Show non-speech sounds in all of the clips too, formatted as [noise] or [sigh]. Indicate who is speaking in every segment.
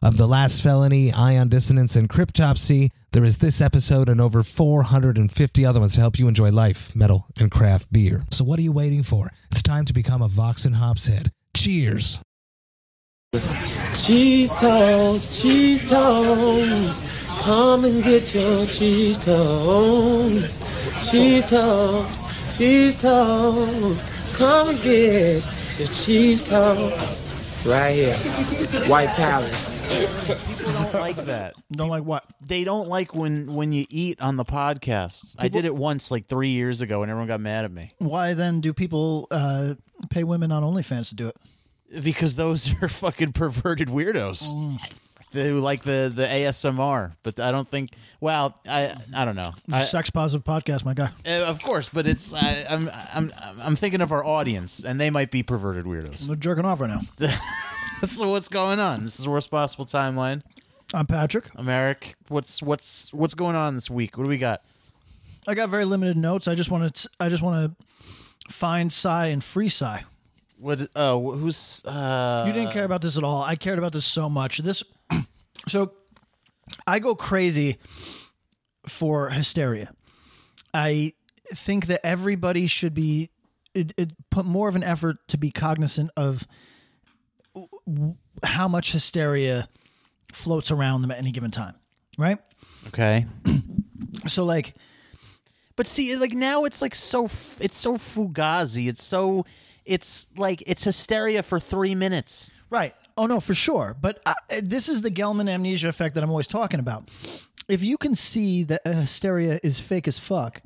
Speaker 1: of The Last Felony, Ion Dissonance, and Cryptopsy. There is this episode and over 450 other ones to help you enjoy life, metal, and craft beer. So what are you waiting for? It's time to become a Vox and Hops head. Cheers!
Speaker 2: Cheese toes, cheese toes. Come and get your cheese toes. Cheese toes, cheese toes. Come and get your cheese toes. Right here, White Palace.
Speaker 3: don't like that.
Speaker 4: Don't like what?
Speaker 3: They don't like when when you eat on the podcast. I did it once like three years ago, and everyone got mad at me
Speaker 4: Why then do people uh, pay women on OnlyFans to do it?
Speaker 3: because those [laughs] are fucking perverted weirdos.
Speaker 4: Mm.
Speaker 3: They like the the ASMR, but I don't think. Well, I I don't know.
Speaker 4: [laughs]
Speaker 3: I,
Speaker 4: Sex positive podcast, my guy.
Speaker 3: uh, of course, but it's I, I'm I'm I'm thinking of our audience, and they might be perverted weirdos. [laughs]
Speaker 4: We're jerking off right now.
Speaker 3: so what's going on? This is the worst possible timeline.
Speaker 4: I'm Patrick.
Speaker 3: I'm Eric. What's what's what's going on this week? What do we got?
Speaker 4: I got very limited notes. I just want to. I just want to find Psy and free Psy.
Speaker 3: What? Oh, who's? Uh,
Speaker 4: You didn't care about this at all. I cared about this so much. This. [clears throat] so, I go crazy for hysteria. I think that everybody should be it, it put more of an effort to be cognizant of w- w- how much hysteria floats around them at any given time, right?
Speaker 3: okay.
Speaker 4: So like
Speaker 3: But see, like now it's like so f- it's so fugazi. It's so it's like it's hysteria for three minutes.
Speaker 4: Right. Oh no, for sure. But uh, this is the Gelman amnesia effect that I'm always talking about. If you can see that uh, hysteria is fake as fuck,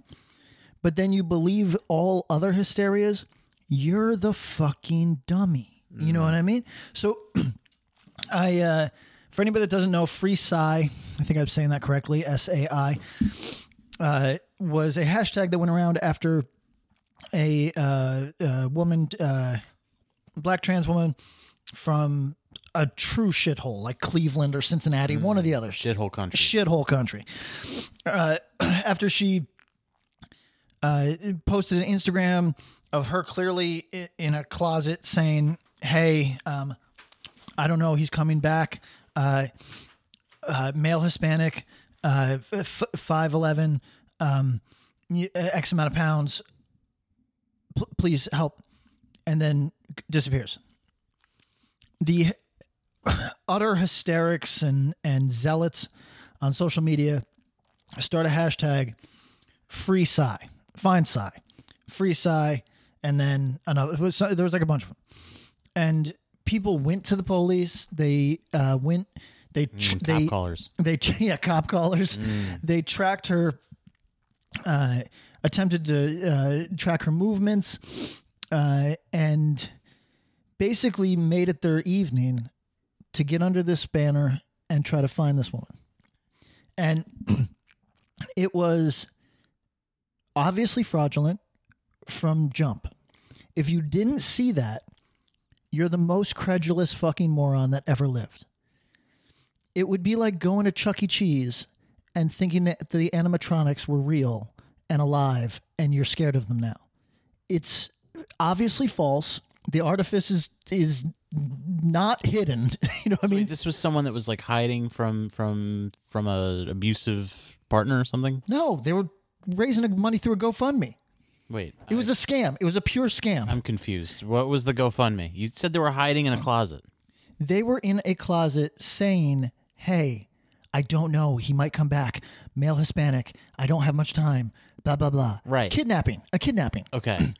Speaker 4: but then you believe all other hysterias, you're the fucking dummy. You know what I mean? So [clears throat] I uh for anybody that doesn't know, Free Sai, I think I'm saying that correctly, S A I, uh, was a hashtag that went around after a uh, uh, woman, uh, black trans woman from a true shithole like Cleveland or Cincinnati, one or the other,
Speaker 3: Shithole country.
Speaker 4: shithole country. Uh, [clears throat] after she uh, posted an Instagram of her clearly i- in a closet saying, "Hey, um, I don't know, he's coming back. Uh, uh, male Hispanic, uh, five eleven, um, y- uh, x amount of pounds. P- please help." And then disappears. The [laughs] utter hysterics and and zealots on social media start a hashtag free Psy, find Psy, free Psy, and then another. it was- there was like a bunch of them, and people went to the police. They uh, went. They tr-
Speaker 3: Cop
Speaker 4: they
Speaker 3: callers.
Speaker 4: they [laughs] tra- yeah cop callers. They tracked her. Uh, attempted to uh, track her movements, uh, and basically made it their evening to get under this banner and try to find this woman. And [clears throat] it was obviously fraudulent from jump. If you didn't see that, you're the most credulous fucking moron that ever lived. It would be like going to Chuck E. Cheese and thinking that the animatronics were real and alive and you're scared of them now. It's obviously false. The artifice is is not hidden. [laughs] you know what I mean?
Speaker 3: This was someone that was like hiding from from from a abusive partner or something.
Speaker 4: No, they were raising money through a GoFundMe.
Speaker 3: Wait,
Speaker 4: It was a scam. It was a pure scam.
Speaker 3: I'm confused. What was the GoFundMe? You said they were hiding in a closet.
Speaker 4: they were in a closet saying, "Hey, I don't know. He might come back. Male Hispanic. I don't have much time." Blah blah blah.
Speaker 3: Right. Oh.
Speaker 4: Kidnapping. A kidnapping. [coughs]
Speaker 3: Okay.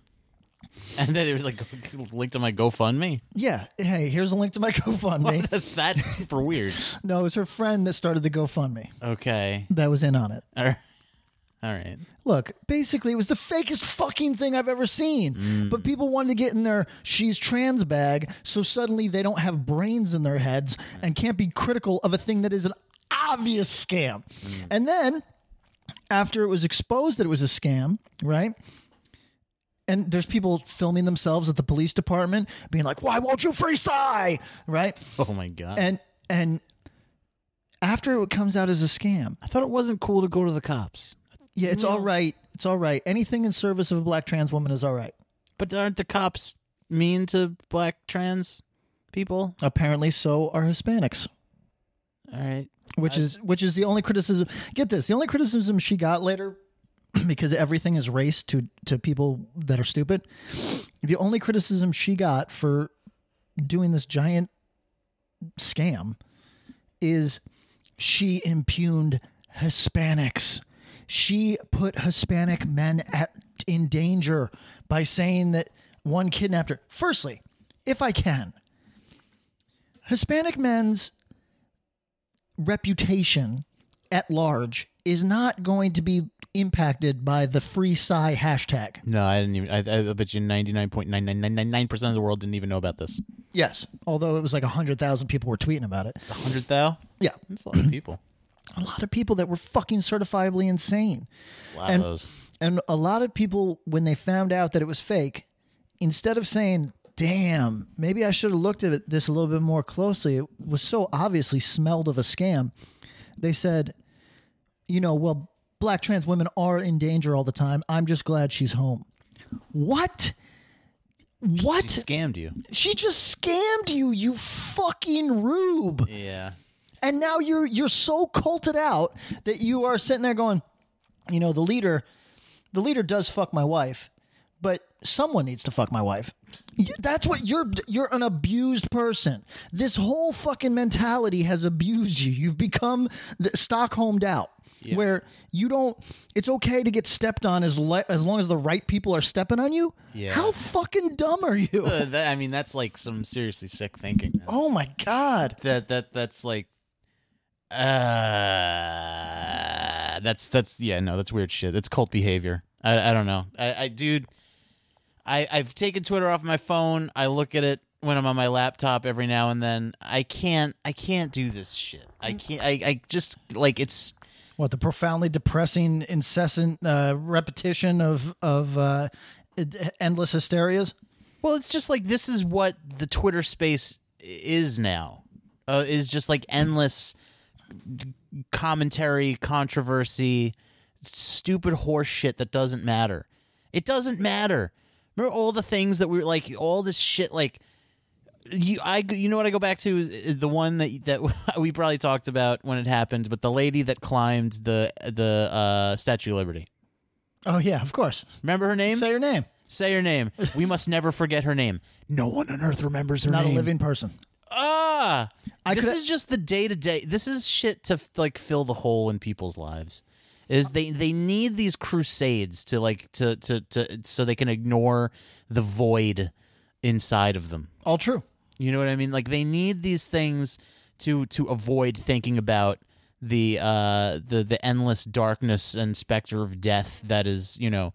Speaker 3: and then it was like [laughs] linked to my GoFundMe.
Speaker 4: Yeah. Hey, here's a link to my [laughs] GoFundMe.
Speaker 3: [laughs] That's that's super weird.
Speaker 4: no, it was her friend that started the GoFundMe
Speaker 3: Okay.
Speaker 4: that was in on it.
Speaker 3: All right. All right.
Speaker 4: Look, basically, it was the fakest fucking thing I've ever seen. But people wanted to get in their she's trans bag, so suddenly they don't have brains in their heads and can't be critical of a thing that is an obvious scam. And then, after it was exposed that it was a scam, right? And there's people filming themselves at the police department being like, why won't you free Psy? Right?
Speaker 3: Oh my god.
Speaker 4: And, and, after it comes out as a scam,
Speaker 3: I thought it wasn't cool to go to the cops.
Speaker 4: yeah, it's all right. It's all right. Anything in service of a black trans woman is all right.
Speaker 3: But aren't the cops mean to black trans people?
Speaker 4: Apparently, so are Hispanics,
Speaker 3: All right.
Speaker 4: which is which is the only criticism. Get this: the only criticism she got later, [clears throat] because everything is race to to people that are stupid. The only criticism she got for doing this giant scam is she impugned Hispanics. She put Hispanic men at, in danger by saying that one kidnapped her. Firstly, if I can, Hispanic men's reputation at large is not going to be impacted by the free Psy hashtag.
Speaker 3: No, I didn't even. I, I bet you ninety nine point nine nine nine nine nine percent of the world didn't even know about this.
Speaker 4: Yes. Although it was like 100,000 people were tweeting about it.
Speaker 3: A hundred thou?
Speaker 4: Yeah.
Speaker 3: That's a lot of people.
Speaker 4: A lot of people that were fucking certifiably insane.
Speaker 3: A lot
Speaker 4: And-
Speaker 3: of those.
Speaker 4: And a lot of people, when they found out that it was fake, instead of saying, damn, maybe I should have looked at it- this a little bit more closely, it was so obviously smelled of a scam, they said, you know, well, black trans women are in danger all the time. I'm just glad she's home. What? What?
Speaker 3: She scammed you.
Speaker 4: she just scammed you, you fucking rube.
Speaker 3: Yeah.
Speaker 4: and now you're you're so culted out that you are sitting there going, you know, the leader, the leader does fuck my wife, but someone needs to fuck my wife. You- That's what you're you're an abused person. This whole fucking mentality has abused you. You've become the, Stockholmed out. Where you don't, it's okay to get stepped on as le- as long as the right people are stepping on you.
Speaker 3: Yeah.
Speaker 4: How fucking dumb are you?
Speaker 3: Uh, that, I mean, that's like some seriously sick thinking. man.
Speaker 4: oh my god!
Speaker 3: That that that's like, uh, that's that's yeah, no, that's weird shit. It's cult behavior. I I don't know. I, I dude, I I've taken Twitter off my phone. I look at it when I'm on my laptop every now and then. I can't I can't do this shit. I can't. I I just like it's
Speaker 4: What the profoundly depressing, incessant uh, repetition of of uh, ed- endless hysterias?
Speaker 3: Well, it's just like this is what the Twitter space i- is now. Uh, is just like endless d- commentary, controversy, stupid horse shit that doesn't matter. It doesn't matter. Remember all the things that we were like, all this shit like you I you know what I go back to is the one that [laughs] that we probably talked about when it happened, but the lady that climbed the the uh, Statue of Liberty.
Speaker 4: Oh yeah, of course.
Speaker 3: Remember her name?
Speaker 4: Say your name.
Speaker 3: Say her name. We must
Speaker 4: [laughs]
Speaker 3: never forget her name. No one on earth remembers her
Speaker 4: Not
Speaker 3: name.
Speaker 4: a living person.
Speaker 3: ah,
Speaker 4: I
Speaker 3: this
Speaker 4: coulda-
Speaker 3: is just the day to day. This is shit to like fill the hole in people's lives. Is they they need these crusades to like to to to so they can ignore the void inside of them.
Speaker 4: All true.
Speaker 3: You know what I mean? Like they need these things to to avoid thinking about the uh the the endless darkness and specter of death that is, you know,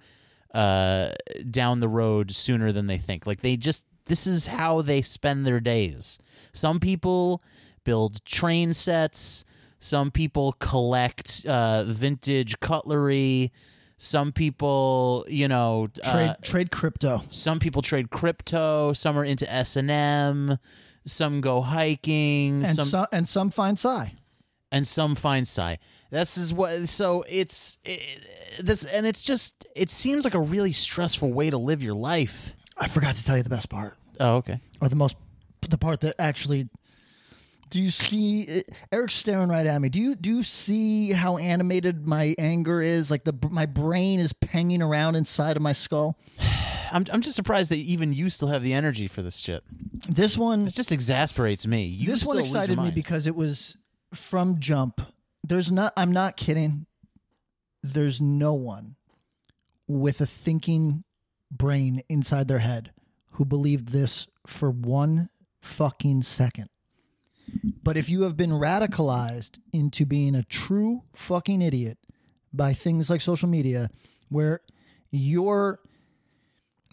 Speaker 3: uh down the road sooner than they think. Like they just this is how they spend their days. Some people build train sets, some people collect uh vintage cutlery, some people, you know,
Speaker 4: Trade
Speaker 3: uh,
Speaker 4: trade crypto.
Speaker 3: some people trade crypto some are into s&m some go hiking
Speaker 4: And
Speaker 3: some,
Speaker 4: some, and some find psi.
Speaker 3: and some find psi this is what so it's it, this and it's just it seems like a really stressful way to live your life
Speaker 4: I forgot to tell you the best part,
Speaker 3: oh okay
Speaker 4: or the most, the part that actually. Do you see eh, Eric's staring right at me? Do you do you see how animated my anger is? Like the my brain is panging around inside of my skull.
Speaker 3: I'm, I'm just surprised that even you still have the energy for this shit
Speaker 4: This one
Speaker 3: it just exasperates me you
Speaker 4: this
Speaker 3: still
Speaker 4: one
Speaker 3: lose your
Speaker 4: excited me
Speaker 3: mind.
Speaker 4: because it was from jump. There's not. I'm not kidding. There's no one with a thinking brain inside their head who believed this for one fucking second. But if you have been radicalized into being a true fucking idiot by things like social media where your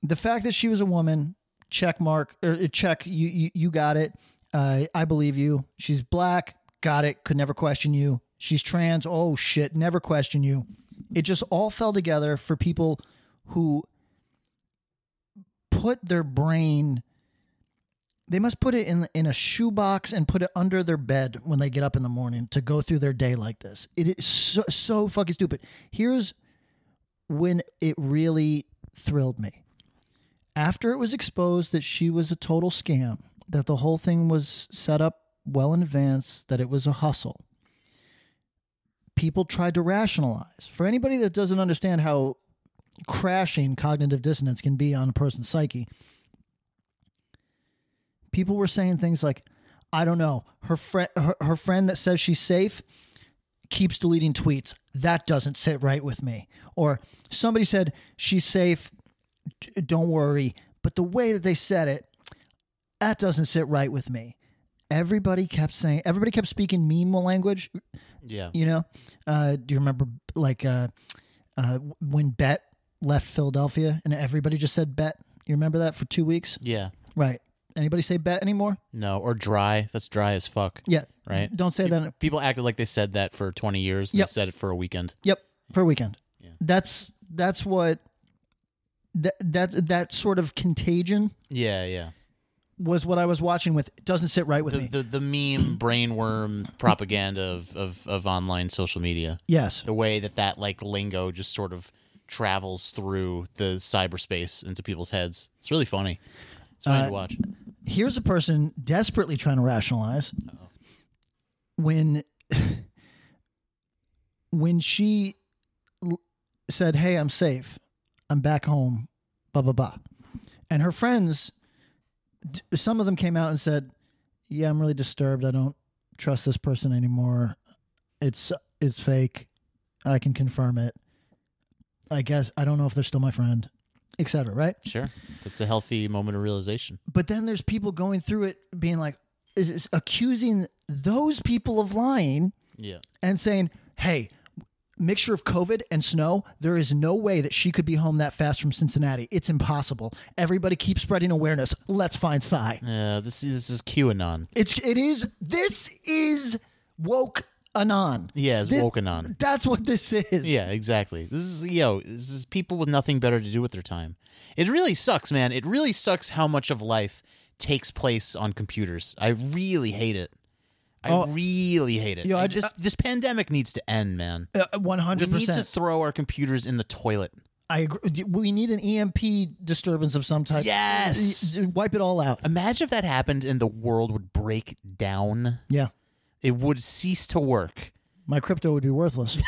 Speaker 4: the fact that she was a woman check mark or uh, check you you, you got it uh, i believe you she's black got it could never question you she's trans oh shit never question you it just all fell together for people who put their brain they must put it in in a shoebox and put it under their bed when they get up in the morning to go through their day like this. It is so, so fucking stupid. Here's when it really thrilled me. After it was exposed that she was a total scam, that the whole thing was set up well in advance, that it was a hustle. People tried to rationalize. For anybody that doesn't understand how crashing cognitive dissonance can be on a person's psyche, people were saying things like, "I don't know, her friend, her, her friend that says she's safe, keeps deleting tweets. That doesn't sit right with me." Or somebody said, "She's safe, D- don't worry," but the way that they said it, that doesn't sit right with me. Everybody kept saying, everybody kept speaking meme language.
Speaker 3: Yeah.
Speaker 4: You know, uh, do you remember like uh, uh, when Bet left Philadelphia and everybody just said Bet? You remember that for two weeks?
Speaker 3: Yeah.
Speaker 4: Right. Anybody say bet anymore?
Speaker 3: No, or dry. That's dry as fuck.
Speaker 4: Yeah.
Speaker 3: Right.
Speaker 4: Don't say that.
Speaker 3: People acted like they said that for 20 years. and
Speaker 4: Yep.
Speaker 3: They said it for a weekend.
Speaker 4: Yep. For a weekend. That's that's what that that that sort of contagion
Speaker 3: Yeah, yeah.
Speaker 4: was what I was watching with doesn't sit right with
Speaker 3: The
Speaker 4: me.
Speaker 3: the, the meme [clears throat] brainworm propaganda of, of of online social media.
Speaker 4: yes.
Speaker 3: The way that that like lingo just sort of travels through the cyberspace into people's heads. It's really funny. It's funny
Speaker 4: Uh,
Speaker 3: to watch.
Speaker 4: Here's a person desperately trying to rationalize when [laughs] when she l- said, "Hey, I'm safe. I'm back home." Blah blah blah. And her friends, d- some of them came out and said, "Yeah, I'm really disturbed. I don't trust this person anymore. It's it's fake. I can confirm it. I guess I don't know if they're still my friend, etc." Right?
Speaker 3: Sure. That's a healthy moment of realization.
Speaker 4: But then there's people going through it being like, is, is accusing those people of lying
Speaker 3: Yeah.
Speaker 4: and saying, hey, mixture of COVID and snow, there is no way that she could be home that fast from Cincinnati. It's impossible. Everybody keep spreading awareness. Let's find Psy.
Speaker 3: Yeah, Uh, this is this is QAnon.
Speaker 4: It's it is this is woke anon.
Speaker 3: Yeah, it's
Speaker 4: Thi-
Speaker 3: woken on.
Speaker 4: That's what this is.
Speaker 3: Yeah, exactly. This is yo. This is people with nothing better to do with their time. It really sucks, man. It really sucks how much of life takes place on computers. I really hate it. I really hate it.
Speaker 4: Oh, Yo, I-
Speaker 3: I just this pandemic needs to end, man.
Speaker 4: Uh, One
Speaker 3: We
Speaker 4: hundred
Speaker 3: need to
Speaker 4: percent.
Speaker 3: throw our computers in the toilet.
Speaker 4: I agree. We need an EMP disturbance of some type.
Speaker 3: Yes.
Speaker 4: Y- wipe it all out.
Speaker 3: Imagine if that happened and the world would break down.
Speaker 4: Yeah,
Speaker 3: It would cease to work.
Speaker 4: my crypto would be [laughs] worthless.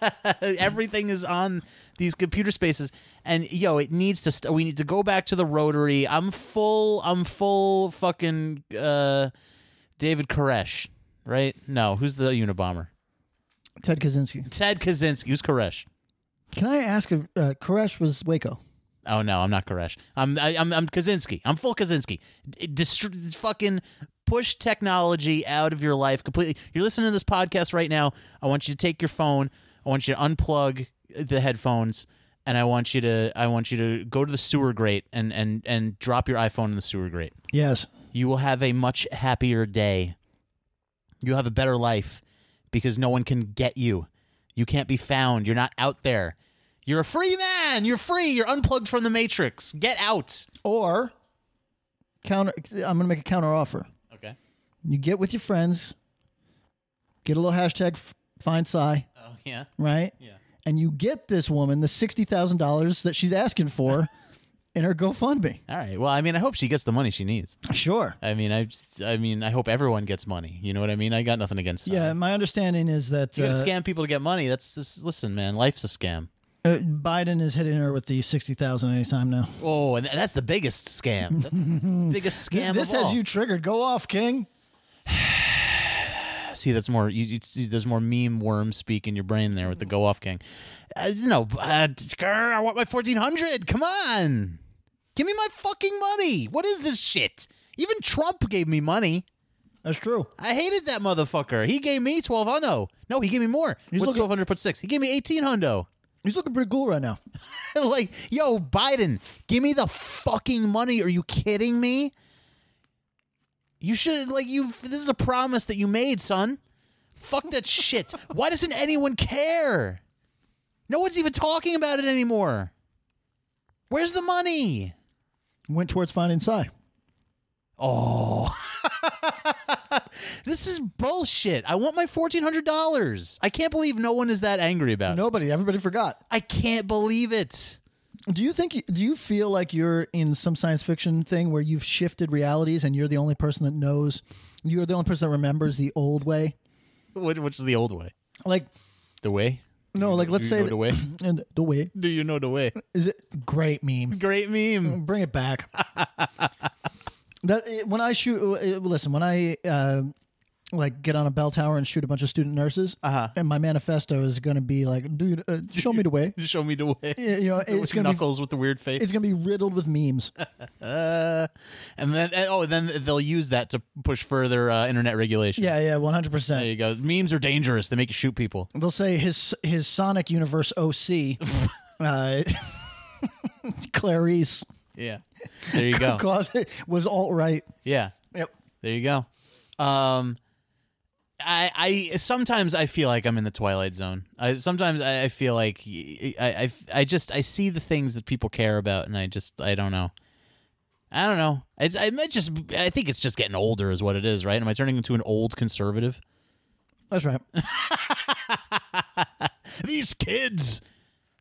Speaker 3: Uh, Everything is on these computer spaces, and yo, it needs to. St- we need to go back to the rotary. I'm full. I'm full. Fucking uh, David Koresh, right? No, who's the Unabomber?
Speaker 4: Ted Kaczynski.
Speaker 3: Ted Kaczynski. Who's Koresh?
Speaker 4: Can I ask? if, Uh, Koresh was Waco.
Speaker 3: Oh no, I'm not Koresh. I'm I, I'm I'm Kaczynski. I'm full Kaczynski. D- Dist- fucking push technology out of your life completely. You're listening to this podcast right now. I want you to take your phone. I want you to unplug the headphones, and I want you to I want you to go to the sewer grate and and and drop your iPhone in the sewer grate.
Speaker 4: Yes.
Speaker 3: You will have a much happier day. You'll have a better life because no one can get you. You can't be found. You're not out there. You're a free man. You're free. You're unplugged from the matrix. Get out.
Speaker 4: Or counter. I'm going to make a counter offer.
Speaker 3: Okay.
Speaker 4: You get with your friends, get a little hashtag f- find Psy,
Speaker 3: Oh yeah.
Speaker 4: right? Yeah. And you get this woman the sixty thousand dollars that she's asking [laughs] for in her GoFundMe.
Speaker 3: All right. Well, I mean, I hope she gets the money she needs.
Speaker 4: Sure.
Speaker 3: I mean, I just- I mean, I hope everyone gets money. You know what I mean? I got nothing against that.
Speaker 4: Yeah, my understanding is that
Speaker 3: You
Speaker 4: uh,
Speaker 3: gotta scam people to get money. That's this. Listen, man, life's a scam.
Speaker 4: uh, Biden is hitting her with the sixty thousand anytime now.
Speaker 3: Oh, and that's the biggest scam. That's the
Speaker 4: [laughs]
Speaker 3: biggest scam.
Speaker 4: this
Speaker 3: of
Speaker 4: has
Speaker 3: all.
Speaker 4: you triggered. Go off, King.
Speaker 3: See, that's more. You, you see, there's more meme worm speak in your brain there with the go off king. Uh, you know, uh, grr, I want my fourteen hundred. Come on, give me my fucking money. What is this shit? Even Trump gave me money.
Speaker 4: That's true.
Speaker 3: I hated that motherfucker. He gave me twelve hundo. No, he gave me more. What's
Speaker 4: looking-
Speaker 3: twelve hundred put six? He gave me eighteen hundo.
Speaker 4: He's looking pretty cool right now.
Speaker 3: [laughs] like, yo, Biden, give me the fucking money. Are you kidding me? You should like you. This is a promise that you made, son. Fuck that [laughs] shit. Why doesn't anyone care? No one's even talking about it anymore. Where's the money?
Speaker 4: Went towards finding Psy.
Speaker 3: Oh. [laughs] This is bullshit. I want my fourteen hundred dollars. I can't believe no one is that angry about it.
Speaker 4: Nobody, everybody forgot.
Speaker 3: I can't believe it.
Speaker 4: Do you think? Do you feel like you're in some science fiction thing where you've shifted realities and you're the only person that knows? You're the only person that remembers the old way.
Speaker 3: Which, which is the old way?
Speaker 4: Like
Speaker 3: The way?
Speaker 4: no, like let's
Speaker 3: you
Speaker 4: say
Speaker 3: know the way?
Speaker 4: [laughs] and the way
Speaker 3: Do you know the way?
Speaker 4: is it [laughs] great meme.
Speaker 3: Great meme. [laughs]
Speaker 4: Bring it back. [laughs] that it- when I shoot, uh, listen when I. Uh, like get on a bell tower and shoot a bunch of student nurses, uh-huh. and my manifesto is going to be like, "Dude, uh, show me the [laughs] way."
Speaker 3: Show me the way.
Speaker 4: You know,
Speaker 3: [laughs]
Speaker 4: it's
Speaker 3: with
Speaker 4: going to be
Speaker 3: knuckles with the weird face.
Speaker 4: it's going to be riddled with memes.
Speaker 3: uh, and then and- oh, then they'll use that to push further uh, internet regulation.
Speaker 4: Yeah, yeah, one hundred percent.
Speaker 3: There you go. Memes are dangerous. They make you shoot people.
Speaker 4: They'll say his his Sonic Universe
Speaker 3: [laughs]
Speaker 4: OC, uh, [laughs] Clarice
Speaker 3: Yeah. There
Speaker 4: [laughs]
Speaker 3: you go.
Speaker 4: Closet was alt right.
Speaker 3: Yeah.
Speaker 4: Yep.
Speaker 3: There you go. Um, I I sometimes I feel like I'm in the twilight zone. I sometimes I, I feel like I, I I just I see the things that people care about, and I just I don't know. I don't know. It's, I might just I think it's just getting older is what it is, right? Am I turning into an old conservative?
Speaker 4: That's right. [laughs]
Speaker 3: These kids,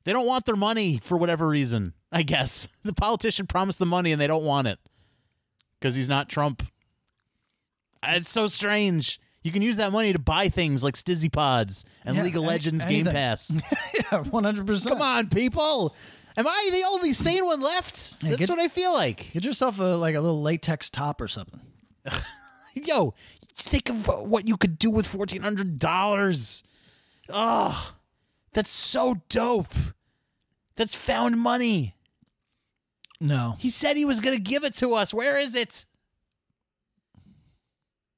Speaker 3: they don't want their money for whatever reason. I guess [laughs] the politician promised the money and they don't want it because he's not Trump. Uh, It's so strange. You can use that money to buy things like Stizzy Pods and
Speaker 4: Yeah,
Speaker 3: League of
Speaker 4: any-
Speaker 3: Legends Game
Speaker 4: anything.
Speaker 3: Pass.
Speaker 4: [laughs] yeah, one hundred percent.
Speaker 3: Come on, people. Am I the only sane one left? That's
Speaker 4: get-
Speaker 3: what I feel like.
Speaker 4: get yourself a like a little latex top or something.
Speaker 3: Yo, think of what you could do with fourteen hundred dollars. Ugh, that's so dope. That's found money.
Speaker 4: No,
Speaker 3: He said he was gonna give it to us. Where is it?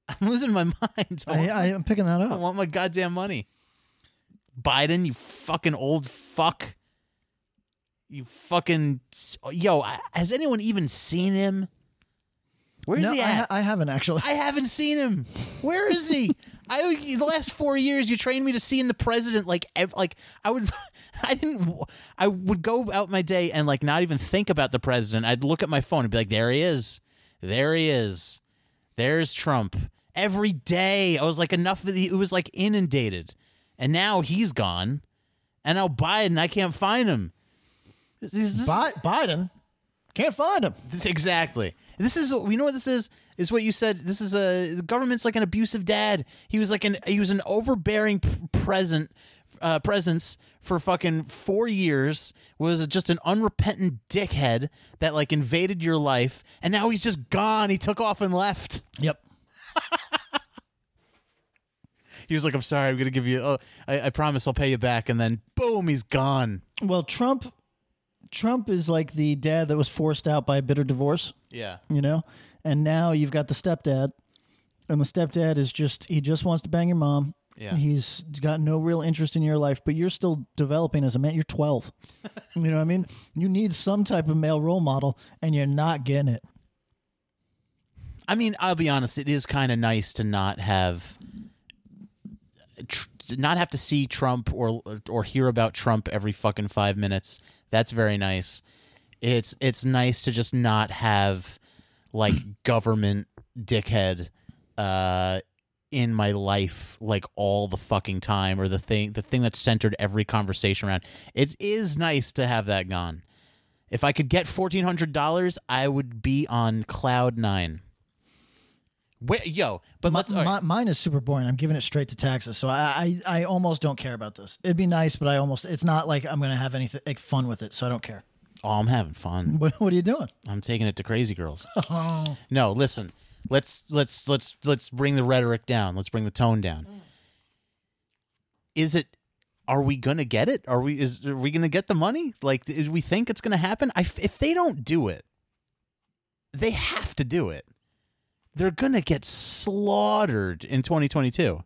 Speaker 3: I'm losing my [laughs] mind. I
Speaker 4: I,
Speaker 3: want,
Speaker 4: I, am picking that
Speaker 3: I
Speaker 4: up.
Speaker 3: want my goddamn money. Biden, you fucking old fuck. You fucking yo. I- Has anyone even seen him? Where's
Speaker 4: no,
Speaker 3: he
Speaker 4: I,
Speaker 3: at?
Speaker 4: ha- I haven't actually.
Speaker 3: I haven't seen him. Where is he? I the last four years you trained me to seeing the president like ev- like I would [laughs] I didn't I would go out my day and like not even think about the president. I'd look at my phone and be like, there he is, there he is, there's Trump. Every day I was like enough of the it was like inundated, and now he's gone, and now Biden I can't find him. Is this-
Speaker 4: [laughs] Bi- Biden can't find him.
Speaker 3: this, exactly. This is you know what this is is what you said. This is a the government's like an abusive dad. He was like an he was an overbearing p- present uh, presence for fucking four years. Was just an unrepentant dickhead that like invaded your life, and now he's just gone. He took off and left.
Speaker 4: Yep.
Speaker 3: He was like, "I'm sorry, I'm gonna give you. Oh, I, I promise, I'll pay you back." And then boom, he's gone.
Speaker 4: Well, Trump. Trump is like the dad that was forced out by a bitter divorce.
Speaker 3: Yeah,
Speaker 4: you know and now you've got the stepdad and the stepdad is just he just wants to bang your mom
Speaker 3: Yeah.
Speaker 4: he's got no real interest in your life but you're still developing as a man you're 12 you know what i mean you need some type of male role model and you're not getting it
Speaker 3: I mean, I'll be honest. It is kind of nice to not have, tr- not have to see Trump or or hear about Trump every fucking five minutes. That's very nice. It's it's nice to just not have
Speaker 4: [clears throat]
Speaker 3: like government dickhead uh, in my life like all the fucking time or the thing the thing that centered every conversation around. It is nice to have that gone. If I could get fourteen hundred dollars, I would be on cloud nine. Wait, yo, but
Speaker 4: My-
Speaker 3: let's. all right.
Speaker 4: my- mine is super boring i'm giving it straight to taxes so I, I i almost don't care about this it'd be nice but i almost it's not like i'm gonna have anything like fun with it so i don't care [laughs]
Speaker 3: oh, I'm having fun.
Speaker 4: what, what are you doing
Speaker 3: I'm taking it to crazy girls. No, listen. Let's let's let's let's bring the rhetoric down. Let's bring the tone down. Is it? Are we gonna get it? Are we is are we gonna get the money? Like, do we think it's gonna happen? I, if they don't do it, they have to do it. they're gonna get slaughtered in 2022.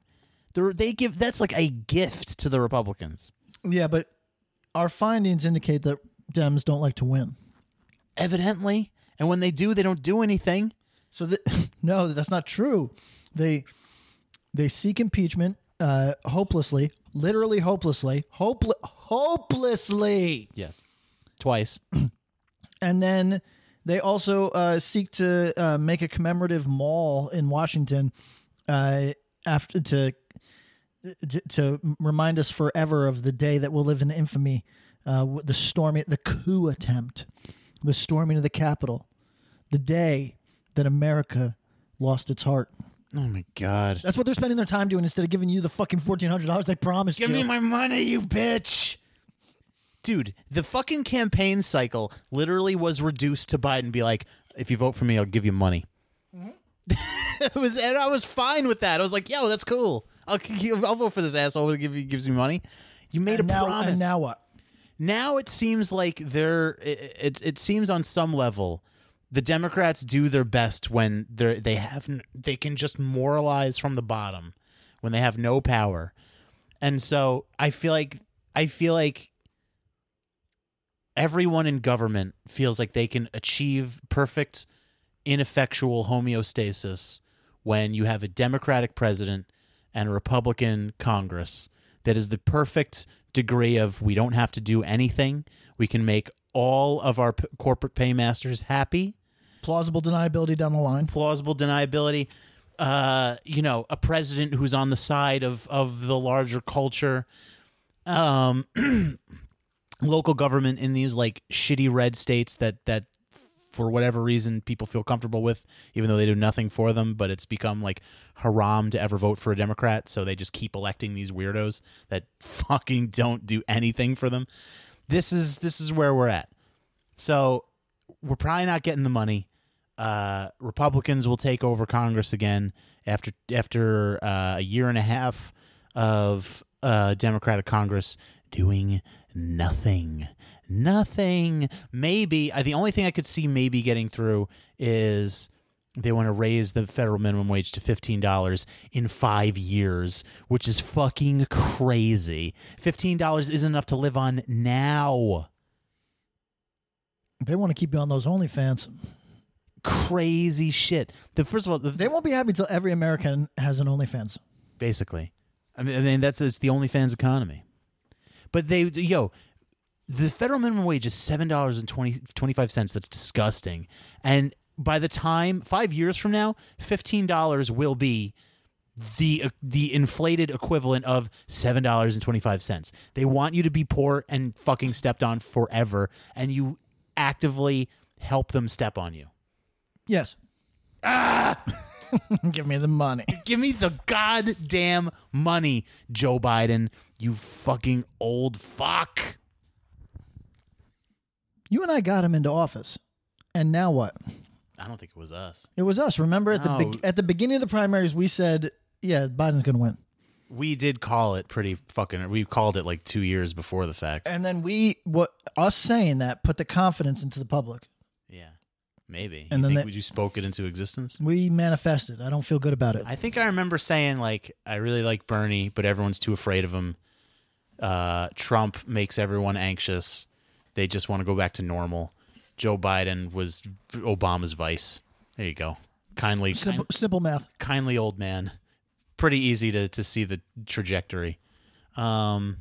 Speaker 3: They're, they give that's like a gift to the Republicans.
Speaker 4: Yeah, but our findings indicate that Dems don't like to win.
Speaker 3: evidently. And when they do, they don't do anything.
Speaker 4: So that [laughs] no, that's not true. They they seek impeachment uh, hopelessly, literally hopelessly, hopel- hopelessly,
Speaker 3: Yes. Twice.
Speaker 4: and then they also uh, seek to uh, make a commemorative mall in Washington uh, after to, to to remind us forever of the day that will live in infamy, uh, with the storming, the coup attempt, the storming of the Capitol, the day that America lost its heart.
Speaker 3: Oh my God.
Speaker 4: That's what they're spending their time doing instead of giving you the fucking fourteen hundred dollars they promised
Speaker 3: Give
Speaker 4: you.
Speaker 3: me my money, you bitch. Dude, the fucking campaign cycle literally was reduced to Biden be like, if you vote for me, I'll give you money. Mm-hmm. [laughs] it was, and I was fine with that. I was like, yo, that's cool. I'll, [laughs] I'll vote for this asshole who give, gives me money. You made
Speaker 4: and
Speaker 3: a
Speaker 4: now,
Speaker 3: promise.
Speaker 4: and now what?
Speaker 3: now it seems like they're it, it, it seems on some level the democrats do their best when they they have n- they can just moralize from the bottom when they have no power and so i feel like i feel like everyone in government feels like they can achieve perfect ineffectual homeostasis when you have a democratic president and a republican congress that is the perfect degree of we don't have to do anything we can make all of our p- corporate paymasters happy
Speaker 4: Plausible deniability down the line.
Speaker 3: plausible deniability. Uh, you know, a president who's on the side of of the larger culture. Um, [clears throat] local government in these like shitty red states that that for whatever reason people feel comfortable with, even though they do nothing for them. But it's become like haram to ever vote for a Democrat, so they just keep electing these weirdos that [laughs] fucking don't do anything for them. This is this is where we're at. So we're probably not getting the money. Uh, Republicans will take over Congress again after after uh, a year and a half of uh, Democratic Congress doing nothing, nothing. Maybe uh, the only thing I could see maybe getting through is they want to raise the federal minimum wage to $15 in five years, which is fucking crazy. $15 isn't enough to live on now.
Speaker 4: They want to keep you on those OnlyFans.
Speaker 3: Crazy shit. The first of all, the,
Speaker 4: They won't be happy until every American has an OnlyFans.
Speaker 3: basically. I mean, I mean that's it's the OnlyFans economy. But they, yo, the federal minimum wage is seven dollars and 25 cents. That's disgusting. And by the time five years from now, fifteen dollars will be the uh, the inflated equivalent of seven dollars and twenty five cents. They want you to be poor and fucking stepped on forever, and you actively help them step on you.
Speaker 4: Yes. Ah! [laughs] Give me the money.
Speaker 3: Give me the goddamn money, Joe Biden, you fucking old fuck.
Speaker 4: You and I got him into office, and now what?
Speaker 3: I don't think it was us.
Speaker 4: It was us. Remember at the
Speaker 3: No.
Speaker 4: be- at the beginning of the primaries, we said, "Yeah, Biden's going to win,"
Speaker 3: We did call it pretty fucking we called it like 2 years before the fact.
Speaker 4: and then we what us saying that put the confidence into the public.
Speaker 3: Yeah. Maybe.
Speaker 4: And
Speaker 3: you
Speaker 4: then
Speaker 3: think
Speaker 4: they-
Speaker 3: you spoke it into existence?
Speaker 4: We manifested. I don't feel good about it.
Speaker 3: I think I remember saying like I really like Bernie, but everyone's too afraid of him. Uh, Trump makes everyone anxious. They just want to go back to normal. Joe Biden was Obama's vice. There you go. Kindly,
Speaker 4: simple,
Speaker 3: kind-
Speaker 4: simple math.
Speaker 3: kindly old man. Pretty easy to to see the trajectory. Um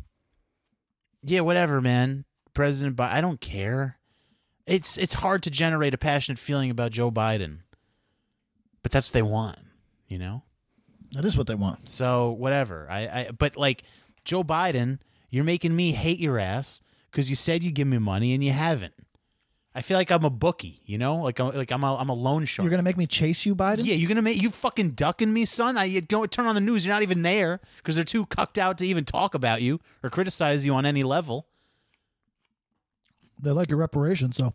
Speaker 3: Yeah, whatever, man. President Biden, I don't care. It's it's hard to generate a passionate feeling about Joe Biden. But that's what they want, you know?
Speaker 4: That is what they want.
Speaker 3: So whatever. I, I but like Joe Biden, you're making me hate your ass because you said you give me money and you haven't. I feel like I'm a bookie, you know, like I'm like I'm a I'm a loan shark.
Speaker 4: You're going to make me chase you, Biden?
Speaker 3: Yeah, you're gonna make you fucking ducking me, son. I you don't turn on the news. You're not even there because they're too cucked out to even talk about you or criticize you on any level.
Speaker 4: They like your reparations, so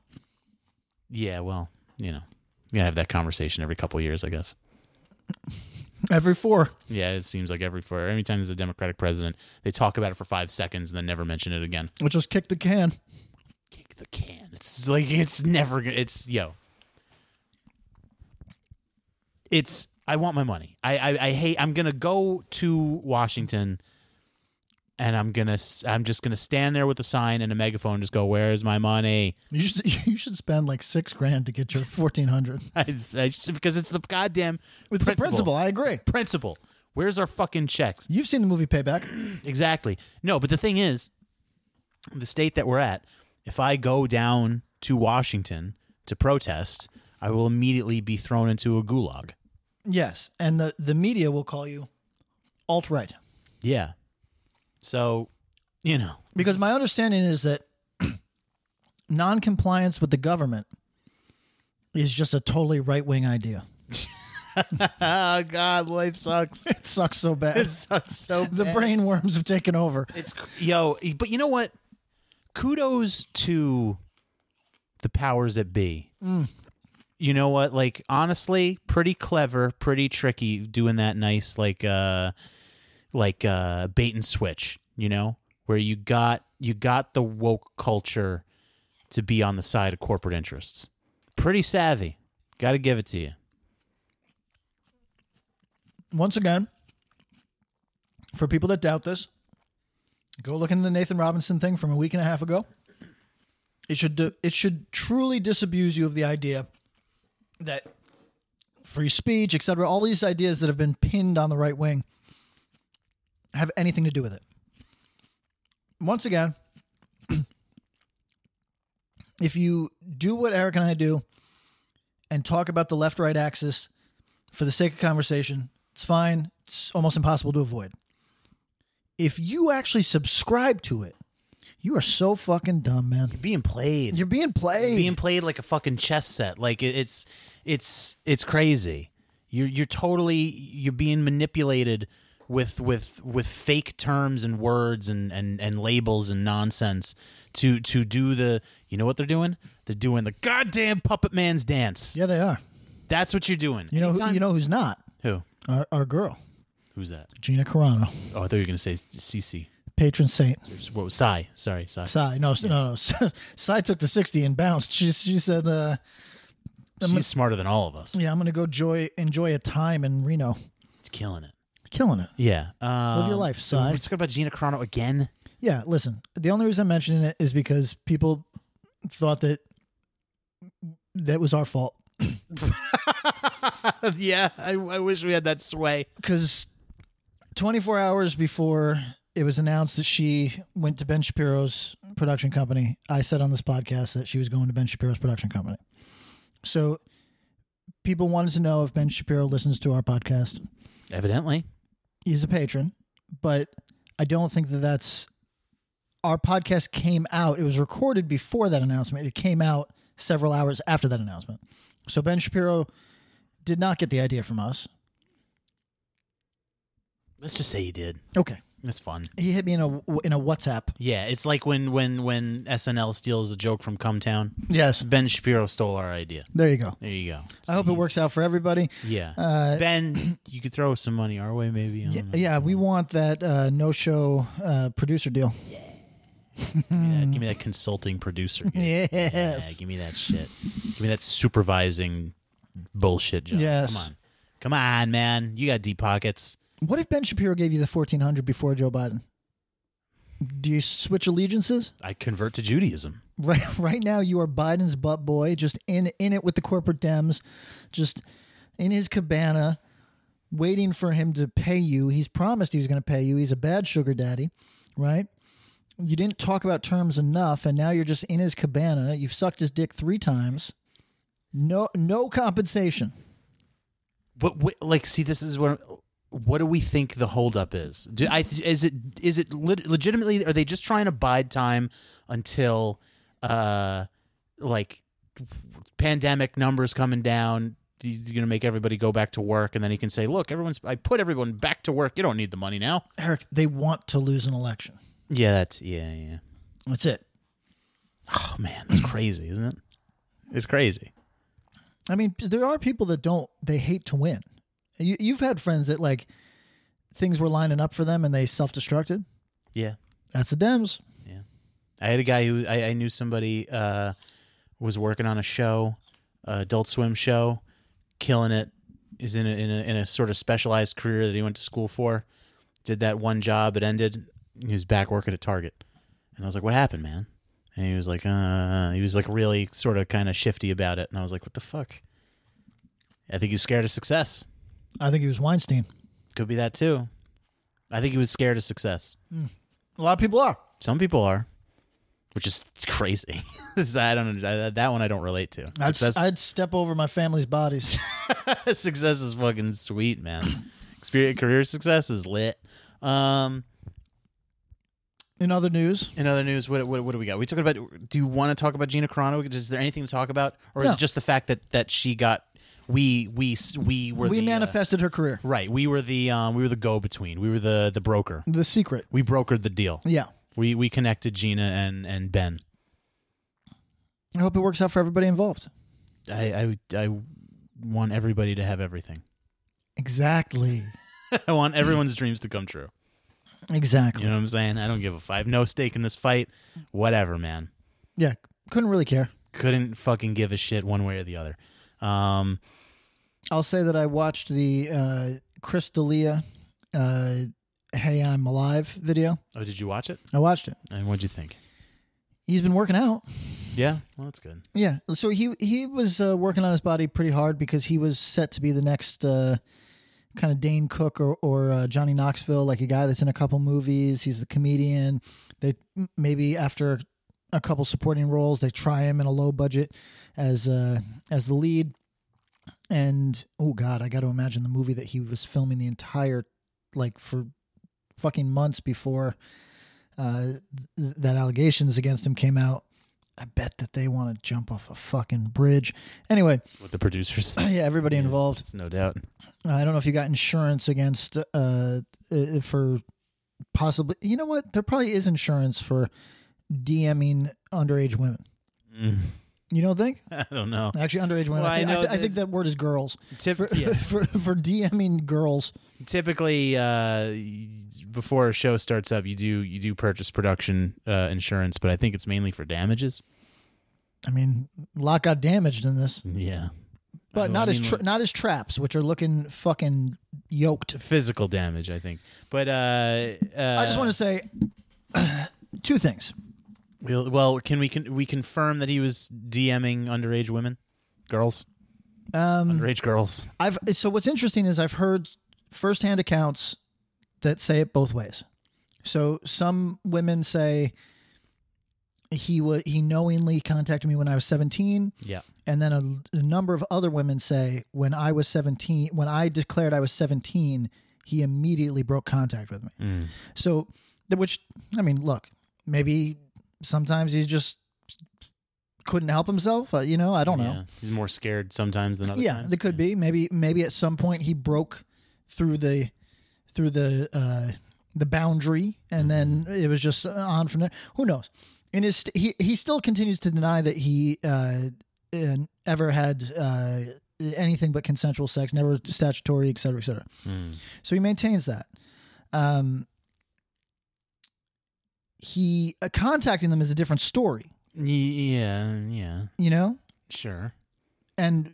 Speaker 3: Yeah, well, you know, you gotta have that conversation every couple years, I guess.
Speaker 4: every four.
Speaker 3: Yeah, it seems like every for every time there's a Democratic president, they talk about it for five seconds and then never mention it again.
Speaker 4: Let's just kick the can.
Speaker 3: Kick the can. It's like it's never. go- It's yo. it's I want my money. I, I I hate. I'm gonna go to Washington, and I'm gonna s- I'm just gonna stand there with a sign and a megaphone, and just go, "Where's my money?" [laughs]
Speaker 4: You should [laughs] you should spend like six grand to get your fourteen [laughs] hundred.
Speaker 3: I, I should- because it's the goddamn
Speaker 4: It's the principle. I agree.
Speaker 3: Principle. Where's our fucking checks?
Speaker 4: You've seen the movie Payback.
Speaker 3: Exactly. No, but the thing is, the state that we're at, if I go down to Washington to protest, I will immediately be thrown into a gulag.
Speaker 4: [clears throat] Yes, and the the media will call you alt right
Speaker 3: Yeah. So, you know,
Speaker 4: because my understanding is that [clears throat] non-compliance with the government is just a totally right wing idea.
Speaker 3: oh god, life
Speaker 4: [laughs]
Speaker 3: sucks.
Speaker 4: It sucks so bad.
Speaker 3: It sucks so
Speaker 4: [laughs] the
Speaker 3: bad.
Speaker 4: brain worms have taken over.
Speaker 3: It's yo, but you know what? Kudos to the powers that be. You know what? Like honestly, pretty clever, pretty tricky doing that nice like uh like uh bait and switch, you know, where you got you got the woke culture to be on the side of corporate interests. Pretty savvy. Got to give it to you.
Speaker 4: Once again, for people that doubt this, go look into the Nathan Robinson thing from a week and a half ago. It should do, it should truly disabuse you of the idea that free speech, etc., all these ideas that have been pinned on the right wing have anything to do with it. Once again, [clears throat] if you do what Eric and I do and talk about the left-right axis for the sake of conversation, it's fine. It's almost impossible to avoid. If you actually subscribe to it, you are so fucking dumb, man.
Speaker 3: Being played.
Speaker 4: You're being played.
Speaker 3: being played like a fucking chess set. Like it, it's it's it's crazy. You're you're totally you're being manipulated with with with fake terms and words and and and labels and nonsense to to do the you know what they're doing? They're doing the goddamn puppet man's dance.
Speaker 4: yeah, they are.
Speaker 3: That's what you're doing.
Speaker 4: You know, who, you know who's not
Speaker 3: who?
Speaker 4: our, our girl,
Speaker 3: Who's that?
Speaker 4: Gina Carano,
Speaker 3: Oh, I thought you were gonna say CC.
Speaker 4: patron saint.
Speaker 3: What was Psy? Sorry, Psy.
Speaker 4: Sai, no, no, [laughs] no. Sai took the sixty and bounced. She she said, uh,
Speaker 3: She's smarter than all of us.
Speaker 4: "Yeah, I'm gonna go joy, enjoy a time in Reno,
Speaker 3: It's killing it.
Speaker 4: killing it."
Speaker 3: Yeah. Um,
Speaker 4: your life, Psy.
Speaker 3: Let's talk about Gina Carano again.
Speaker 4: Yeah, listen. The only reason I'm mentioning it is because people thought that that was our fault
Speaker 3: [laughs] yeah, I, I wish we had that sway.
Speaker 4: because 24 hours before it was announced that she went to Ben Shapiro's production company, I said on this podcast that she was going to Ben Shapiro's production company. So people wanted to know if Ben Shapiro listens to our podcast.
Speaker 3: Evidently.
Speaker 4: He's a patron, but I don't think that that's our podcast came out. It was recorded before that announcement. It came out several hours after that announcement. So Ben Shapiro did not get the idea from us.
Speaker 3: Let's just say you did.
Speaker 4: Okay.
Speaker 3: It's fun.
Speaker 4: He hit me in a in a WhatsApp
Speaker 3: Yeah, it's like when when when SNL steals a joke from Cumtown.
Speaker 4: Yes.
Speaker 3: Ben Shapiro stole our idea.
Speaker 4: There you go.
Speaker 3: There you go.
Speaker 4: I hope it
Speaker 3: he's-
Speaker 4: works out for everybody.
Speaker 3: Yeah.
Speaker 4: Uh,
Speaker 3: ben, you could throw some money our way, maybe. I don't
Speaker 4: Yeah,
Speaker 3: know.
Speaker 4: yeah, we want that uh, no-show uh, producer deal.
Speaker 3: Yeah, give me that consulting producer.
Speaker 4: [laughs]
Speaker 3: gig. Yeah,
Speaker 4: Mm. Yes.
Speaker 3: give me that shit. Give me that supervising bullshit job.
Speaker 4: Yes.
Speaker 3: Come on. Come on, man. You got deep pockets.
Speaker 4: What if Ben Shapiro gave you the fourteen hundred before Joe Biden? Do you switch allegiances?
Speaker 3: I convert to Judaism.
Speaker 4: Right, [laughs] right now you are Biden's butt boy, just in in it with the corporate Dems, just in his cabana, waiting for him to pay you. He's promised he was going to pay you. He's a bad sugar daddy, right? You didn't talk about terms enough, and now you're just in his cabana. You've sucked his dick three times. No, no compensation.
Speaker 3: But what, like, see, this is what. What do we think the holdup is? Do I is it is it lit legitimately? Are they just trying to bide time until, uh, like, pandemic numbers coming down? You're gonna make everybody go back to work, and then he can say, "Look, everyone's I put everyone back to work. You don't need the money now."
Speaker 4: Eric, they want to lose an election.
Speaker 3: Yeah, that's yeah, yeah.
Speaker 4: That's it.
Speaker 3: Oh man, it's crazy, isn't it? It's crazy.
Speaker 4: I mean, there are people that don't. They hate to win. You, you've had friends that like things were lining up for them, and they self-destructed.
Speaker 3: Yeah.
Speaker 4: That's the Dems.
Speaker 3: I had a guy who I, I knew somebody uh, was working on a show, uh, Adult Swim show, killing it, is in a, in a in a sort of specialized career that he went to school for. Did that one job, it ended. He was back working at Target, and I was like, "What happened, man?" And he was like, "Uh," he was like really sort of kind of shifty about it, and I was like, "What the fuck?" I think he was scared of success.
Speaker 4: I think he was Weinstein.
Speaker 3: Could be that too. I think he was scared of success.
Speaker 4: A lot of people are.
Speaker 3: Some people are, which is [laughs] crazy. I don't I, that one. I don't relate to.
Speaker 4: I'd,
Speaker 3: Success-
Speaker 4: I'd step over my family's bodies. [laughs]
Speaker 3: [laughs] success is fucking sweet, [clears throat] man. Experience career success is lit. Um,
Speaker 4: In other news,
Speaker 3: in other news, what, what what do we got? We talking about? Do you want to talk about Gina Carano? Is there anything to talk about, or is
Speaker 4: No.
Speaker 3: it just the fact that that she got we we s- we were
Speaker 4: we
Speaker 3: the, uh,
Speaker 4: manifested her career.
Speaker 3: right? We were the um we were the go between. We were the the broker.
Speaker 4: The secret.
Speaker 3: We brokered the deal.
Speaker 4: Yeah.
Speaker 3: We we connected Gina and and Ben.
Speaker 4: I hope it works out for everybody involved.
Speaker 3: I I, I want everybody to have everything.
Speaker 4: Exactly.
Speaker 3: I want everyone's dreams to come true.
Speaker 4: Exactly.
Speaker 3: You know
Speaker 4: Yeah.
Speaker 3: what I'm saying? I don't give a fuck. I have no stake in this fight. Whatever, man.
Speaker 4: Couldn't really care.
Speaker 3: Couldn't fucking give a shit one way or the other. Um,
Speaker 4: I'll say that I watched the uh, Chris D'Elia, uh, "Hey I'm Alive" video.
Speaker 3: oh, did you watch it?
Speaker 4: I watched it.
Speaker 3: And what'd you think?
Speaker 4: He's been working out.
Speaker 3: Yeah, well, that's good.
Speaker 4: Yeah. So he he was uh, working on his body pretty hard because he was set to be the next uh, kind of Dane Cook or, or uh, Johnny Knoxville, like a guy that's in a couple movies. He's the comedian. They m- maybe after a couple supporting roles, they try him in a low budget as uh, as the lead. And oh god, I got to imagine the movie that he was filming the entire like for fucking months before uh, th- that allegations against him came out. I bet that they want to jump off a fucking bridge. Anyway, [clears throat]
Speaker 3: With the producers,
Speaker 4: yeah, [coughs] everybody involved. Uh,
Speaker 3: it's no doubt. [laughs]
Speaker 4: I don't know if you got insurance against uh uh, for possibly. You know what? There probably is insurance for DMing underage women.
Speaker 3: Mm,
Speaker 4: You don't think?
Speaker 3: I don't know.
Speaker 4: Actually, underage women.
Speaker 3: Well,
Speaker 4: I,
Speaker 3: I
Speaker 4: think, I,
Speaker 3: know
Speaker 4: th- I
Speaker 3: that-
Speaker 4: think that word is girls.
Speaker 3: Typ- [laughs]
Speaker 4: For,
Speaker 3: yeah.
Speaker 4: [laughs] for for DMing girls.
Speaker 3: Typically, uh, before a show starts up, you do you do purchase production uh, insurance, but I think it's mainly for damages.
Speaker 4: I mean, a lot got damaged in this,
Speaker 3: Yeah,
Speaker 4: but
Speaker 3: know,
Speaker 4: not
Speaker 3: I
Speaker 4: as
Speaker 3: mean,
Speaker 4: tra-
Speaker 3: like-
Speaker 4: not as traps, which are looking fucking yoked.
Speaker 3: physical damage, I think. But uh, uh,
Speaker 4: I just want to say [clears throat] two things.
Speaker 3: We'll, well, can we can we confirm that he was DMing underage women, girls,
Speaker 4: Um,
Speaker 3: underage girls?
Speaker 4: I've so what's interesting is I've heard firsthand accounts that say it both ways. So some women say he was he knowingly contacted me when I was 17
Speaker 3: Yeah,
Speaker 4: and then a, a number of other women say when I was 17 when I declared I was 17 he immediately broke contact with me.
Speaker 3: Hmm.
Speaker 4: So th- which I mean look maybe sometimes he just couldn't help himself, uh, you know, I don't know.
Speaker 3: yeah. He's more scared sometimes than other.
Speaker 4: Yeah,
Speaker 3: times.
Speaker 4: they could be. Maybe maybe at some point he broke through the through the uh the boundary and then it was just on from there. Who knows? And his st- he he still continues to deny that he uh and ever had uh anything but consensual sex, never statutory, et cetera, et cetera.
Speaker 3: Hmm.
Speaker 4: So he maintains that. Um he uh, contacting them is a different story,
Speaker 3: Ye- Yeah, yeah,
Speaker 4: you know?
Speaker 3: sure.
Speaker 4: and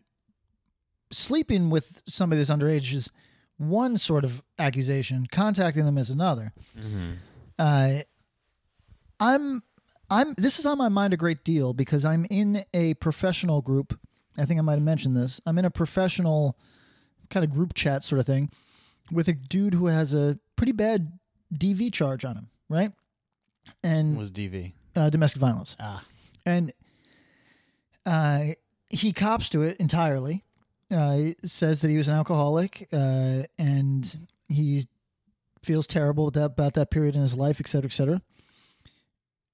Speaker 4: sleeping with somebody that's underage is one sort of accusation. Contacting them is another. Uh, I'm, I'm. This is on my mind a great deal because I'm in a professional group. I think I might have mentioned this. I'm in a professional kind of group chat sort of thing with a dude who has a pretty bad DV charge on him, right? And
Speaker 3: Was DV?
Speaker 4: uh, domestic violence. And uh, he cops to it entirely. Uh, he says that he was an alcoholic uh, and he feels terrible with that, about that period in his life, et cetera, et cetera.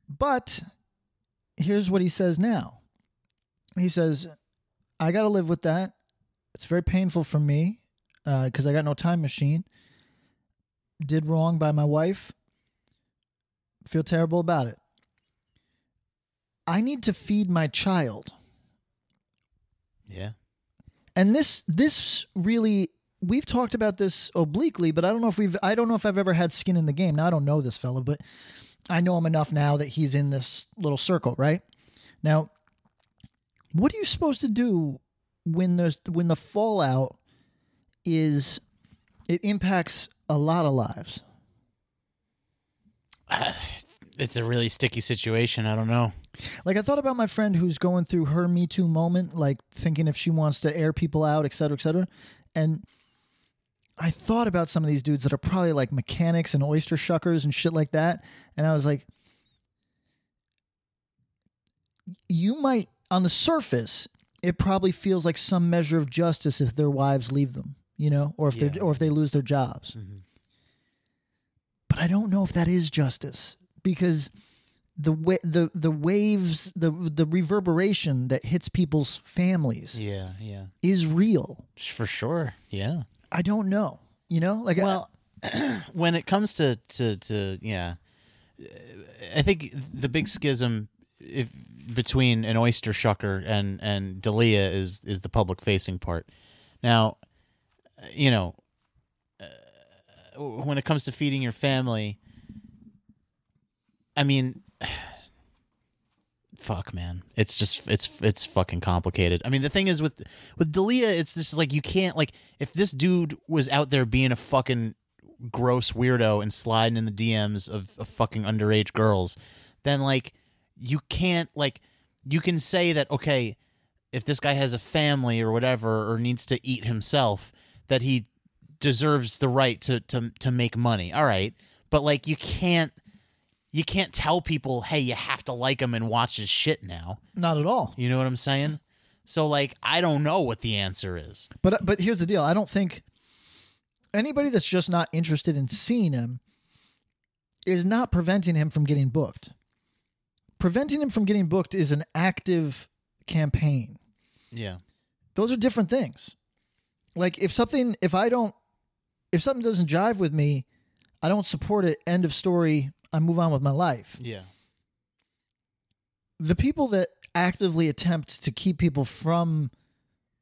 Speaker 4: But here's what he says now he says, I got to live with that. It's very painful for me because I got no time machine. Did wrong by my wife. Feel terrible about it. I need to feed my child.
Speaker 3: Yeah,
Speaker 4: And this this really we've talked about this obliquely, but I don't know if we've I don't know if I've ever had skin in the game. Now I don't know this fella, but I know him enough now that he's in this little circle, right? Now, what are you supposed to do when there's when the fallout is it impacts a lot of lives.
Speaker 3: It's a really sticky situation. I don't know.
Speaker 4: Like I thought about my friend who's going through her Me Too moment, like thinking if she wants to air people out, et cetera, et cetera. And I thought about some of these dudes that are probably like mechanics and oyster shuckers and shit like that. And I was like, you might, on the surface, it probably feels like some measure of justice if their wives leave them, you know, or if they
Speaker 3: Yeah.
Speaker 4: or if they lose their jobs. But I don't know if that is justice because the wa- the the waves the the reverberation that hits people's families
Speaker 3: Yeah, yeah,
Speaker 4: is real.
Speaker 3: for sure. Yeah.
Speaker 4: I don't know. You know, like well,
Speaker 3: when it comes to to to yeah, I think the big schism if between an oyster shucker and and Dalia is is the public facing part. Now, you know, uh, when it comes to feeding your family, I mean. Fuck man, it's just it's it's fucking complicated. I mean, the thing is with with Dalia, it's just like you can't like if this dude was out there being a fucking gross weirdo and sliding in the DMs of, of fucking underage girls, then like you can't like you can say that okay, if this guy has a family or whatever or needs to eat himself, that he deserves the right to to to make money. All right, but like you can't you can't tell people, hey, you have to like him and watch his shit now.
Speaker 4: not at all.
Speaker 3: You know what I'm saying? So like I don't know what the answer is.
Speaker 4: But but here's the deal. I don't think anybody that's just not interested in seeing him is not preventing him from getting booked. Preventing him from getting booked is an active campaign.
Speaker 3: Yeah.
Speaker 4: Those are different things. Like if something if I don't if something doesn't jive with me, I don't support it. End of story. I move on with my life.
Speaker 3: Yeah.
Speaker 4: the people that actively attempt to keep people from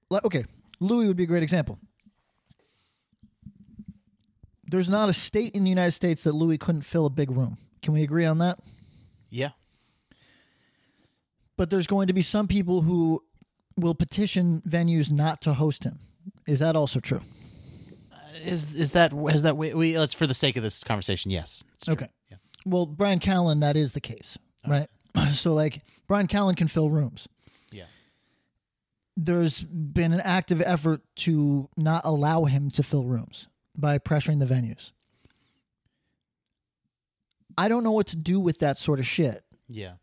Speaker 4: like okay louis would be a great example there's not a state in the united states that louis couldn't fill a big room can we agree on that
Speaker 3: Yeah.
Speaker 4: but there's going to be some people who will petition venues not to host him is that also true
Speaker 3: Uh, Is is that is that we, we let's for the sake of this conversation? Yes. It's true.
Speaker 4: Okay. well brian callen that is the case right [clears throat] so like brian callen can fill rooms
Speaker 3: Yeah.
Speaker 4: there's been an active effort to not allow him to fill rooms by pressuring the venues. I don't know what to do with that sort of shit.
Speaker 3: Yeah.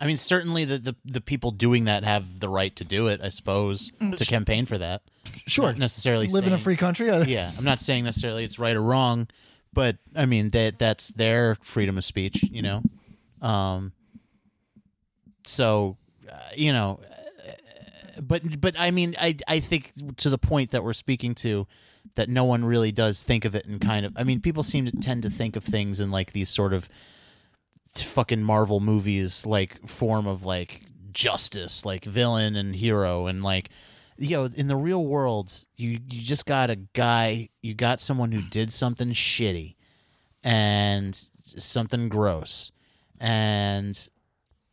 Speaker 3: I mean, certainly the, the the people doing that have the right to do it. I suppose to campaign for that.
Speaker 4: Mm, Sure,
Speaker 3: Not necessarily
Speaker 4: live in a
Speaker 3: saying-
Speaker 4: free country. [laughs] I,
Speaker 3: Yeah, I'm not saying necessarily it's right or wrong, but I mean that that's their freedom of speech. You know. Um. So, uh, you know, uh, but but I mean, I I think to the point that we're speaking to, that no one really does think of it in kind of. I mean, people seem to tend to think of things in like these sort of fucking Marvel movies like form of like justice, like villain and hero, and like you know, in the real world, you you just got a guy, you got someone who did something shitty and something gross, and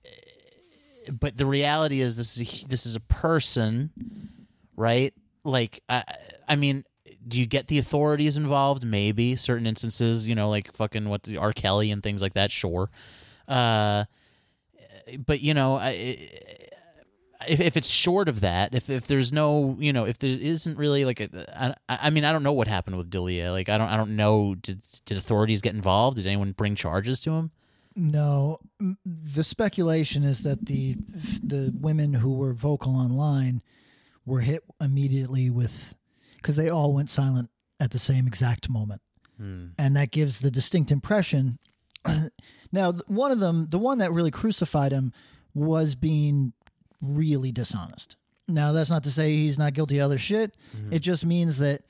Speaker 3: eh, but the reality is this is a, this is a person, right? Like I I mean. Do you get the authorities involved? Maybe certain instances, you know, like fucking what the R. Kelly and things like that. Sure, uh, but you know, I, if, if it's short of that, if, if there's no, you know, if there isn't really like a, I, I mean, I don't know what happened with Dilia. Like, I don't, I don't know. Did, did authorities get involved? Did anyone bring charges to him?
Speaker 4: No, m- the speculation is that the the women who were vocal online were hit immediately with because they all went silent at the same exact moment, and that gives the distinct impression. [clears throat] now, th- one of them, the one that really crucified him, was being really dishonest. Now, that's not to say he's not guilty of other shit. It just means that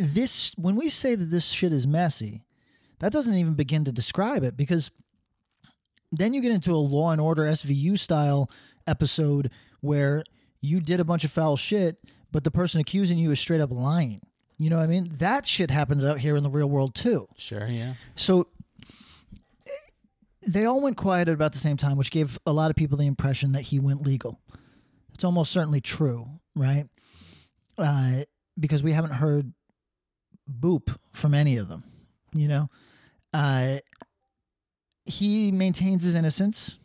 Speaker 4: this, when we say that this shit is messy, that doesn't even begin to describe it because then you get into a law and order SVU style episode where you did a bunch of foul shit, but the person accusing you is straight up lying. You know what I mean? That shit happens out here in the real world too.
Speaker 3: Sure. Yeah.
Speaker 4: So eh, they all went quiet at about the same time, which gave a lot of people the impression that he went legal. It's almost certainly true, right? Uh, because we haven't heard boop from any of them, you know? Uh, he maintains his innocence.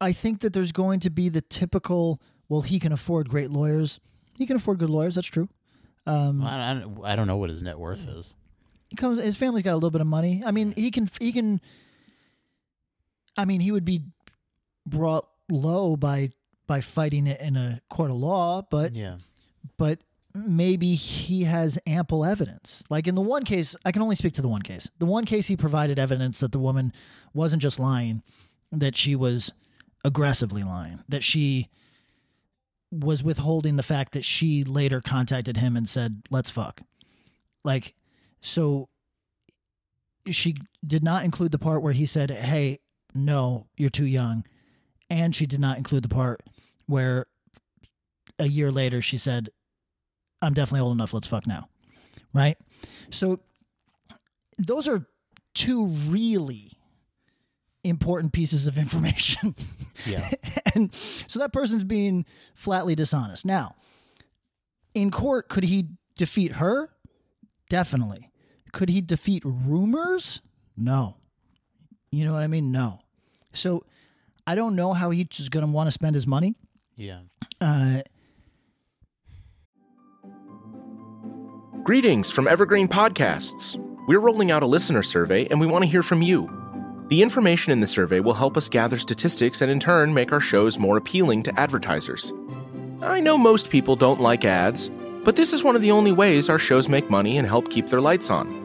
Speaker 4: I think that there's going to be the typical, well, he can afford great lawyers. He can afford good lawyers. That's true.
Speaker 3: Well, I, I don't- I don't know what his net worth is.
Speaker 4: he comes his family's got a little bit of money i mean he can he can i mean he would be brought low by by fighting it in a court of law but
Speaker 3: Yeah.
Speaker 4: but maybe he has ample evidence like in the one case i can only speak to the one case the one case he provided evidence that the woman wasn't just lying that she was aggressively lying that she was withholding the fact that she later contacted him and said let's fuck like so she did not include the part where he said, "Hey, no, you're too young," and she did not include the part where a year later she said, "I'm definitely old enough. Let's fuck now." Right? So those are two really important pieces of [laughs] information.
Speaker 3: Yeah.
Speaker 4: [laughs] and so that person's being flatly dishonest. Now, in court, could he defeat her? Definitely. Could he defeat rumors? No. You know what I mean? No. So I don't know how he's just going to want to spend his money.
Speaker 3: Yeah.
Speaker 4: Uh,
Speaker 5: Greetings from Evergreen Podcasts. We're rolling out a listener survey and we want to hear from you. The information in the survey will help us gather statistics and in turn make our shows more appealing to advertisers. I know most people don't like ads, but this is one of the only ways our shows make money and help keep their lights on.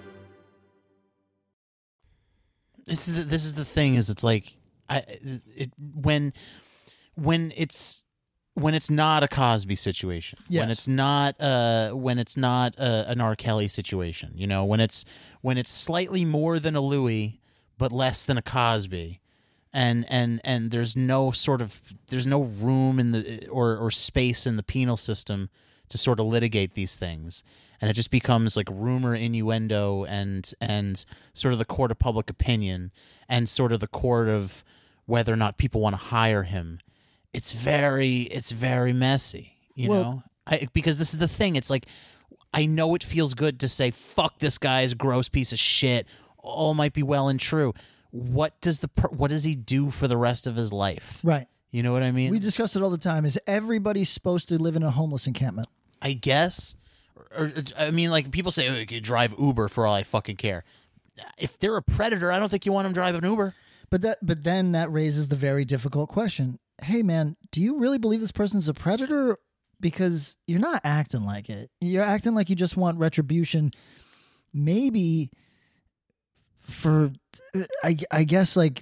Speaker 3: this is the, this is the thing is it's like I it when when it's when it's not a Cosby situation, when
Speaker 4: Yes.
Speaker 3: it's not uh when it's not uh an R. Kelly situation, you know, when it's when it's slightly more than a Louis but less than a Cosby, and and and there's no sort of there's no room in the or or space in the penal system to sort of litigate these things and it just becomes like rumor innuendo and and sort of the court of public opinion and sort of the court of whether or not people want to hire him it's very it's very messy you
Speaker 4: Well-
Speaker 3: know I, because this is the thing it's like i know it feels good to say fuck this guy's gross piece of shit all might be well and true what does the per- what does he do for the rest of his life
Speaker 4: right.
Speaker 3: you know what i mean
Speaker 4: We discuss it all the time. Is everybody supposed to live in a homeless encampment?
Speaker 3: I guess. Or, or- I mean, like people say, oh, you could drive Uber for all I fucking care. If they're a predator, I don't think you want them driving Uber.
Speaker 4: But that, but then that raises the very difficult question. Hey, man, do you really believe this person's a predator? Because you're not acting like it. You're acting like you just want retribution. Maybe for, I, I guess like,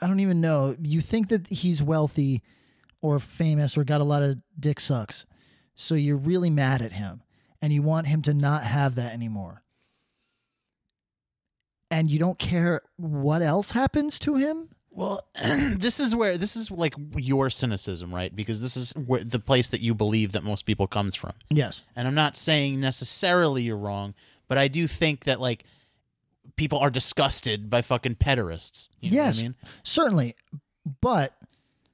Speaker 4: I don't even know. You think that he's wealthy or famous or got a lot of dick sucks, so you're really mad at him, and you want him to not have that anymore and you don't care what else happens to him.
Speaker 3: Well, [clears throat] this is where this is like your cynicism, right? Because this is where, the place that you believe that most people comes from.
Speaker 4: Yes.
Speaker 3: And I'm not saying necessarily you're wrong, but I do think that like people are disgusted by fucking pederasts. You know
Speaker 4: yes.
Speaker 3: what I mean?
Speaker 4: Certainly. But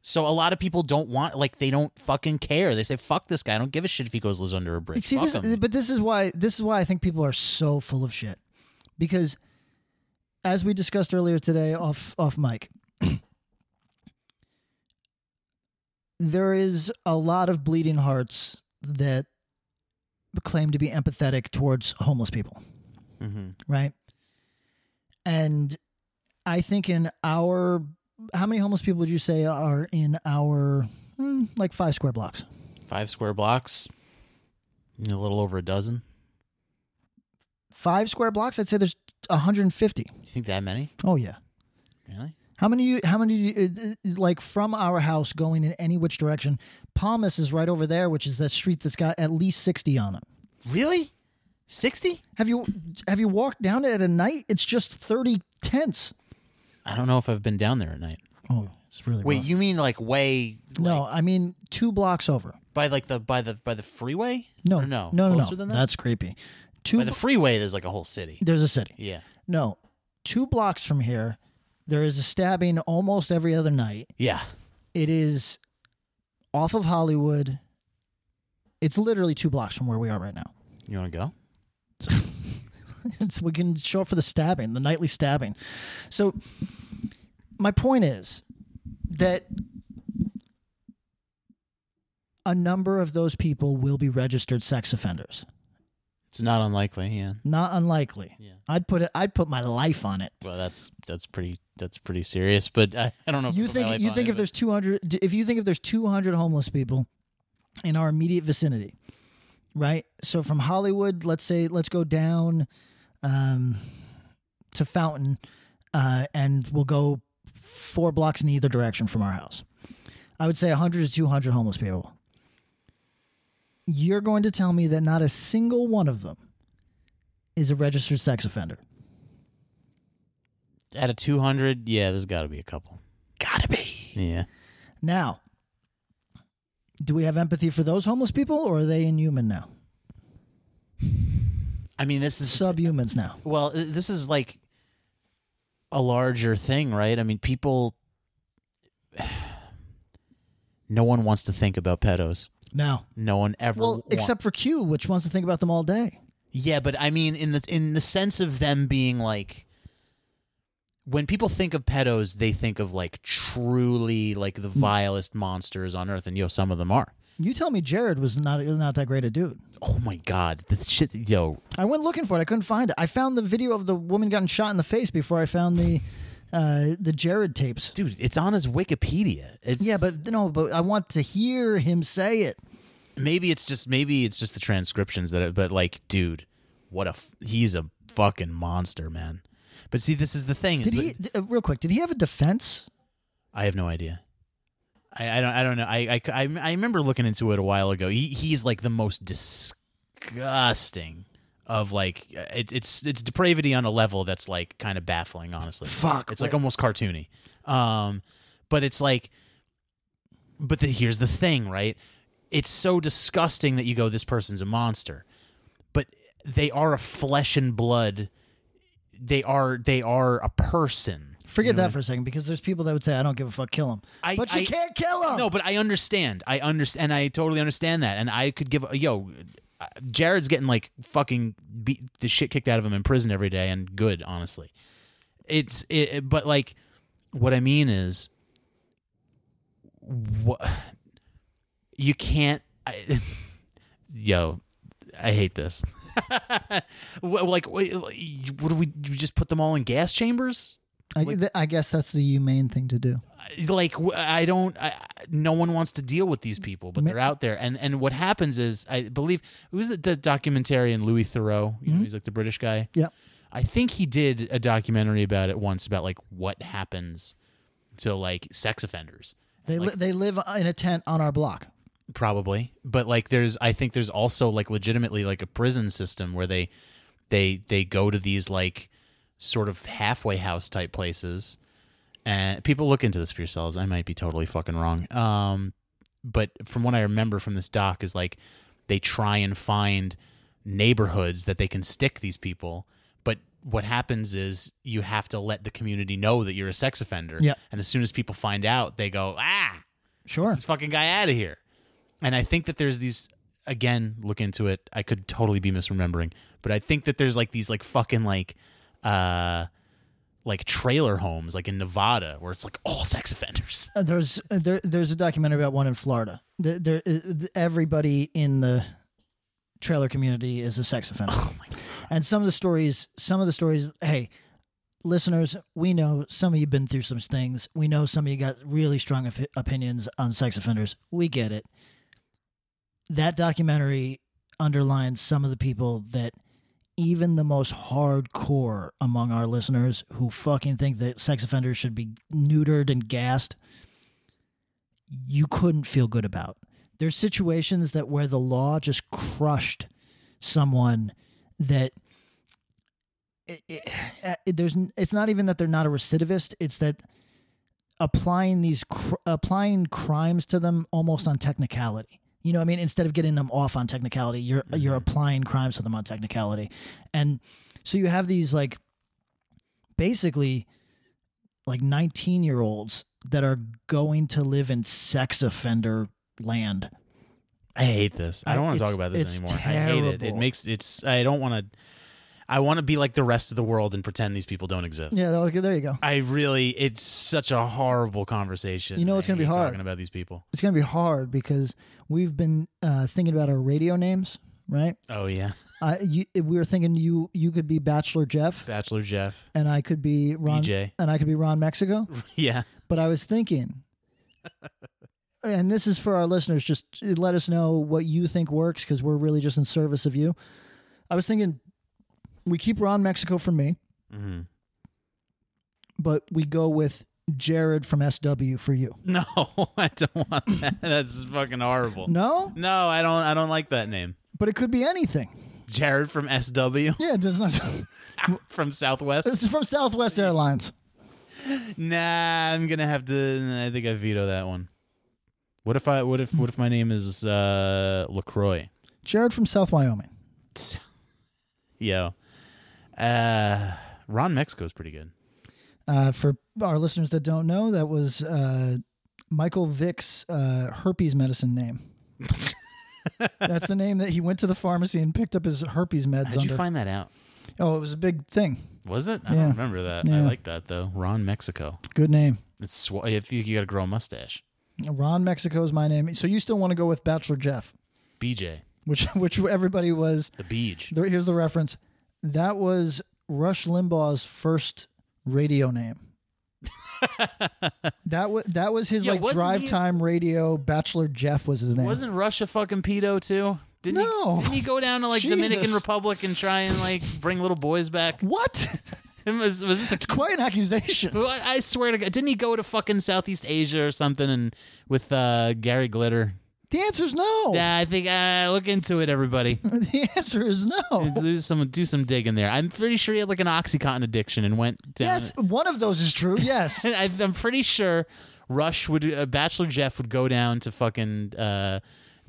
Speaker 3: So a lot of people don't want like they don't fucking care. They say fuck this guy. I don't give a shit if he goes lives under a bridge.
Speaker 4: see,
Speaker 3: fuck
Speaker 4: this,
Speaker 3: him.
Speaker 4: but this is why this is why I think people are so full of shit because, as we discussed earlier today off off mic, [clears throat] there is a lot of bleeding hearts that claim to be empathetic towards homeless people.
Speaker 3: Mhm.
Speaker 4: right? And I think in our, how many homeless people would you say are in our, hmm, like five square blocks?
Speaker 3: five square blocks, a little over a dozen.
Speaker 4: Five square blocks? I'd say there's 150.
Speaker 3: You think that many?
Speaker 4: Oh, yeah.
Speaker 3: Really?
Speaker 4: How many? How many? uh, uh, Like from our house, going in any which direction. Palmas is right over there, which is that street that's got at least sixty on it.
Speaker 3: Really? 60?
Speaker 4: Have you have you walked down it at a night? It's just thirty tents.
Speaker 3: I don't know if I've been down there at night.
Speaker 4: Oh, it's really
Speaker 3: Wait,
Speaker 4: rough.
Speaker 3: you mean like way
Speaker 4: no, I mean two blocks over.
Speaker 3: by like the by the by the freeway?
Speaker 4: No,
Speaker 3: Or
Speaker 4: no,
Speaker 3: Oh, no,
Speaker 4: no, no,
Speaker 3: closer than that.
Speaker 4: That's creepy. Two.
Speaker 3: by the
Speaker 4: bl-
Speaker 3: freeway. There's like a whole city.
Speaker 4: there's a city.
Speaker 3: Yeah,
Speaker 4: No, two blocks from here, there is a stabbing almost every other night.
Speaker 3: yeah.
Speaker 4: It is off of Hollywood. It's literally two blocks from where we are right now. [laughs]
Speaker 3: You want to go?
Speaker 4: it's, we can show up for the stabbing, the nightly stabbing. So, my point is that a number of those people will be registered sex offenders.
Speaker 3: It's not unlikely. Yeah.
Speaker 4: Not unlikely.
Speaker 3: Yeah.
Speaker 4: I'd put it. I'd put my life on it.
Speaker 3: Well, that's that's pretty that's pretty serious. But I, I don't know.
Speaker 4: You
Speaker 3: if my
Speaker 4: think
Speaker 3: life
Speaker 4: you
Speaker 3: on
Speaker 4: think
Speaker 3: it,
Speaker 4: if
Speaker 3: but-
Speaker 4: there's 200 if you think if there's 200 homeless people in our immediate vicinity, right? So from Hollywood, let's say let's go down um, to Fountain, uh, and we'll go four blocks in either direction from our house. I would say 100 to 200 homeless people. You're going to tell me that not a single one of them is a registered sex offender.
Speaker 3: out of 200, yeah, there's got to be a couple.
Speaker 4: Gotta be.
Speaker 3: Yeah.
Speaker 4: Now, do we have empathy for those homeless people or are they inhuman now?
Speaker 3: I mean, this is
Speaker 4: Subhumans now.
Speaker 3: well, i- this is like a larger thing, right? I mean, people. [sighs] No one wants to think about pedos.
Speaker 4: Now.
Speaker 3: No one ever.
Speaker 4: Well,
Speaker 3: wa-
Speaker 4: except for Q, which wants to think about them all day.
Speaker 3: Yeah, but I mean, in the in the sense of them being like, when people think of pedos, they think of like truly like
Speaker 4: Mm.
Speaker 3: the vilest monsters on earth, and yo, some of them are.
Speaker 4: You tell me Jared was not not that great a dude.
Speaker 3: Oh my god, the shit, yo,
Speaker 4: I went looking for it. I couldn't find it. I found the video of the woman gotten shot in the face before I found the uh, the Jared tapes.
Speaker 3: dude, it's on his Wikipedia. It's
Speaker 4: Yeah, but no, but I want to hear him say it.
Speaker 3: maybe it's just maybe it's just the transcriptions that. It, but like, dude, what a f- he's a fucking monster, man. But see, this is the thing.
Speaker 4: Did
Speaker 3: is
Speaker 4: he
Speaker 3: that-
Speaker 4: d- uh, real quick? Did he have a defense?
Speaker 3: I have no idea. I, I don't. I don't know. I, I, c- I- I remember looking into it a while ago. He he's like the most disgusting of like uh, it, it's it's depravity on a level that's like kind of baffling. Honestly,
Speaker 4: Fuck,
Speaker 3: It's like
Speaker 4: wait.
Speaker 3: almost cartoony. Um, but it's like, but the, here's the thing, right? It's so disgusting that you go, this person's a monster, but they are a flesh and blood. They are they are a person.
Speaker 4: Forget that for a second, because there's people that would say, "I don't give a fuck, kill him,"
Speaker 3: I-
Speaker 4: but you
Speaker 3: I-
Speaker 4: can't kill him.
Speaker 3: No, but I understand. I understand. And I totally understand that. And I could give a yo. uh, Jared's getting like fucking beat the shit kicked out of him in prison every day, and good, honestly. It's it, it- but like what I mean is, what you can't. I, [laughs] yo, I hate this. [laughs] Wha- like, what what do we you just put them all in gas chambers?
Speaker 4: I, th- I guess that's the humane thing to do.
Speaker 3: like w- I don't. I, I- no one wants to deal with these people, but
Speaker 4: Ma-
Speaker 3: they're out there. And and what happens is, I believe who's the, the documentarian Louis Thoreau?
Speaker 4: Mm-hmm.
Speaker 3: You know, he's like the British guy.
Speaker 4: Yep.
Speaker 3: I think he did a documentary about it once about like what happens to like sex offenders.
Speaker 4: They
Speaker 3: Like-
Speaker 4: li- they live in a tent on our block.
Speaker 3: probably but like there's i think there's also like legitimately like a prison system where they they they go to these like sort of halfway house type places and people look into this for yourselves i might be totally fucking wrong um but from what i remember from this doc is like they try and find neighborhoods that they can stick these people but what happens is you have to let the community know that you're a sex offender
Speaker 4: Yeah.
Speaker 3: and as soon as people find out they go ah
Speaker 4: Sure.
Speaker 3: this fucking guy out of here. And I think that there's these again, look into it. I could totally be misremembering, but I think that there's like these like fucking like uh like trailer homes like in Nevada where it's like all sex offenders. [laughs]
Speaker 4: Uh, There's uh, there there's a documentary about one in Florida. There, there uh, th- everybody in the trailer community is a sex offender. Oh my god. And some of the stories, some of the stories, hey, listeners, we know some of you been through some things. We know some of you got really strong op- opinions on sex offenders. We get it. That documentary underlines some of the people that even the most hardcore among our listeners who fucking think that sex offenders should be neutered and gassed, you couldn't feel good about. There's situations that where the law just crushed someone that it, it, uh, there's n- it's not even that they're not a recidivist, it's that applying these cr- applying crimes to them almost on technicality. You know what I mean? Instead of getting them off on technicality, you're you're applying crimes to them on technicality, and so you have these like basically like 19 year olds that are going to live in sex offender land.
Speaker 3: I hate this. I
Speaker 4: I-
Speaker 3: don't want to
Speaker 4: it's-
Speaker 3: talk about this
Speaker 4: it's
Speaker 3: anymore. I hate it. It
Speaker 4: terrible.
Speaker 3: makes it's. I don't want to. I want to be like the rest of the world and pretend these people don't exist.
Speaker 4: Yeah, okay, there you go.
Speaker 3: I really. It's such a horrible conversation.
Speaker 4: You know
Speaker 3: and
Speaker 4: it's
Speaker 3: I
Speaker 4: gonna be
Speaker 3: hate
Speaker 4: hard.
Speaker 3: talking about these people.
Speaker 4: It's gonna be hard because we've been uh, thinking about our radio names, right?
Speaker 3: Oh yeah, [laughs]
Speaker 4: Uh, you, we were thinking you you could be Bachelor Jeff,
Speaker 3: Bachelor Jeff, [laughs]
Speaker 4: and I could be Ron,
Speaker 3: BJ.
Speaker 4: and I could be Ron Mexico.
Speaker 3: Yeah,
Speaker 4: But I was thinking, and this is for our listeners, just let us know what you think works because we're really just in service of you. I was thinking we keep Ron Mexico from me,
Speaker 3: hmm
Speaker 4: but we go with Jared from SW for you.
Speaker 3: no, [laughs] I don't want that. That's fucking horrible.
Speaker 4: No,
Speaker 3: No, I don't. I don't like that name.
Speaker 4: but it could be anything.
Speaker 3: Jared from SW
Speaker 4: Yeah, it does not.
Speaker 3: [laughs]
Speaker 4: [laughs]
Speaker 3: from Southwest.
Speaker 4: this is from Southwest Airlines.
Speaker 3: Nah, I'm gonna have to. I think I veto that one. What if I? What if? What if my name is uh, Lacroix?
Speaker 4: Jared from South Wyoming.
Speaker 3: Yo, uh, Ron Mexico's pretty good.
Speaker 4: Uh, for our listeners that don't know, that was uh, Michael Vick's uh, herpes
Speaker 3: [laughs]
Speaker 4: medicine name. That's the name that he went to the pharmacy and picked up his herpes meds
Speaker 3: How'd
Speaker 4: under.
Speaker 3: you find that out?
Speaker 4: oh, it was a big thing.
Speaker 3: Was it? I
Speaker 4: Yeah.
Speaker 3: don't remember that. I
Speaker 4: Yeah.
Speaker 3: like that though. Ron Mexico.
Speaker 4: Good name.
Speaker 3: It's sw- if you, you got to grow a mustache.
Speaker 4: Ron Mexico is my name. So you still want to go with Bachelor Jeff,
Speaker 3: BJ,
Speaker 4: which [laughs] which everybody was.
Speaker 3: the beach.
Speaker 4: There, here's the reference. That was Rush Limbaugh's first
Speaker 3: [laughs]
Speaker 4: radio name. that was that was his
Speaker 3: Yeah,
Speaker 4: like
Speaker 3: wasn't
Speaker 4: drive
Speaker 3: he-
Speaker 4: time radio. Bachelor Jeff was his name.
Speaker 3: Wasn't Russia fucking pedo too? Didn't
Speaker 4: No.
Speaker 3: he, didn't he go down to like
Speaker 4: Jesus.
Speaker 3: Dominican Republic and try and like bring little boys back? [laughs]
Speaker 4: What? [laughs]
Speaker 3: Was, was this a [laughs]
Speaker 4: It's quite an accusation.
Speaker 3: Well, I I swear to God, didn't he go to fucking Southeast Asia or something and with uh, Gary Glitter?
Speaker 4: The answer is no.
Speaker 3: Yeah, I think uh, look into it, everybody.
Speaker 4: [laughs] The answer is no.
Speaker 3: do some do some digging there. I'm pretty sure he had like an OxyContin addiction and went down.
Speaker 4: Yes, one of those is true. Yes.
Speaker 3: And [laughs] I, I'm pretty sure Rush would, uh, Bachelor Jeff would go down to fucking uh,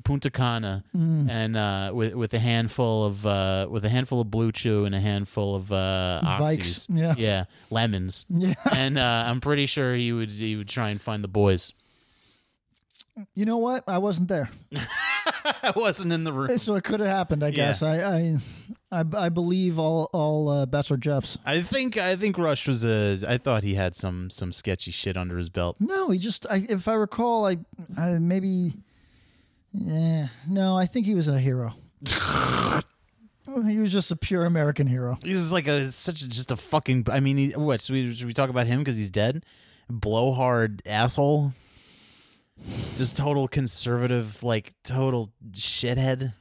Speaker 3: Punta Cana
Speaker 4: Mm.
Speaker 3: and uh, with with a handful of uh, with a handful of blue chew and a handful of uh,
Speaker 4: Vikes,
Speaker 3: oxys,
Speaker 4: yeah.
Speaker 3: lemons,
Speaker 4: [laughs] Yeah.
Speaker 3: and uh, I'm pretty sure he would he would try and find the boys.
Speaker 4: You know what? I wasn't there,
Speaker 3: I wasn't in the
Speaker 4: [laughs]
Speaker 3: room.
Speaker 4: so it could have happened. I guess. I, I, I, I believe all all uh, Bachelor Jeffs.
Speaker 3: I think I think Rush was a. I thought he had some some sketchy shit under his belt.
Speaker 4: No, he just. I, if I recall, I, I maybe. Yeah. No, I think he was a hero. he was just a pure American hero.
Speaker 3: He's just like a such a, just a fucking. I mean, he, what should we, should we talk about him because he's dead? Blowhard asshole, just total conservative, like total shithead.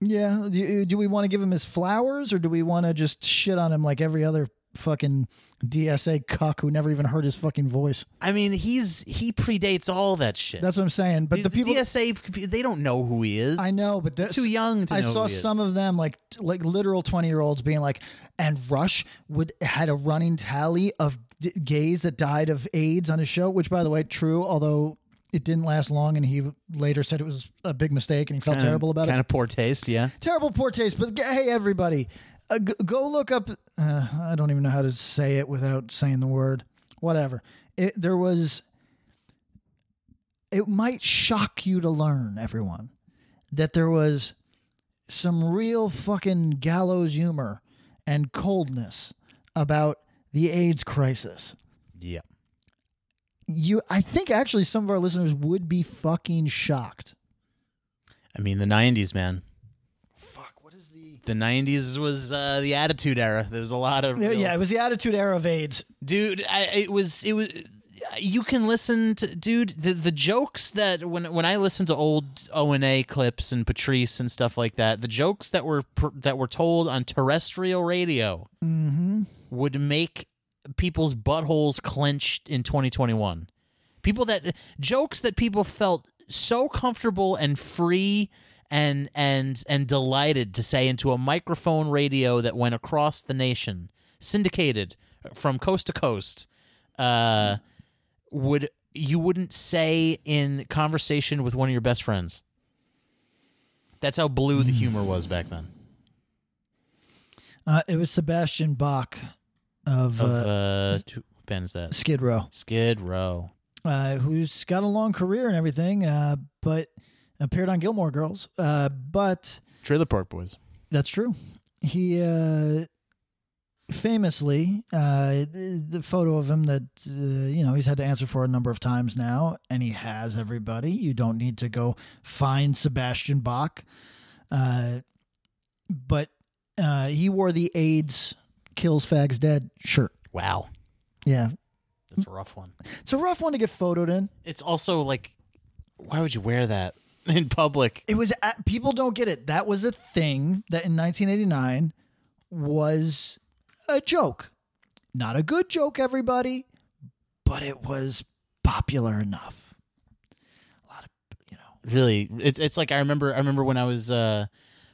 Speaker 4: Yeah. Do, do we want to give him his flowers, or do we want to just shit on him like every other fucking DSA cuck who never even heard his fucking voice?
Speaker 3: I mean, he's he predates all that shit.
Speaker 4: That's what I'm saying. But the, people
Speaker 3: DSA, they don't know who he is.
Speaker 4: I know, but that's
Speaker 3: Too young to
Speaker 4: I
Speaker 3: know
Speaker 4: saw
Speaker 3: who he is.
Speaker 4: some of them like like literal twenty year olds being like, and Rush would had a running tally of d- gays that died of AIDS on his show, which by the way, true. Although it didn't last long, and he later said it was a big mistake, and he felt terrible about
Speaker 3: Kind
Speaker 4: it.
Speaker 3: of poor taste, yeah.
Speaker 4: Terrible poor taste, but g- hey, everybody, uh, g- go look up. Uh, I don't even know how to say it without saying the word. Whatever. It, there was. It might shock you to learn, everyone, that there was some real fucking gallows humor and coldness about the AIDS crisis.
Speaker 3: Yeah.
Speaker 4: You, I think actually some of our listeners would be fucking shocked.
Speaker 3: I mean, the '90s, man.
Speaker 4: Fuck, what is the?
Speaker 3: The '90s was uh, the Attitude Era. There was a lot of
Speaker 4: Yeah,
Speaker 3: real-
Speaker 4: yeah, it was the attitude era of AIDS.
Speaker 3: dude I, it was it was you can listen to dude the, the jokes that when when I listen to old O and A clips and Patrice and stuff like that, the jokes that were pr- that were told on terrestrial radio would make people's buttholes clenched in 2021. People that jokes that people felt so comfortable and free and and and delighted to say into a microphone radio that went across the nation, syndicated from coast to coast. Uh, would you wouldn't say in conversation with one of your best friends? That's how blue the humor was back then.
Speaker 4: Uh, it was Sebastian Bach of,
Speaker 3: Of
Speaker 4: uh,
Speaker 3: uh, who band is that?
Speaker 4: Skid Row,
Speaker 3: Skid Row.
Speaker 4: uh, who's got a long career and everything, uh, but appeared on Gilmore Girls. Uh, but
Speaker 3: Trailer Park Boys.
Speaker 4: That's true. He uh, famously, uh, the, the photo of him that uh, you know he's had to answer for a number of times now, and he has everybody. You don't need to go find Sebastian Bach, uh, but uh, he wore the AIDS kills fags dead shirt.
Speaker 3: Wow,
Speaker 4: Yeah,
Speaker 3: that's a rough one.
Speaker 4: it's a rough one to get photoed in.
Speaker 3: It's also like, why would you wear that [laughs] in public?
Speaker 4: It was at, people don't get it. That was a thing that in 1989 was a joke. Not a good joke everybody, but it was popular enough. A lot of, you know.
Speaker 3: really it, it's like i remember i remember when i was uh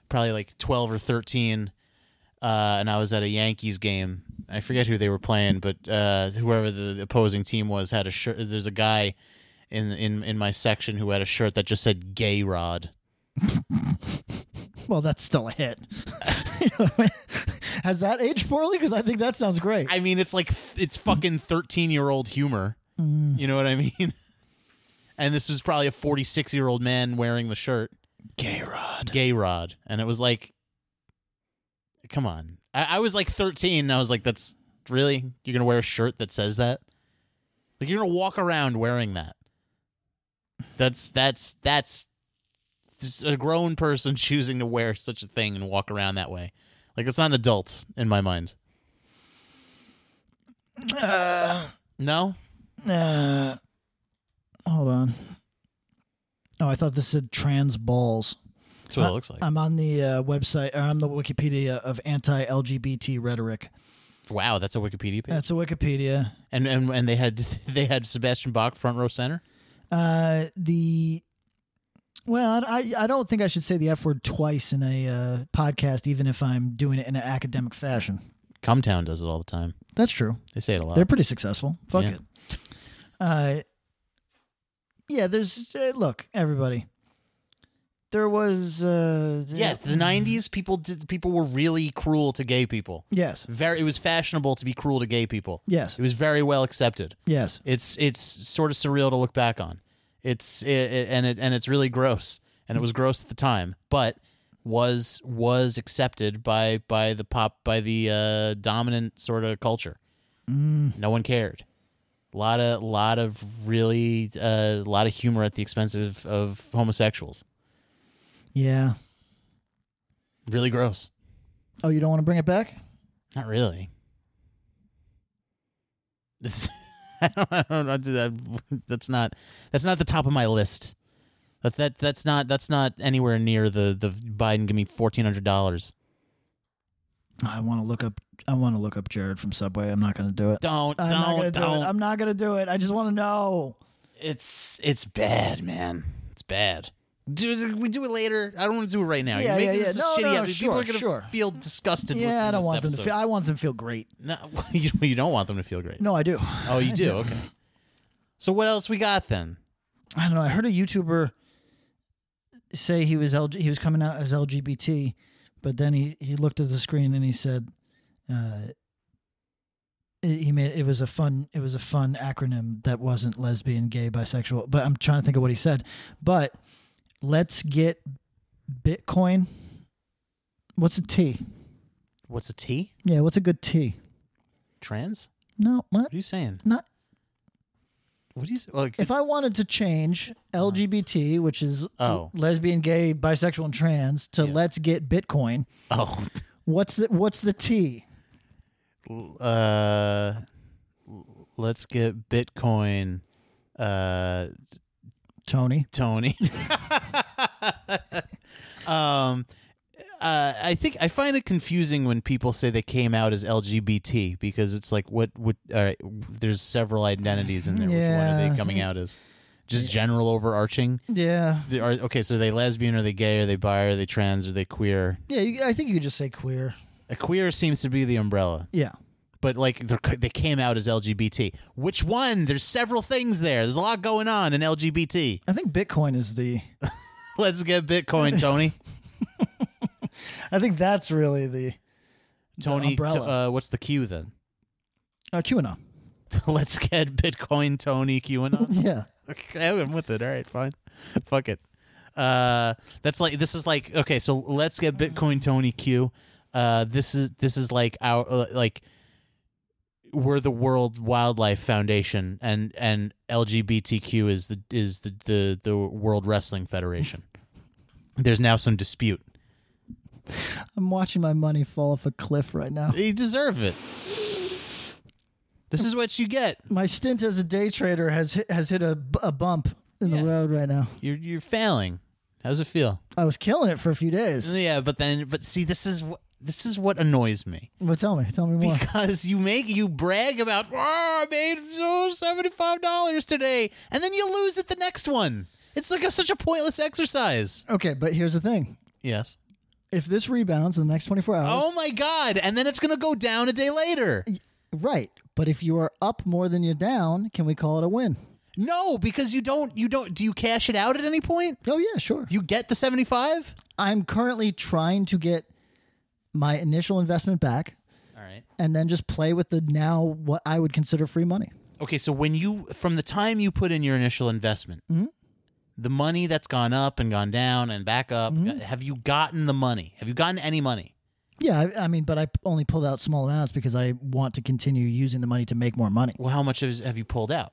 Speaker 3: probably like 12 or 13 uh and i was at a yankees game i forget who they were playing but uh whoever the opposing team was had a shirt there's a guy in in in my section who had a shirt that just said gay rod
Speaker 4: Well, that's still a hit. [laughs] You know what I mean? Has that aged poorly cuz I think that sounds great.
Speaker 3: i mean it's like it's fucking 13 year old humor you know what i mean [laughs] and this was probably a 46 year old man wearing the shirt
Speaker 4: Gay rod.
Speaker 3: gay rod and it was like come on i, I was like 13 and i was like that's really you're gonna wear a shirt that says that like you're gonna walk around wearing that that's that's that's just a grown person [laughs] choosing to wear such a thing and walk around that way like it's not an adult in my mind no
Speaker 4: Uh, hold on. Oh, I thought this said trans balls.
Speaker 3: that's what it looks like
Speaker 4: I'm on the uh, website. Or I'm the Wikipedia of anti-LGBT rhetoric.
Speaker 3: wow that's a wikipedia page
Speaker 4: That's a Wikipedia.
Speaker 3: and, and and they had [laughs] they had sebastian bach front row center
Speaker 4: Uh, the well, I I don't think I should say the F word twice in a uh, podcast, even if I'm doing it in an academic fashion.
Speaker 3: cometown does it all the time
Speaker 4: That's true.
Speaker 3: they say it a lot
Speaker 4: They're pretty successful. Fuck
Speaker 3: Yeah.
Speaker 4: it. Uh, yeah. There's uh, look, everybody. There was uh,
Speaker 3: Yes, the '90s people did. People were really cruel to gay people.
Speaker 4: yes,
Speaker 3: Very, it was fashionable to be cruel to gay people.
Speaker 4: yes,
Speaker 3: It was very well accepted.
Speaker 4: yes.
Speaker 3: It's it's sort of surreal to look back on. It's it, it- and it and it's really gross, and it was gross at the time, but was was accepted by by the pop by the uh, dominant sort of culture. No one cared. A lot of lot of really a lot of humor at the expense of, of homosexuals.
Speaker 4: Yeah.
Speaker 3: Really gross.
Speaker 4: Oh, you don't want to bring it back?
Speaker 3: Not really. It's, [laughs] I don't, I don't, I do that. That's not. That's not the top of my list. That that that's not that's not anywhere near the the Biden give me fourteen hundred dollars.
Speaker 4: I want to look up. I want to look up Jared from Subway. I'm not going to do it.
Speaker 3: Don't
Speaker 4: I'm not gonna
Speaker 3: don't
Speaker 4: do
Speaker 3: don't.
Speaker 4: it. I'm not gonna do it. I just want to know.
Speaker 3: it's it's bad, man. It's bad. Do we do it later? I don't want to do it right now.
Speaker 4: Yeah,
Speaker 3: You're
Speaker 4: yeah,
Speaker 3: making
Speaker 4: yeah.
Speaker 3: this a
Speaker 4: No,
Speaker 3: shitty
Speaker 4: no,
Speaker 3: episode.
Speaker 4: sure,
Speaker 3: People are gonna
Speaker 4: sure.
Speaker 3: feel disgusted. listening
Speaker 4: Yeah, I
Speaker 3: to
Speaker 4: don't
Speaker 3: this
Speaker 4: want them to
Speaker 3: episode.
Speaker 4: feel. I want them to feel great.
Speaker 3: No, [laughs] you, you don't want them to feel great.
Speaker 4: No, I do.
Speaker 3: Oh, you do. Okay. So what else we got then?
Speaker 4: I don't know. I heard a YouTuber say he was LG, he was coming out as LGBT, but then he he looked at the screen and he said, uh, it, he made it was a fun it was a fun acronym that wasn't lesbian, gay, bisexual. But I'm trying to think of what he said. But let's get Bitcoin. What's a T?
Speaker 3: What's a T?
Speaker 4: Yeah, what's a good T?
Speaker 3: Trans?
Speaker 4: No, what?
Speaker 3: What are you saying?
Speaker 4: Not
Speaker 3: What are you? s- Like,
Speaker 4: if I wanted to change LGBT, which is
Speaker 3: Oh.
Speaker 4: lesbian, gay, bisexual, and trans, to
Speaker 3: Yes.
Speaker 4: let's get Bitcoin,
Speaker 3: oh,
Speaker 4: what's the what's the T?
Speaker 3: uh, oh, let's get Bitcoin, uh,
Speaker 4: Tony.
Speaker 3: Tony. [laughs] um, uh, I think I find it confusing when people say they came out as LGBT because it's like what what all right, there's several identities in there. Which one are
Speaker 4: Yeah.
Speaker 3: they coming out as? Just general overarching.
Speaker 4: Yeah.
Speaker 3: They are, okay, so are they lesbian? Are they gay? Are they bi? Are they trans? Are they queer?
Speaker 4: Yeah, you, I think you could just say queer.
Speaker 3: A queer seems to be the umbrella,
Speaker 4: Yeah.
Speaker 3: but like they're, they came out as LGBT. Which one? There's several things there. There's a lot going on in LGBT.
Speaker 4: I think Bitcoin is the
Speaker 3: Let's get
Speaker 4: [laughs]
Speaker 3: Bitcoin, Tony.
Speaker 4: I think that's really the
Speaker 3: Tony,
Speaker 4: umbrella.
Speaker 3: to- uh, what's the Q then? [laughs]
Speaker 4: uh, QAnon.
Speaker 3: Let's get Bitcoin, Tony, QAnon.
Speaker 4: Yeah.
Speaker 3: okay, I'm with it. All right, fine. [laughs] Fuck it. Uh, that's like this is like okay. So let's get Bitcoin, Tony, Q. Uh, this is this is like our uh, like we're the World Wildlife Foundation, and and LGBTQ is the is the the, the World Wrestling Federation. There's now some dispute.
Speaker 4: I'm watching my money fall off a cliff right now.
Speaker 3: They deserve it. This is what you get.
Speaker 4: My stint as a day trader has hit, has hit a, b- a bump in the road right now.
Speaker 3: You're you're failing. How does it feel?
Speaker 4: I was killing it for a few days.
Speaker 3: Yeah, but then, but see, this is what this is what annoys me
Speaker 4: Well, tell me, tell me more.
Speaker 3: because you make you brag about oh, I made seventy five dollars today, and then you lose at the next one. It's like a, such a pointless exercise.
Speaker 4: Okay, but here's the thing:
Speaker 3: Yes.
Speaker 4: if this rebounds in the next 24 hours,
Speaker 3: Oh my god! And then it's gonna go down a day later.
Speaker 4: right? But if you are up more than you're down, can we call it a win?
Speaker 3: No, because you don't. You don't. Do you cash it out at any point?
Speaker 4: Oh yeah, sure.
Speaker 3: Do you get the seventy five?
Speaker 4: I'm currently trying to get my initial investment back,
Speaker 3: All right.
Speaker 4: and then just play with the now what I would consider free money.
Speaker 3: Okay, so when you from the time you put in your initial investment, the money that's gone up and gone down and back up, have you gotten the money? Have you gotten any money?
Speaker 4: Yeah, I, I mean, but I p- only pulled out small amounts because I want to continue using the money to make more money.
Speaker 3: Well, how much is, have you pulled out?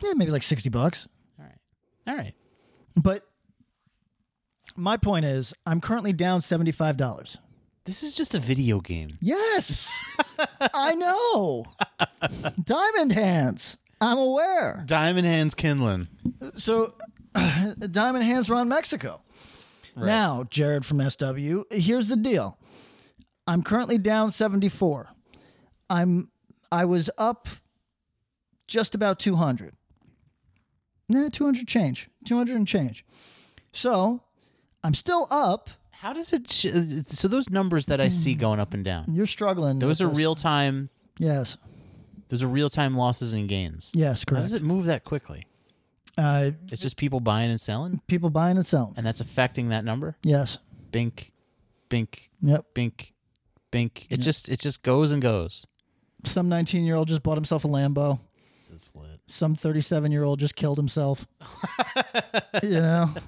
Speaker 4: Yeah, maybe like 60 bucks.
Speaker 3: All right.
Speaker 4: But my point is, I'm currently down $75.
Speaker 3: This is just a video game.
Speaker 4: Yes, I know. Diamond hands. I'm aware.
Speaker 3: Diamond Hands Kinlan.
Speaker 4: So, [sighs] Diamond hands run Mexico. Now, Jared from SW, here's the deal. I'm currently down 74. I'm I was up just about 200. Nah, 200 change. 200 and change. So, I'm still up.
Speaker 3: How does it sh- uh, so those numbers that I see
Speaker 4: Mm.
Speaker 3: going up and down?
Speaker 4: You're struggling.
Speaker 3: Those are
Speaker 4: with this.
Speaker 3: real time
Speaker 4: Yes.
Speaker 3: those are real time losses and gains.
Speaker 4: Yes,
Speaker 3: How does
Speaker 4: correct.
Speaker 3: it move that quickly?
Speaker 4: Uh,
Speaker 3: It's just people buying and selling
Speaker 4: people buying and selling.
Speaker 3: and that's affecting that number?
Speaker 4: Yes.
Speaker 3: Bink bink
Speaker 4: Yep.
Speaker 3: bink bink it just it just goes and goes
Speaker 4: Some 19-year-old just bought himself a Lambo. Some 37-year-old just
Speaker 3: [laughs]
Speaker 4: killed himself. you know.
Speaker 3: what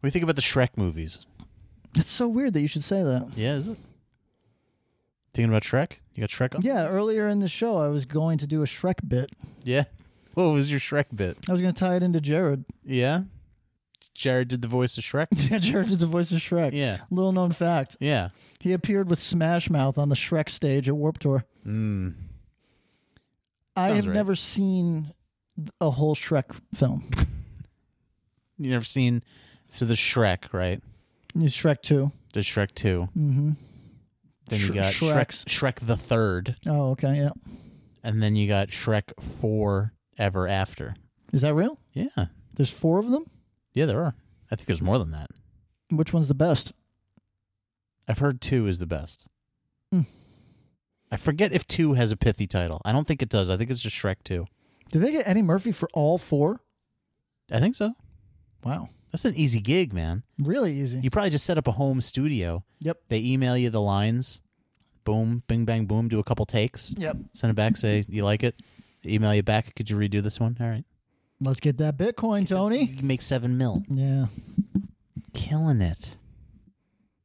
Speaker 3: do you think about the shrek movies
Speaker 4: It's so weird that you should say that.
Speaker 3: yeah is it thinking about shrek you got shrek on
Speaker 4: Yeah, earlier in the show, I was going to do a Shrek bit.
Speaker 3: yeah what was your shrek bit
Speaker 4: I was going to tie it into Jared. [laughs]
Speaker 3: yeah jared did the voice of shrek
Speaker 4: Jared did the voice of Shrek.
Speaker 3: Yeah.
Speaker 4: Little known fact.
Speaker 3: yeah
Speaker 4: He appeared with Smash Mouth on the Shrek stage at Warp Tour.
Speaker 3: Hmm.
Speaker 4: I
Speaker 3: Sounds
Speaker 4: have
Speaker 3: right.
Speaker 4: never seen a whole Shrek film.
Speaker 3: you never seen so the shrek right
Speaker 4: It's Shrek 2.
Speaker 3: the shrek 2
Speaker 4: Mm-hmm.
Speaker 3: then you
Speaker 4: Sh-
Speaker 3: got shrek
Speaker 4: Shreks.
Speaker 3: shrek the third
Speaker 4: Oh, okay. Yeah.
Speaker 3: and then you got shrek 4 ever after
Speaker 4: Is that real?
Speaker 3: yeah
Speaker 4: There's four of them?
Speaker 3: yeah there are i think there's more than that
Speaker 4: Which one's the best?
Speaker 3: I've heard two is the best.
Speaker 4: Hmm.
Speaker 3: I forget if two has a pithy title. I don't think it does. I think it's just Shrek two.
Speaker 4: Did they get Eddie Murphy for all four?
Speaker 3: I think so.
Speaker 4: Wow.
Speaker 3: That's an easy gig, man.
Speaker 4: Really easy.
Speaker 3: You probably just set up a home studio.
Speaker 4: Yep.
Speaker 3: They email you the lines. Boom, bing, bang, boom. Do a couple takes.
Speaker 4: Yep.
Speaker 3: Send it back. Say you like it. They email you back. Could you redo this one? All right.
Speaker 4: Let's get that Bitcoin,
Speaker 3: You
Speaker 4: Tony.
Speaker 3: can make seven mil.
Speaker 4: Yeah.
Speaker 3: Killing it.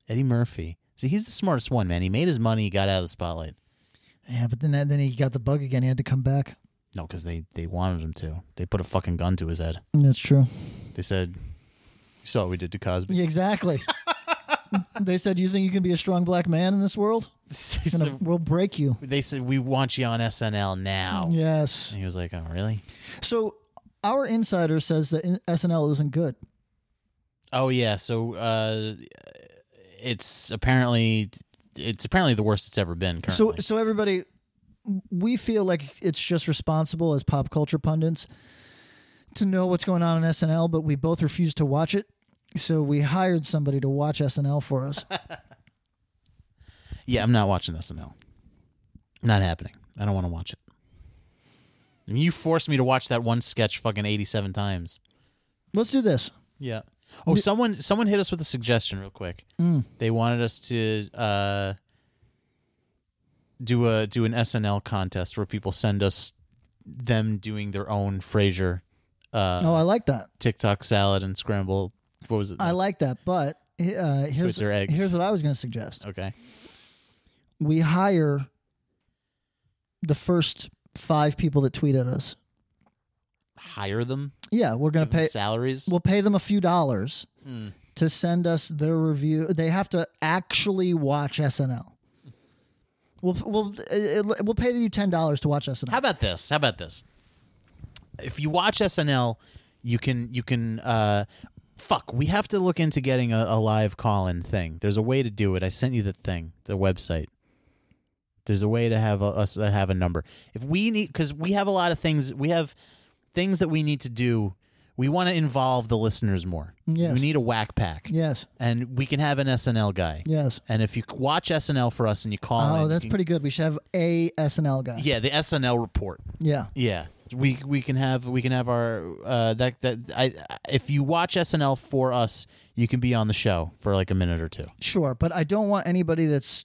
Speaker 3: Eddie Murphy. See, he's the smartest one, man. He made his money. He got out of the spotlight.
Speaker 4: Yeah, but then then he got the bug again. He had to come back.
Speaker 3: No, because they they wanted him to. They put a fucking gun to his head.
Speaker 4: That's true.
Speaker 3: They said, "You [laughs] saw what we did to Cosby."
Speaker 4: exactly. they said, "You think you can be a strong black man in this world?" Gonna-
Speaker 3: so
Speaker 4: we'll break you.
Speaker 3: they said we want you on SNL now.
Speaker 4: Yes.
Speaker 3: And he was like, "Oh, really?
Speaker 4: So our insider says that in- SNL isn't good.
Speaker 3: Oh yeah." So uh, it's apparently it's apparently the worst it's ever been
Speaker 4: So
Speaker 3: currently.
Speaker 4: so everybody, we feel like it's just responsible as pop culture pundits to know what's going on in SNL, but we both refuse to watch it. So we hired somebody to watch SNL for
Speaker 3: [laughs]
Speaker 4: us.
Speaker 3: yeah, I'm not watching SNL. Not happening. I don't want to watch it. And you forced me to watch that one sketch fucking 87 times.
Speaker 4: Let's do this.
Speaker 3: Yeah. Oh, someone someone hit us with a suggestion real quick.
Speaker 4: Mm.
Speaker 3: They wanted us to uh, do a do an SNL contest where people send us them doing their own Frasier uh,
Speaker 4: oh, I like that.
Speaker 3: TikTok salad and scramble. What was it?
Speaker 4: I like that. But uh, here's
Speaker 3: Twists or eggs.
Speaker 4: here's what I was going to suggest.
Speaker 3: Okay.
Speaker 4: we hire the first five people that tweet at us.
Speaker 3: Hire them.
Speaker 4: Yeah, we're gonna
Speaker 3: Give them
Speaker 4: pay.
Speaker 3: salaries.
Speaker 4: We'll pay them a few dollars
Speaker 3: Hmm.
Speaker 4: to send us their review. They have to actually watch SNL. We'll we'll uh, we'll pay you ten dollars to watch SNL.
Speaker 3: How about this? How about this? If you watch SNL, you can you can uh fuck, we have to look into getting a, a live call in thing. There's a way to do it. I sent you the thing, the website. There's a way to have a, us uh, have a number. If we need cuz we have a lot of things, we have things that we need to do. We want to involve the listeners more.
Speaker 4: Yes.
Speaker 3: We need a whack pack.
Speaker 4: yes,
Speaker 3: And we can have an SNL guy.
Speaker 4: yes.
Speaker 3: And if you c- watch SNL for us and you call in,
Speaker 4: Oh,
Speaker 3: you
Speaker 4: that's
Speaker 3: can-
Speaker 4: pretty good. We should have a SNL guy.
Speaker 3: Yeah, the SNL report.
Speaker 4: Yeah.
Speaker 3: Yeah, we we can have we can have our uh, that that I if you watch SNL for us, you can be on the show for like a minute or two.
Speaker 4: Sure, but I don't want anybody that's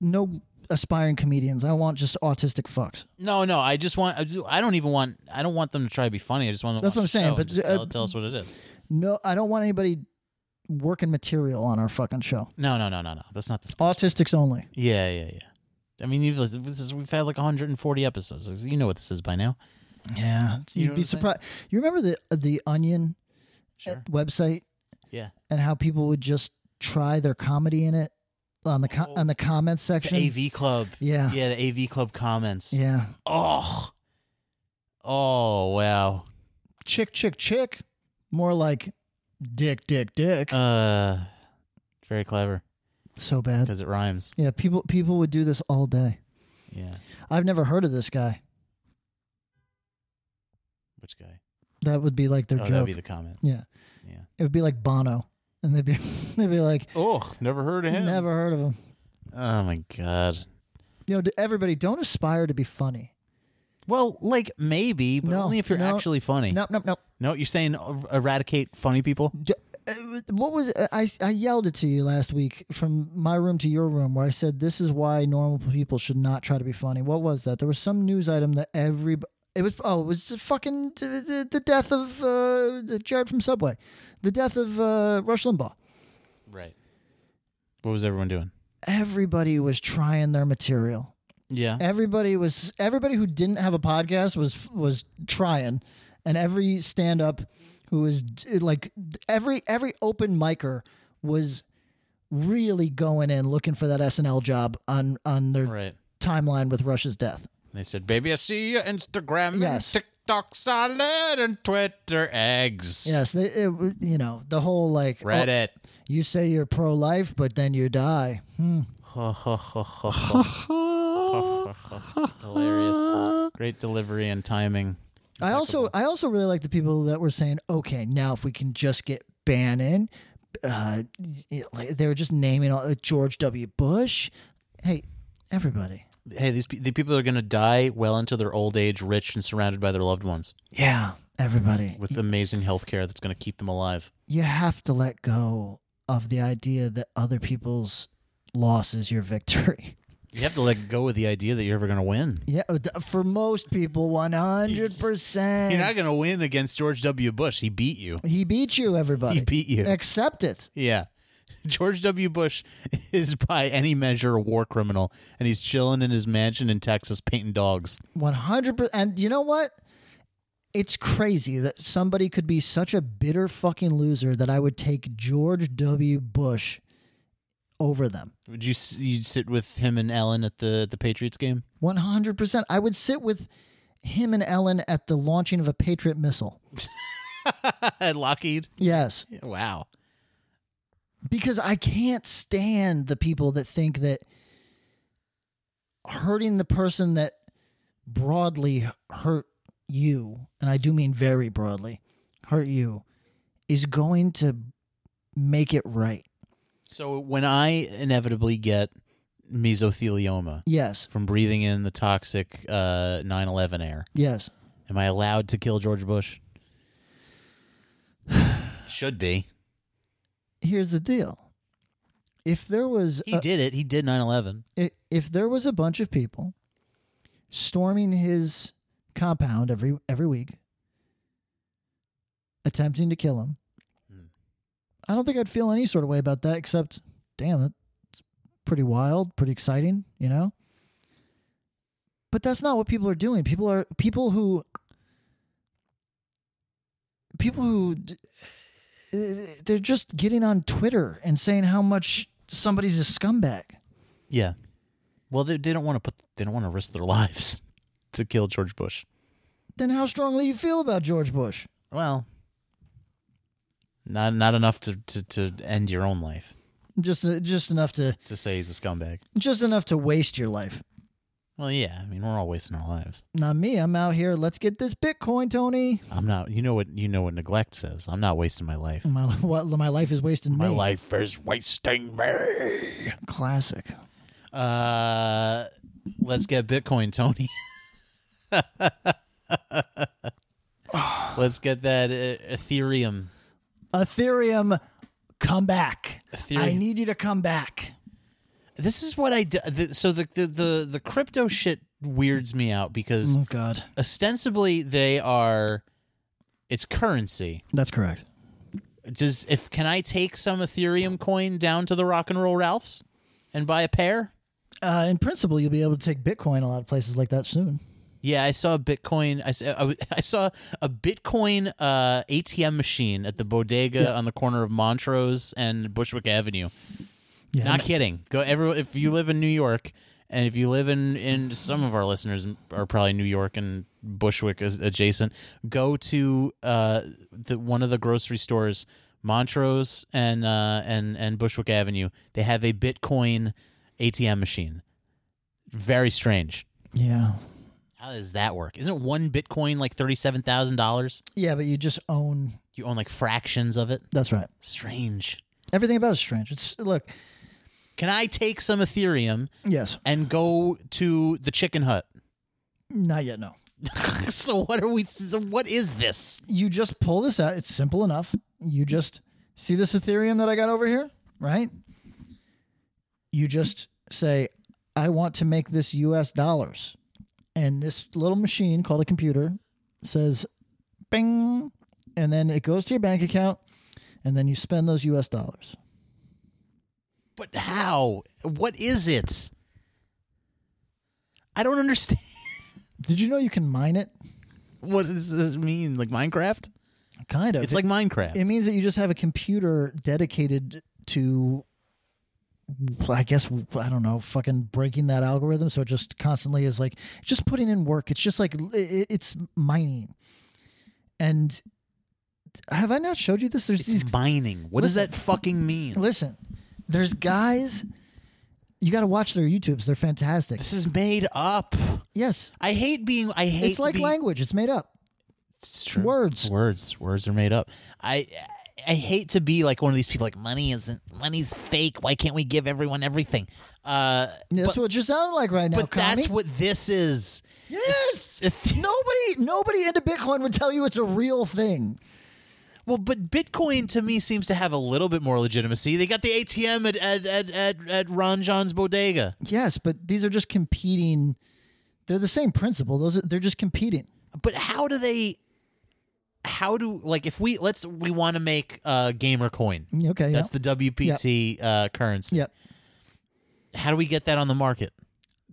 Speaker 4: no aspiring comedians. I want just autistic fucks.
Speaker 3: No, no, I just want I just- I don't even want I don't want them to try to be funny. I just want them to
Speaker 4: That's what
Speaker 3: watch the
Speaker 4: I'm saying,
Speaker 3: show
Speaker 4: but,
Speaker 3: and just
Speaker 4: uh,
Speaker 3: tell, tell us what it is.
Speaker 4: No, I don't want anybody working material on our fucking show.
Speaker 3: No, no, no, no, no. That's not the special.
Speaker 4: Autistics only.
Speaker 3: Yeah, yeah, yeah. I mean, you've listened, this is, we've had like 140 episodes. You know what this is by now.
Speaker 4: Yeah,
Speaker 3: You
Speaker 4: you'd
Speaker 3: know what I'm
Speaker 4: be
Speaker 3: saying?
Speaker 4: surprised. You remember the the Onion uh,
Speaker 3: Sure.
Speaker 4: website
Speaker 3: Yeah.
Speaker 4: and how people would just try their comedy in it on the co- on the comments section.
Speaker 3: Oh, The AV Club.
Speaker 4: Yeah.
Speaker 3: Yeah, the AV Club comments.
Speaker 4: Yeah,
Speaker 3: Oh. Oh, wow.
Speaker 4: chick, chick, chick. More like dick, dick, dick.
Speaker 3: Uh very clever
Speaker 4: so bad.
Speaker 3: because it rhymes.
Speaker 4: Yeah, people people would do this all day.
Speaker 3: Yeah.
Speaker 4: I've never heard of this guy.
Speaker 3: Which guy?
Speaker 4: That would be like their
Speaker 3: oh,
Speaker 4: joke.
Speaker 3: that'd be the comment.
Speaker 4: yeah,
Speaker 3: Yeah.
Speaker 4: it would be like Bono, and they'd be [laughs] they'd be like,
Speaker 3: Oh, never heard of
Speaker 4: never heard of him.
Speaker 3: Oh my god.
Speaker 4: You know, d- everybody don't aspire to be funny.
Speaker 3: Well, like maybe, but
Speaker 4: No,
Speaker 3: only if you're
Speaker 4: no,
Speaker 3: actually funny.
Speaker 4: No, no, no.
Speaker 3: No, you're saying er- eradicate funny people.
Speaker 4: D- uh, What was I? I yelled it to you last week from my room to your room, where I said this is why normal people should not try to be funny. What was that? There was some news item that every it was oh it was fucking the, the death of uh, Jared from Subway, the death of uh, Rush Limbaugh.
Speaker 3: Right. What was everyone doing?
Speaker 4: Everybody was trying their material.
Speaker 3: Yeah.
Speaker 4: Everybody was everybody who didn't have a podcast was was trying, and every stand up who was d- like every every open micer was really going in looking for that SNL job on on their
Speaker 3: Right.
Speaker 4: timeline with Rush's death.
Speaker 3: They said, "Baby, I see you Instagram,
Speaker 4: Yes.
Speaker 3: and TikTok salad, and Twitter eggs."
Speaker 4: Yes, they, it, w- you know the whole like oh,
Speaker 3: Reddit.
Speaker 4: you say you're pro life, but then you die. Hmm.
Speaker 3: Oh. [laughs] Hilarious. Great delivery and timing.
Speaker 4: I also I also really like the people that were saying, okay, now if we can just get Bannon, uh, you know, like they were just naming all, uh, George W. Bush. Hey, everybody.
Speaker 3: Hey, these pe- the people are going to die well into their old age, rich and surrounded by their loved ones.
Speaker 4: Yeah, everybody.
Speaker 3: with amazing health care that's going to keep them alive.
Speaker 4: You have to let go of the idea that other people's loss is your victory. [laughs]
Speaker 3: You have to let go of the idea that you're ever going to win.
Speaker 4: Yeah, th- for most people, one hundred
Speaker 3: You're not
Speaker 4: percent.
Speaker 3: going to win against George W. Bush. He beat you.
Speaker 4: He beat you, everybody.
Speaker 3: He beat you.
Speaker 4: Accept it.
Speaker 3: Yeah. [laughs] George W. Bush [laughs] is by any measure a war criminal, and he's chilling in his mansion in Texas painting dogs.
Speaker 4: One hundred percent. And you know what? It's crazy that somebody could be such a bitter fucking loser that I would take George W. Bush over them.
Speaker 3: Would you s- you'd sit with him and Ellen at the the Patriots game? [laughs]
Speaker 4: 100%. I would sit with him and Ellen at the launching of a Patriot missile.
Speaker 3: at Lockheed?
Speaker 4: Yes,
Speaker 3: Wow.
Speaker 4: because I can't stand the people that think that hurting the person that broadly hurt you, and I do mean very broadly, hurt you, is going to make it right.
Speaker 3: So when I inevitably get mesothelioma
Speaker 4: Yes,
Speaker 3: from breathing in the toxic uh, 9/11 air,
Speaker 4: yes.
Speaker 3: am I allowed to kill George Bush? [sighs] Should be.
Speaker 4: Here's the deal. If there was
Speaker 3: He
Speaker 4: a-
Speaker 3: did it. He did 9/11.
Speaker 4: i- if there was a bunch of people storming his compound every every week attempting to kill him i don't think i'd feel any sort of way about that except damn that's pretty wild pretty exciting you know but that's not what people are doing people are people who people who d- eh, they're just getting on twitter and saying how much somebody's a scumbag
Speaker 3: Yeah. Well, they, they don't want to put. They don't want to risk their [laughs] lives to kill George Bush.
Speaker 4: then how strongly you feel about George Bush.
Speaker 3: Well, not not enough to to, to end your own life.
Speaker 4: Just just enough to
Speaker 3: To say he's a scumbag.
Speaker 4: just enough to waste your life.
Speaker 3: Well, yeah. I mean, we're all wasting our lives.
Speaker 4: Not me. I'm out here. Let's get this Bitcoin, Tony.
Speaker 3: I'm not. You know what? You know what neglect says. I'm not wasting my life.
Speaker 4: My what, my life is wasting
Speaker 3: My
Speaker 4: me.
Speaker 3: life is wasting me.
Speaker 4: Classic.
Speaker 3: Uh, let's get Bitcoin, Tony. let's get that uh, Ethereum.
Speaker 4: Ethereum, come back. I
Speaker 3: Ethereum.
Speaker 4: need you to come back.
Speaker 3: This is what I do. The, so the, the the the crypto shit weirds me out because
Speaker 4: Oh God,
Speaker 3: ostensibly they are it's currency.
Speaker 4: that's correct.
Speaker 3: Does if can I take some Ethereum coin down to the Rock and Roll Ralphs and buy a pair?
Speaker 4: Uh, in principle, you'll be able to take Bitcoin a lot of places like that soon.
Speaker 3: Yeah, I saw a Bitcoin. I saw, I [laughs] w- I saw a Bitcoin uh, ATM machine at the bodega on the corner of Montrose and Bushwick Avenue.
Speaker 4: Yeah,
Speaker 3: Not kidding. Go every if you live in New York, and if you live in in some of our listeners are probably New York and Bushwick is adjacent. Go to uh the one of the grocery stores, Montrose and uh and and Bushwick Avenue. They have a Bitcoin ATM machine. Very strange.
Speaker 4: yeah,
Speaker 3: How does that work? Isn't one Bitcoin like thirty seven thousand dollars?
Speaker 4: yeah. But you just own.
Speaker 3: You own like fractions of it.
Speaker 4: That's right.
Speaker 3: Strange.
Speaker 4: Everything about it's strange. It's look.
Speaker 3: Can I take some Ethereum
Speaker 4: Yes.
Speaker 3: and go to the Chicken Hut? [laughs]
Speaker 4: Not yet. No.
Speaker 3: so what are we so what is this
Speaker 4: you just pull this out. It's simple enough. You just see this Ethereum that I got over here, right? You just say, I want to make this US dollars. And this little machine called a computer says, bing. And then it goes to your bank account. And then you spend those US dollars.
Speaker 3: but how what is it i don't understand [laughs]
Speaker 4: Did you know you can mine it?
Speaker 3: what does this mean like minecraft
Speaker 4: Kind of.
Speaker 3: it's like minecraft
Speaker 4: it means that you just have a computer dedicated to I guess I don't know, fucking breaking that algorithm so it just constantly is like just putting in work. It's just like i- i- it's mining. And have I not showed you this? There's
Speaker 3: it's
Speaker 4: these
Speaker 3: mining what does that fucking mean
Speaker 4: listen. There's guys you got to watch their YouTubes. They're fantastic.
Speaker 3: this is made up
Speaker 4: Yes.
Speaker 3: i hate being i hate
Speaker 4: It's like
Speaker 3: being,
Speaker 4: language. It's made up.
Speaker 3: It's true.
Speaker 4: Words.
Speaker 3: Words. Words are made up. I I hate to be like one of these people like money isn't money's fake. Why can't we give everyone everything? Uh but,
Speaker 4: That's what you sound like right now.
Speaker 3: but that's
Speaker 4: commie.
Speaker 3: what this [laughs] is.
Speaker 4: Yes.
Speaker 3: It's-
Speaker 4: nobody nobody into Bitcoin would tell you it's a real thing.
Speaker 3: Well, but Bitcoin to me seems to have a little bit more legitimacy. They got the ATM at at at at, at Ron John's bodega.
Speaker 4: Yes, but these are just competing. They're the same principle. Those are, they're just competing.
Speaker 3: But how do they? How do like if we let's we want to make uh, gamer coin?
Speaker 4: Okay.
Speaker 3: That's
Speaker 4: yeah.
Speaker 3: the WPT uh, currency.
Speaker 4: Yep.
Speaker 3: How do we get that on the market?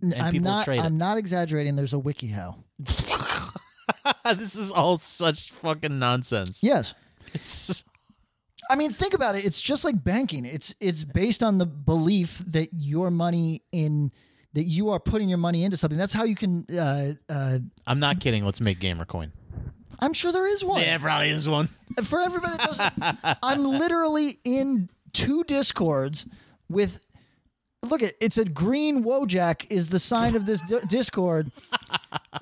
Speaker 4: N-
Speaker 3: And
Speaker 4: I'm
Speaker 3: people
Speaker 4: not.
Speaker 3: trade it.
Speaker 4: I'm not exaggerating. There's a WikiHow.
Speaker 3: [laughs] this is all such fucking nonsense.
Speaker 4: Yes, I mean, think about it. It's just like banking. It's it's based on the belief that your money in that you are putting your money into something. That's how you can. Uh, uh,
Speaker 3: [laughs] I'm not kidding. Let's make gamer coin.
Speaker 4: I'm sure there is one
Speaker 3: Yeah, probably is one.
Speaker 4: for everybody that doesn't. I'm literally in two discords with. Look at it's a green Wojak is the sign of this di- discord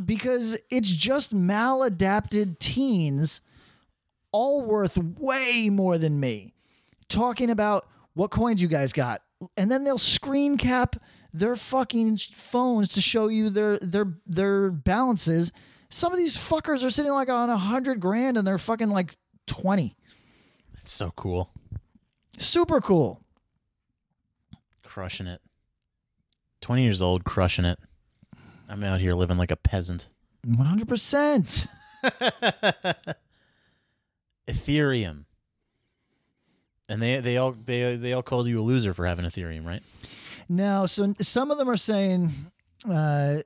Speaker 4: because it's just maladapted teens, all worth way more than me. talking about what coins you guys got, and then they'll screen cap their fucking phones to show you their their their balances. Some of these fuckers are sitting like on a hundred grand, and they're fucking like twenty.
Speaker 3: It's so cool.
Speaker 4: Super cool.
Speaker 3: Crushing it. 20 years old, crushing it. I'm out here living like a peasant.
Speaker 4: One hundred percent.
Speaker 3: Ethereum. And they they all they they all called you a loser for having Ethereum, right?
Speaker 4: No, so n- some of them are saying, uh,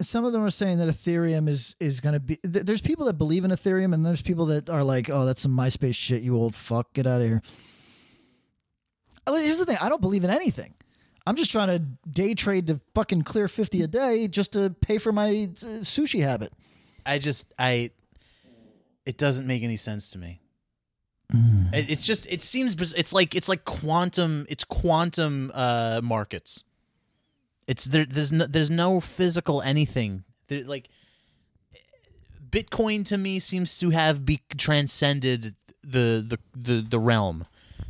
Speaker 4: some of them are saying that Ethereum is is going to be. Th- there's people that believe in Ethereum, and there's people that are like, "Oh, that's some MySpace shit, you old fuck, get out of here." I mean, Here's the thing: I don't believe in anything. I'm just trying to day trade to fucking clear fifty a day just to pay for my uh, sushi habit.
Speaker 3: I just I it doesn't make any sense to me.
Speaker 4: Mm.
Speaker 3: It, it's just it seems biz- it's like it's like quantum it's quantum uh markets. It's there there's no there's no physical anything. There, like Bitcoin to me seems to have be- transcended the, the the the realm.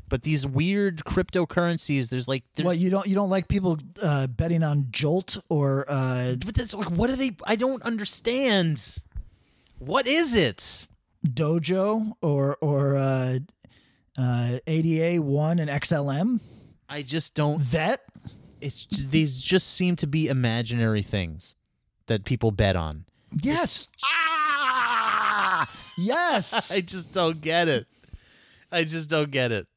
Speaker 3: But these weird cryptocurrencies there's like there's
Speaker 4: What you don't you don't like people uh, betting on Jolt or uh,
Speaker 3: but that's like what are they I don't understand. What is it?
Speaker 4: Dojo or or uh, uh, ADA one and XLM.
Speaker 3: I just don't
Speaker 4: That
Speaker 3: it's ju- these just seem to be imaginary things that people bet on.
Speaker 4: yes,
Speaker 3: Ah! [laughs] [laughs]
Speaker 4: yes.
Speaker 3: I just don't get it. I just don't get it.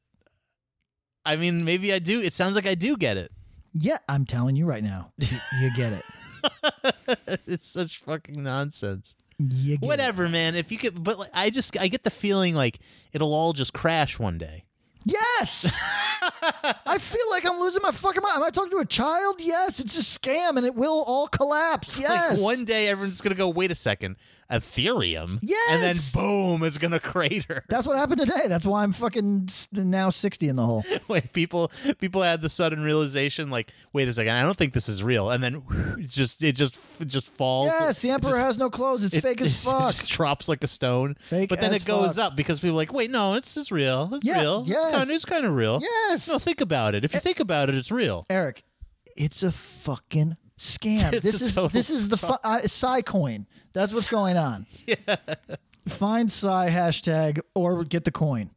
Speaker 3: I mean, maybe I do. It sounds like I do get it. [laughs]
Speaker 4: yeah, I'm telling you right now, you, you get it.
Speaker 3: it's such fucking nonsense.
Speaker 4: You get It.
Speaker 3: Whatever, man. If you could, but like, I just I get the feeling like it'll all just crash one day. [laughs]
Speaker 4: Yes, I feel like I'm losing my fucking mind. Am I talking to a child? Yes, it's a scam, and it will all collapse.
Speaker 3: [laughs]
Speaker 4: Yes,
Speaker 3: Like one day, everyone's gonna go. Wait a second, Ethereum. And then
Speaker 4: Yes!
Speaker 3: boom, it's gonna [laughs] crater.
Speaker 4: That's what happened today. That's why I'm fucking s- now sixty in the hole.
Speaker 3: [laughs] when people people had the sudden realization like wait a second i don't think this is real and then [laughs] it's just it just it just falls
Speaker 4: Yes, the
Speaker 3: It
Speaker 4: emperor
Speaker 3: just-
Speaker 4: has no clothes.
Speaker 3: [laughs]
Speaker 4: It's
Speaker 3: it-
Speaker 4: fake as
Speaker 3: it
Speaker 4: fuck.
Speaker 3: just drops like a stone
Speaker 4: Fake
Speaker 3: but then
Speaker 4: as
Speaker 3: it goes
Speaker 4: fuck.
Speaker 3: up because people are like wait no it's it's real it's
Speaker 4: Yeah,
Speaker 3: real
Speaker 4: yes.
Speaker 3: it's kind of it's kind of real
Speaker 4: Yes. Eh.
Speaker 3: no think about it if you think about it it's real
Speaker 4: Eric, it's a fucking
Speaker 3: [laughs]
Speaker 4: scam.
Speaker 3: It's
Speaker 4: this
Speaker 3: a
Speaker 4: is
Speaker 3: total
Speaker 4: this is the fu- uh, Psy coin. That's what's
Speaker 3: [laughs]
Speaker 4: going on. Find Psy hashtag or get the coin.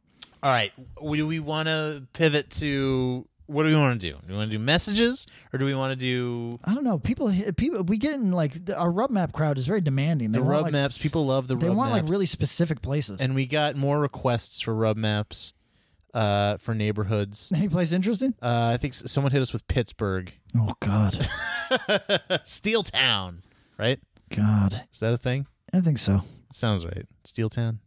Speaker 3: all right w- do we want to pivot to what do we want to do do we want to do messages or do we want to do
Speaker 4: I don't know. People, people, we get in like the- our rub map crowd is very demanding. They
Speaker 3: the
Speaker 4: want,
Speaker 3: rub
Speaker 4: like,
Speaker 3: maps people love the
Speaker 4: They
Speaker 3: rub
Speaker 4: want like
Speaker 3: maps.
Speaker 4: really specific places.
Speaker 3: and we got more requests for rub maps uh, for
Speaker 4: [laughs]
Speaker 3: neighborhoods.
Speaker 4: Any place interesting?
Speaker 3: Uh, I think s- someone hit us with Pittsburgh, [laughs]
Speaker 4: Oh God,
Speaker 3: Steel Town, right?
Speaker 4: God,
Speaker 3: Is that a thing?
Speaker 4: I think so.
Speaker 3: It sounds right. Steel Town.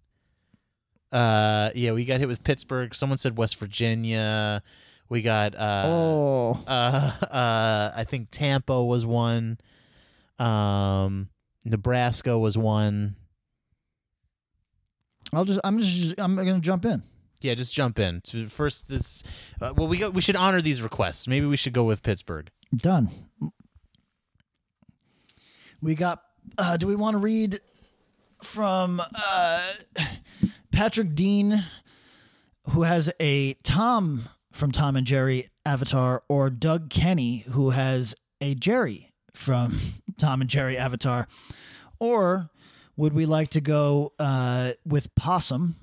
Speaker 3: Uh, yeah, we got hit with Pittsburgh. Someone said West Virginia. We got uh,
Speaker 4: oh,
Speaker 3: uh, [laughs] uh, I think Tampa was one. Um, Nebraska was one.
Speaker 4: I'll just, I'm just, I'm gonna jump in.
Speaker 3: Yeah, just jump in. To first, this. Uh, well, we got. We should honor these requests. Maybe we should go with Pittsburgh.
Speaker 4: Done. We got. Uh, do we want to read from uh, Patrick Dean, who has a Tom from Tom and Jerry avatar, or Doug Kenny, who has a Jerry from [laughs] Tom and Jerry avatar, or would we like to go uh, with Possum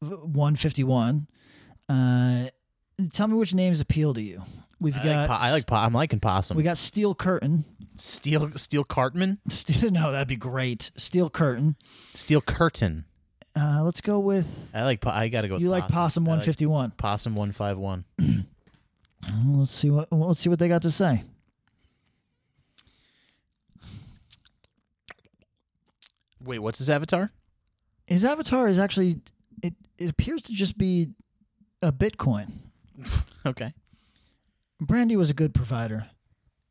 Speaker 4: one fifty one? Uh, tell me which names appeal to you. We've
Speaker 3: I like,
Speaker 4: got
Speaker 3: po- I like po- I'm liking possum.
Speaker 4: we got Steel Curtain. [laughs]
Speaker 3: Steel Steel Cartman,
Speaker 4: Steel, no, that'd be great. Steel Curtain.
Speaker 3: Steel Curtain.
Speaker 4: Uh, let's go with
Speaker 3: I like. Po- I gotta go. With
Speaker 4: you like Possum
Speaker 3: I
Speaker 4: One Fifty One.
Speaker 3: possum One Five One.
Speaker 4: Let's see what well, let's see what they got to say.
Speaker 3: Wait, what's his avatar?
Speaker 4: His avatar is actually it it appears to just be a Bitcoin.
Speaker 6: Okay.
Speaker 4: Brandy was a good provider.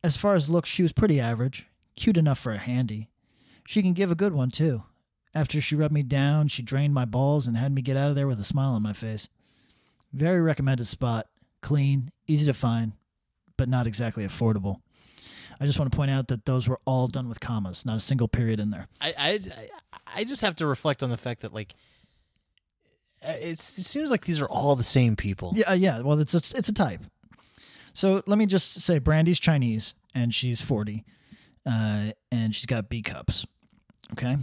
Speaker 4: As far as looks, she was pretty average, cute enough for a handy. She can give a good one, too. After she rubbed me down, she drained my balls and had me get out of there with a smile on my face. Very recommended spot. Clean, easy to find, but not exactly affordable. I just want to point out that those were all done with commas, not a single period in there.
Speaker 3: I, I I just have to reflect on the fact that like uh, it's, it seems like these are all the same people.
Speaker 4: Yeah, uh, yeah. Well, it's a, it's a type. So let me just say, Brandy's Chinese and she's forty, uh, and she's got B cups. Okay.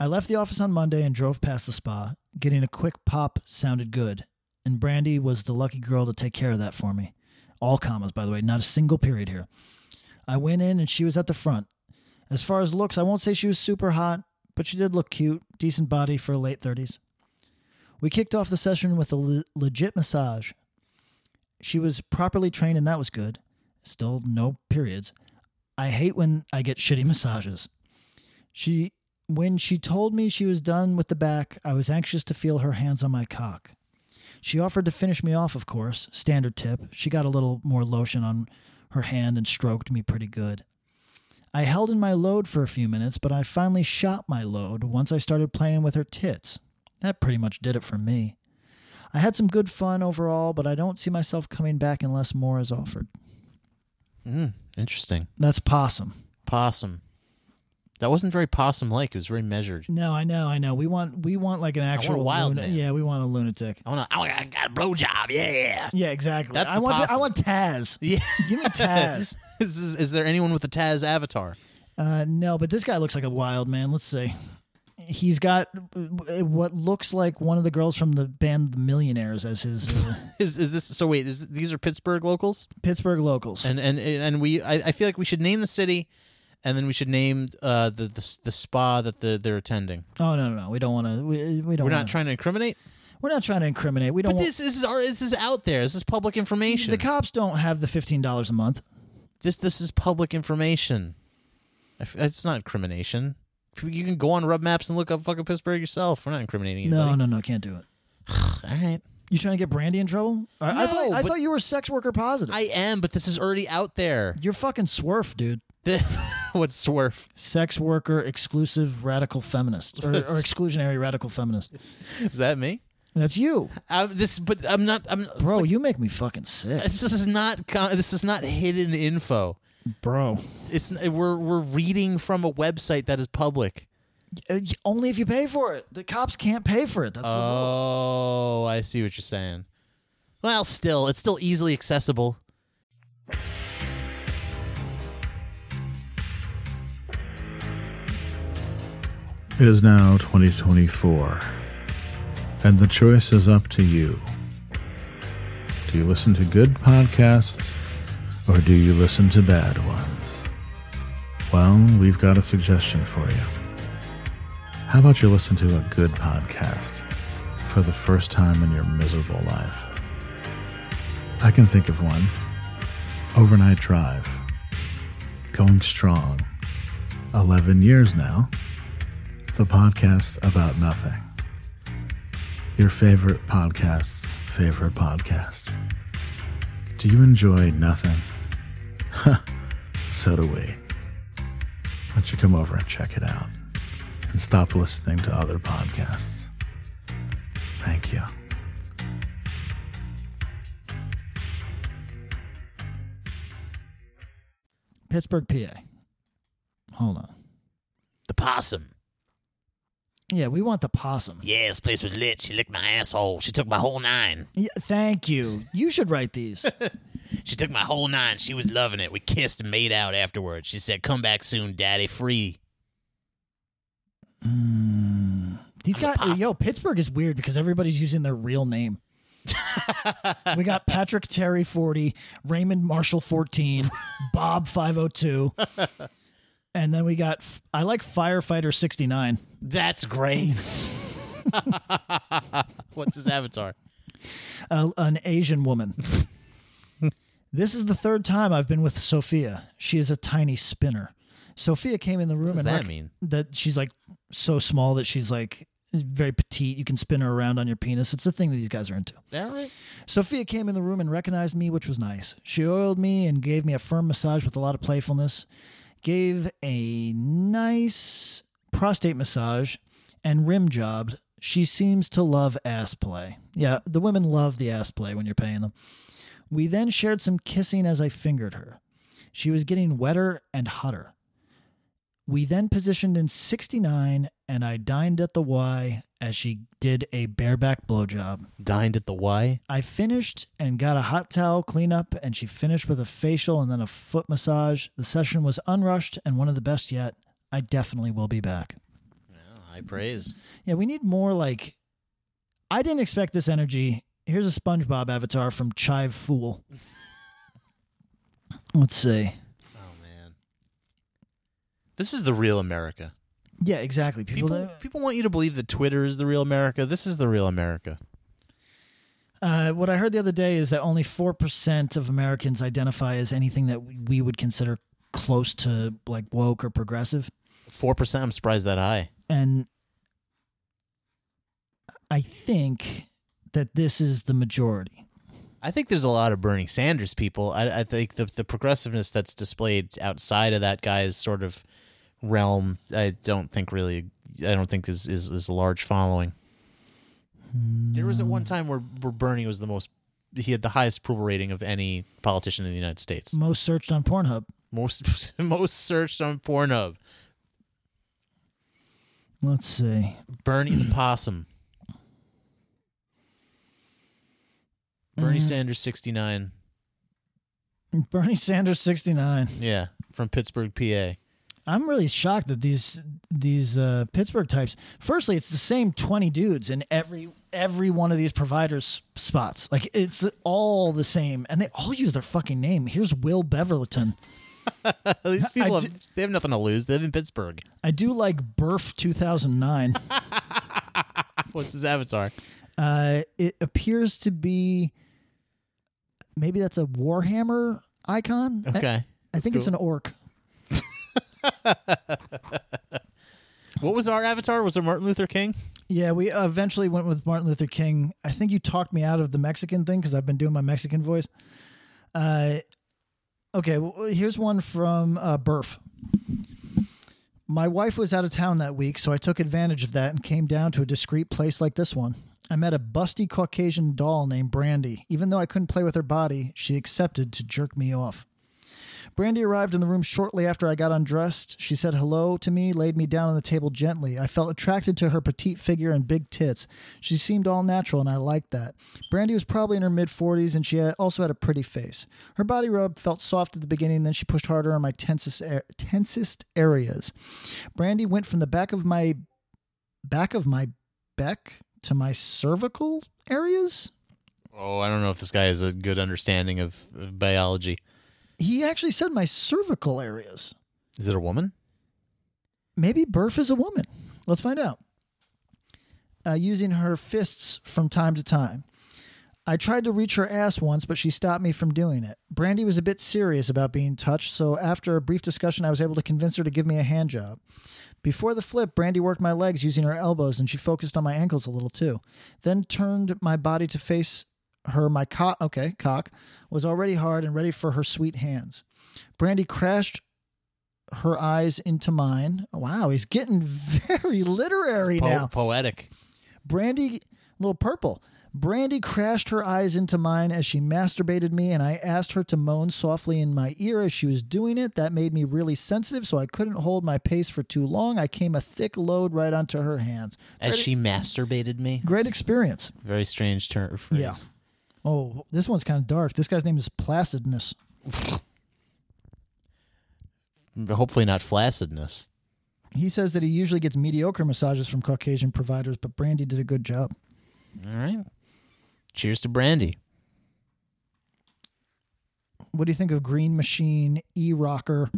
Speaker 4: I left the office on Monday and drove past the spa. Getting a quick pop sounded good, and Brandy was the lucky girl to take care of that for me. All commas, by the way, not a single period here. I went in and she was at the front. As far as looks, I won't say she was super hot, but she did look cute, decent body for late 30s. We kicked off the session with a le- legit massage. She was properly trained, and that was good. Still, no periods. I hate when I get shitty [laughs] massages. She, when she told me she was done with the back, I was anxious to feel her hands on my cock. She offered to finish me off, of course, standard tip. She got a little more lotion on her hand and stroked me pretty good. I held in my load for a few minutes, but I finally shot my load once I started playing with her tits. That pretty much did it for me. I had some good fun overall, but I don't see myself coming back unless more is offered.
Speaker 3: Interesting.
Speaker 4: That's possum.
Speaker 3: Possum. That wasn't very possum like. It was very measured.
Speaker 4: No, I know, I know. We want we want like an actual
Speaker 3: wild man.
Speaker 4: Yeah, we want a lunatic.
Speaker 3: I want to. I want. I got a blowjob.
Speaker 4: [laughs]
Speaker 3: Yeah.
Speaker 4: Yeah, exactly.
Speaker 3: That's
Speaker 4: I
Speaker 3: the
Speaker 4: want I
Speaker 3: possum.
Speaker 4: want Taz.
Speaker 3: Yeah.
Speaker 4: Give
Speaker 3: [laughs]
Speaker 4: me Taz.
Speaker 3: is, is, is there anyone with a Taz avatar?
Speaker 4: Uh, no, but this guy looks like a wild man. Let's see. He's got uh, what looks like one of the girls from the band The Millionaires as his
Speaker 3: [laughs]
Speaker 4: uh,
Speaker 3: Is is this? So wait. Is these are Pittsburgh locals?
Speaker 4: Pittsburgh locals.
Speaker 3: And and and we. I, I feel like we should name the city, and then we should name uh the the, the spa that the, they're attending.
Speaker 4: oh no, no, no. We don't want to. We, we don't.
Speaker 3: We're
Speaker 4: wanna,
Speaker 3: not trying to incriminate.
Speaker 4: We're not trying to incriminate. We don't.
Speaker 3: But
Speaker 4: want,
Speaker 3: this, this is our. This is out there. This is public information.
Speaker 4: the cops don't have the fifteen dollars a month.
Speaker 3: this this is public information. I f- It's not incrimination. You can go on Rub Maps and look up fucking Pittsburgh yourself. We're not incriminating
Speaker 4: No,
Speaker 3: anybody.
Speaker 4: no, no. Can't do it.
Speaker 3: All right.
Speaker 4: You trying to get Brandy in trouble? I, I
Speaker 3: No,
Speaker 4: thought, I
Speaker 3: but-
Speaker 4: thought you were sex worker positive.
Speaker 3: I am, but this is already out there. [laughs]
Speaker 4: You're fucking swerf, dude.
Speaker 3: The- What's swerf?
Speaker 4: Sex worker exclusive radical feminist or, or exclusionary radical feminist.
Speaker 3: Is that me?
Speaker 4: That's you,
Speaker 3: Uh, this, but I'm not. I'm it's
Speaker 4: bro.
Speaker 3: like-
Speaker 4: you make me fucking sick,
Speaker 3: it's- this is not. con- This is not hidden info.
Speaker 4: bro.
Speaker 3: It's n- we're we're reading from a website that is public.
Speaker 4: Uh, y- Only if you pay for it. The cops can't pay for it. That's the rule.
Speaker 3: Oh, I see what you're saying. Well, still, it's still easily accessible.
Speaker 7: It is now 2024, and the choice is up to you. Do you listen to good podcasts, or do you listen to bad ones? Well, we've got a suggestion for you. How about you listen to a good podcast for the first time in your miserable life? I can think of one Overnight Drive, going strong, 11 years now the podcast about nothing. Your favorite podcast's favorite podcast. Do you enjoy nothing? so do we. Why don't you come over and check it out and stop listening to other podcasts? Thank you.
Speaker 4: Pittsburgh, PA. Hold on.
Speaker 6: The possum.
Speaker 4: Yeah, we want the possum.
Speaker 6: Yeah, this place was lit. She licked my asshole. She took my whole nine.
Speaker 4: Yeah, thank you. You should write these.
Speaker 6: She took my whole nine. She was loving it. We kissed and made out afterwards. She said, "Come back soon, Daddy. Free."
Speaker 4: These
Speaker 6: I'm a
Speaker 4: guys,
Speaker 6: possum.
Speaker 4: yo, Pittsburgh is weird because everybody's using their real name.
Speaker 3: [laughs]
Speaker 4: we got Patrick Terry 40, Raymond Marshall 14,
Speaker 3: [laughs]
Speaker 4: Bob 502. And then we got, f- I like Firefighter 69.
Speaker 3: That's
Speaker 4: [laughs]
Speaker 3: great. [laughs] What's his avatar?
Speaker 4: a, an Asian
Speaker 3: [laughs]
Speaker 4: woman. this is the third time I've been with Sophia. She is a tiny spinner. Sophia came in the room
Speaker 3: does
Speaker 4: and
Speaker 3: that
Speaker 4: rec-
Speaker 3: mean?
Speaker 4: that she's like so small that she's like It's very petite. You can spin her around on your penis. It's the thing that these guys are into.
Speaker 3: All right.
Speaker 4: Sophia came in the room and recognized me, which was nice. She oiled me and gave me a firm massage with a lot of playfulness, gave a nice prostate massage and rim job. She seems to love ass play. Yeah, the women love the ass play when you're paying them. We then shared some kissing as I fingered her. She was getting wetter and hotter. We then positioned in 69, and I dined at the Y as she did a bareback blowjob.
Speaker 3: Dined at the Y.
Speaker 4: I finished and got a hot towel cleanup, and she finished with a facial and then a foot massage. The session was unrushed and one of the best yet. I definitely will be back.
Speaker 3: Oh, High praise.
Speaker 4: Yeah, we need more like. I didn't expect this energy. Here's a SpongeBob avatar from Chive Fool. [laughs] Let's see.
Speaker 3: Oh man. This is the real America.
Speaker 4: Yeah, exactly. People,
Speaker 3: People people want you to believe that Twitter is the real America. This is the real America.
Speaker 4: Uh, what I heard the other day is that only 4% of Americans identify as anything that we would consider close to like woke or progressive.
Speaker 3: Four percent. I'm surprised that high.
Speaker 4: and I think that this is the majority.
Speaker 3: I think there's a lot of Bernie Sanders people. I, I think the the progressiveness that's displayed outside of that guy's sort of realm, I don't think really, I don't think is is, is a large following. There was at one time where, where Bernie was the most, he had the highest approval rating of any politician in the United States.
Speaker 4: Most searched on Pornhub.
Speaker 3: Most [laughs] most searched on Pornhub,
Speaker 4: Let's see.
Speaker 3: Bernie the Possum. Bernie
Speaker 4: Mm-hmm.
Speaker 3: Sanders, sixty nine.
Speaker 4: Bernie Sanders 69.
Speaker 3: Yeah, from Pittsburgh, PA.
Speaker 4: I'm really shocked that these these uh, Pittsburgh types. Firstly, it's the same 20 dudes in every every one of these providers spots. Like it's all the same and they all use their fucking name. Here's Will Beverleton.
Speaker 3: These people
Speaker 4: I
Speaker 3: have, they have nothing to lose. They live in Pittsburgh.
Speaker 4: I do like Burf 2009.
Speaker 3: What's his avatar?
Speaker 4: Uh, it appears to be maybe that's a Warhammer icon. I-
Speaker 3: Okay.
Speaker 4: I, think it's an orc.
Speaker 3: What was our avatar? Was it Martin Luther King?
Speaker 4: Yeah, we uh, eventually went with Martin Luther King. I think you talked me out of the Mexican thing because I've been doing my Mexican voice. Uh, okay, well, here's one from uh, Burf. My wife was out of town that week, so I took advantage of that and came down to a discreet place like this one. I met a busty Caucasian doll named Brandy. Even though I couldn't play with her body, she accepted to jerk me off. Brandy arrived in the room shortly after I got undressed. She said hello to me, laid me down on the table gently. I felt attracted to her petite figure and big tits. She seemed all natural, and I liked that. Brandy was probably in her mid 40s, and she had- also had a pretty face. Her body rub felt soft at the beginning, then she pushed harder on my tensest, ar- tensest areas. Brandy went from the back of my back of my back to my cervical areas.
Speaker 3: Oh, I don't know if this guy has a good understanding of, of biology.
Speaker 4: He actually said my cervical areas.
Speaker 3: Is it a woman?
Speaker 4: Maybe Burf is a woman. Let's find out. Uh, using her fists from time to time. I tried to reach her ass once, but she stopped me from doing it. Brandy was a bit serious about being touched, so after a brief discussion, I was able to convince her to give me a hand job. Before the flip, Brandy worked my legs using her elbows, and she focused on my ankles a little too. Then turned my body to face her. My cock, okay, cock, was already hard and ready for her sweet hands. Brandy crashed her eyes into mine. Wow, he's getting [laughs] very literary
Speaker 3: Po-
Speaker 4: now.
Speaker 3: Poetic.
Speaker 4: Brandy, little purple. Brandy crashed her eyes into mine as she masturbated me, and I asked her to moan softly in my ear as she was doing it. That made me really sensitive, so I couldn't hold my pace for too long. I came a thick load right onto her hands.
Speaker 3: As she masturbated me.
Speaker 4: Great experience.
Speaker 3: Very strange term. Phrase.
Speaker 4: Yeah. Oh, this one's kind of dark. This guy's name is Placidness.
Speaker 3: Hopefully not flaccidness.
Speaker 4: He says that he usually gets mediocre massages from Caucasian providers, but Brandy did a good job.
Speaker 3: All right. Cheers to Brandy.
Speaker 4: What do you think of Green Machine, E Rocker,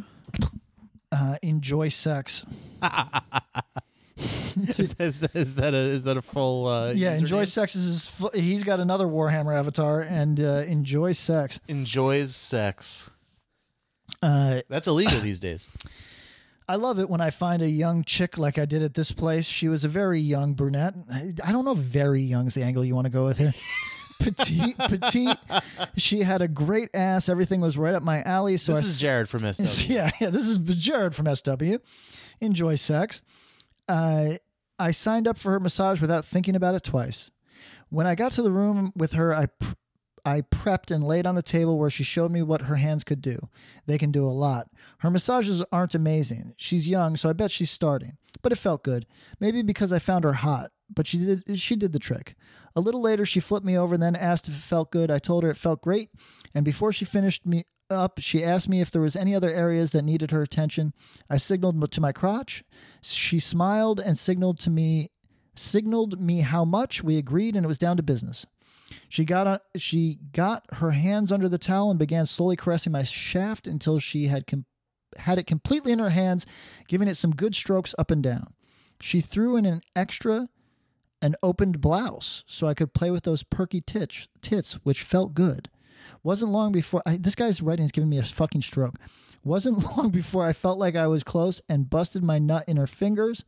Speaker 4: uh, Enjoy Sex?
Speaker 3: [laughs] is, is, that- is that a is that a full? Uh,
Speaker 4: Yeah,
Speaker 3: username?
Speaker 4: enjoy sex is his, fu- he's got another Warhammer avatar and uh, enjoy sex.
Speaker 3: enjoys sex.
Speaker 4: Uh, [coughs]
Speaker 3: That's illegal these days.
Speaker 4: I love it when I find a young chick like I did at this place. She was a very young brunette. I I don't know if very young is the angle you want to go with here. [laughs] petite, petite. She had a great ass. Everything was right up my alley. So
Speaker 8: This
Speaker 4: I
Speaker 8: is Jared from SW.
Speaker 4: [laughs] yeah, yeah. This is Jared from SW. Enjoy sex. Uh, I signed up for her massage without thinking about it twice. When I got to the room with her, I pr- I prepped and laid on the table where she showed me what her hands could do. They can do a lot. Her massages aren't amazing. She's young, so I bet she's starting. But it felt good. Maybe because I found her hot, but she did she did the trick. A little later she flipped me over and then asked if it felt good. I told her it felt great, and before she finished me up, she asked me if there was any other areas that needed her attention. I signaled to my crotch. She smiled and signaled to me signaled me how much we agreed and it was down to business. She got on, she got her hands under the towel and began slowly caressing my shaft until she had com- had it completely in her hands, giving it some good strokes up and down. She threw in an extra an opened blouse so I could play with those perky titch, tits, which felt good. Wasn't long before I, this guy's writing is giving me a fucking stroke. Wasn't [laughs] long before I felt like I was close and busted my nut in her fingers.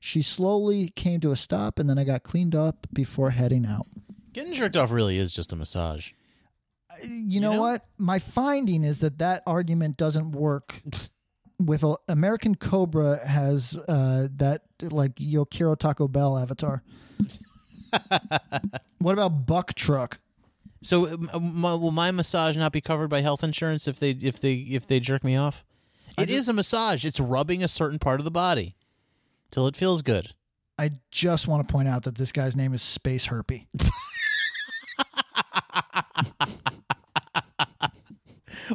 Speaker 4: She slowly came to a stop, and then I got cleaned up before heading out.
Speaker 8: Getting jerked off really is just a massage.
Speaker 4: you know, what? My finding is that that argument doesn't work. With a, American Cobra has uh, that like Yokiro Taco Bell [laughs] avatar. what about Buck Truck?
Speaker 8: [laughs] So, um, um, my, will my massage not be covered by health insurance if they if they if they jerk me off? It is a massage. It's rubbing a certain part of the body till it feels good.
Speaker 4: I just want to point out that this guy's name is Space Herpy.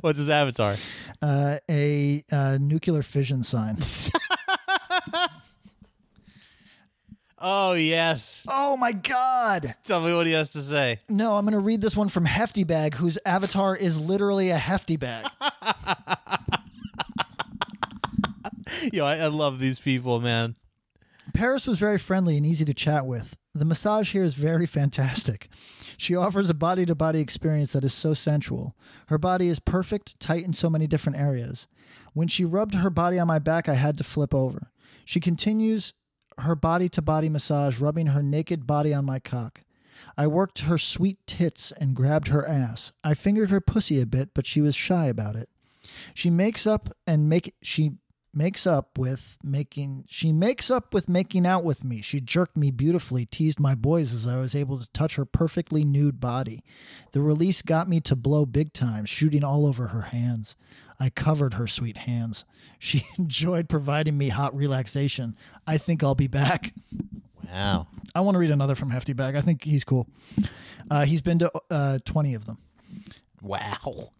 Speaker 8: What's his avatar?
Speaker 4: Uh, a uh, nuclear fission [laughs] sign.
Speaker 8: Oh yes.
Speaker 4: oh my god!
Speaker 8: Tell me what he has to
Speaker 4: [laughs]
Speaker 8: say.
Speaker 4: No, I'm going to read this one from Hefty Bag, whose avatar is literally a hefty bag.
Speaker 8: Yo, I, I love these people, man.
Speaker 4: Paris was very friendly and easy to chat with. The massage here is very [laughs] fantastic. She offers a body to body experience that is so sensual. Her body is perfect, tight in so many different areas. When she rubbed her body on my back, I had to flip over. She continues her body to body massage, rubbing her naked body on my cock. I worked her sweet tits and grabbed her ass. I fingered her pussy a bit, but she was shy about it. She makes up and make she makes up with making she makes up with making out with me. She jerked me beautifully, teased my boys as I was able to touch her perfectly nude body. The release got me to blow big time, shooting all over her hands. I covered her sweet hands. She [laughs] enjoyed providing me hot relaxation. I think I'll be back.
Speaker 8: Wow.
Speaker 4: I want to read another from Hefty Bag. I think he's cool. Uh, he's been to uh, 20 of them.
Speaker 8: Wow.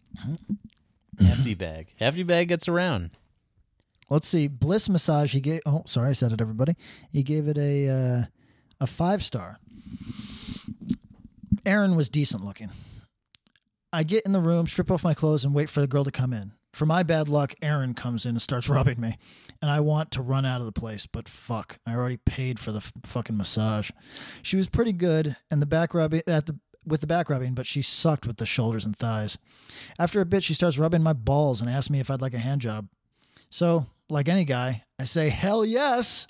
Speaker 8: Hefty bag. Hefty bag gets around.
Speaker 4: Let's see. Bliss massage. He gave. Oh, sorry, I said it. Everybody. He gave it a uh, a five star. Aaron was decent looking. I get in the room, strip off my clothes, and wait for the girl to come in. For my bad luck, Aaron comes in and starts [laughs] rubbing me, and I want to run out of the place, but fuck, I already paid for the f- fucking massage. She was pretty good, and the back rubbing at the with the back rubbing, but she sucked with the shoulders and thighs. After a bit, she starts rubbing my balls and asks me if I'd like a hand job. So, like any guy, I say, hell yes,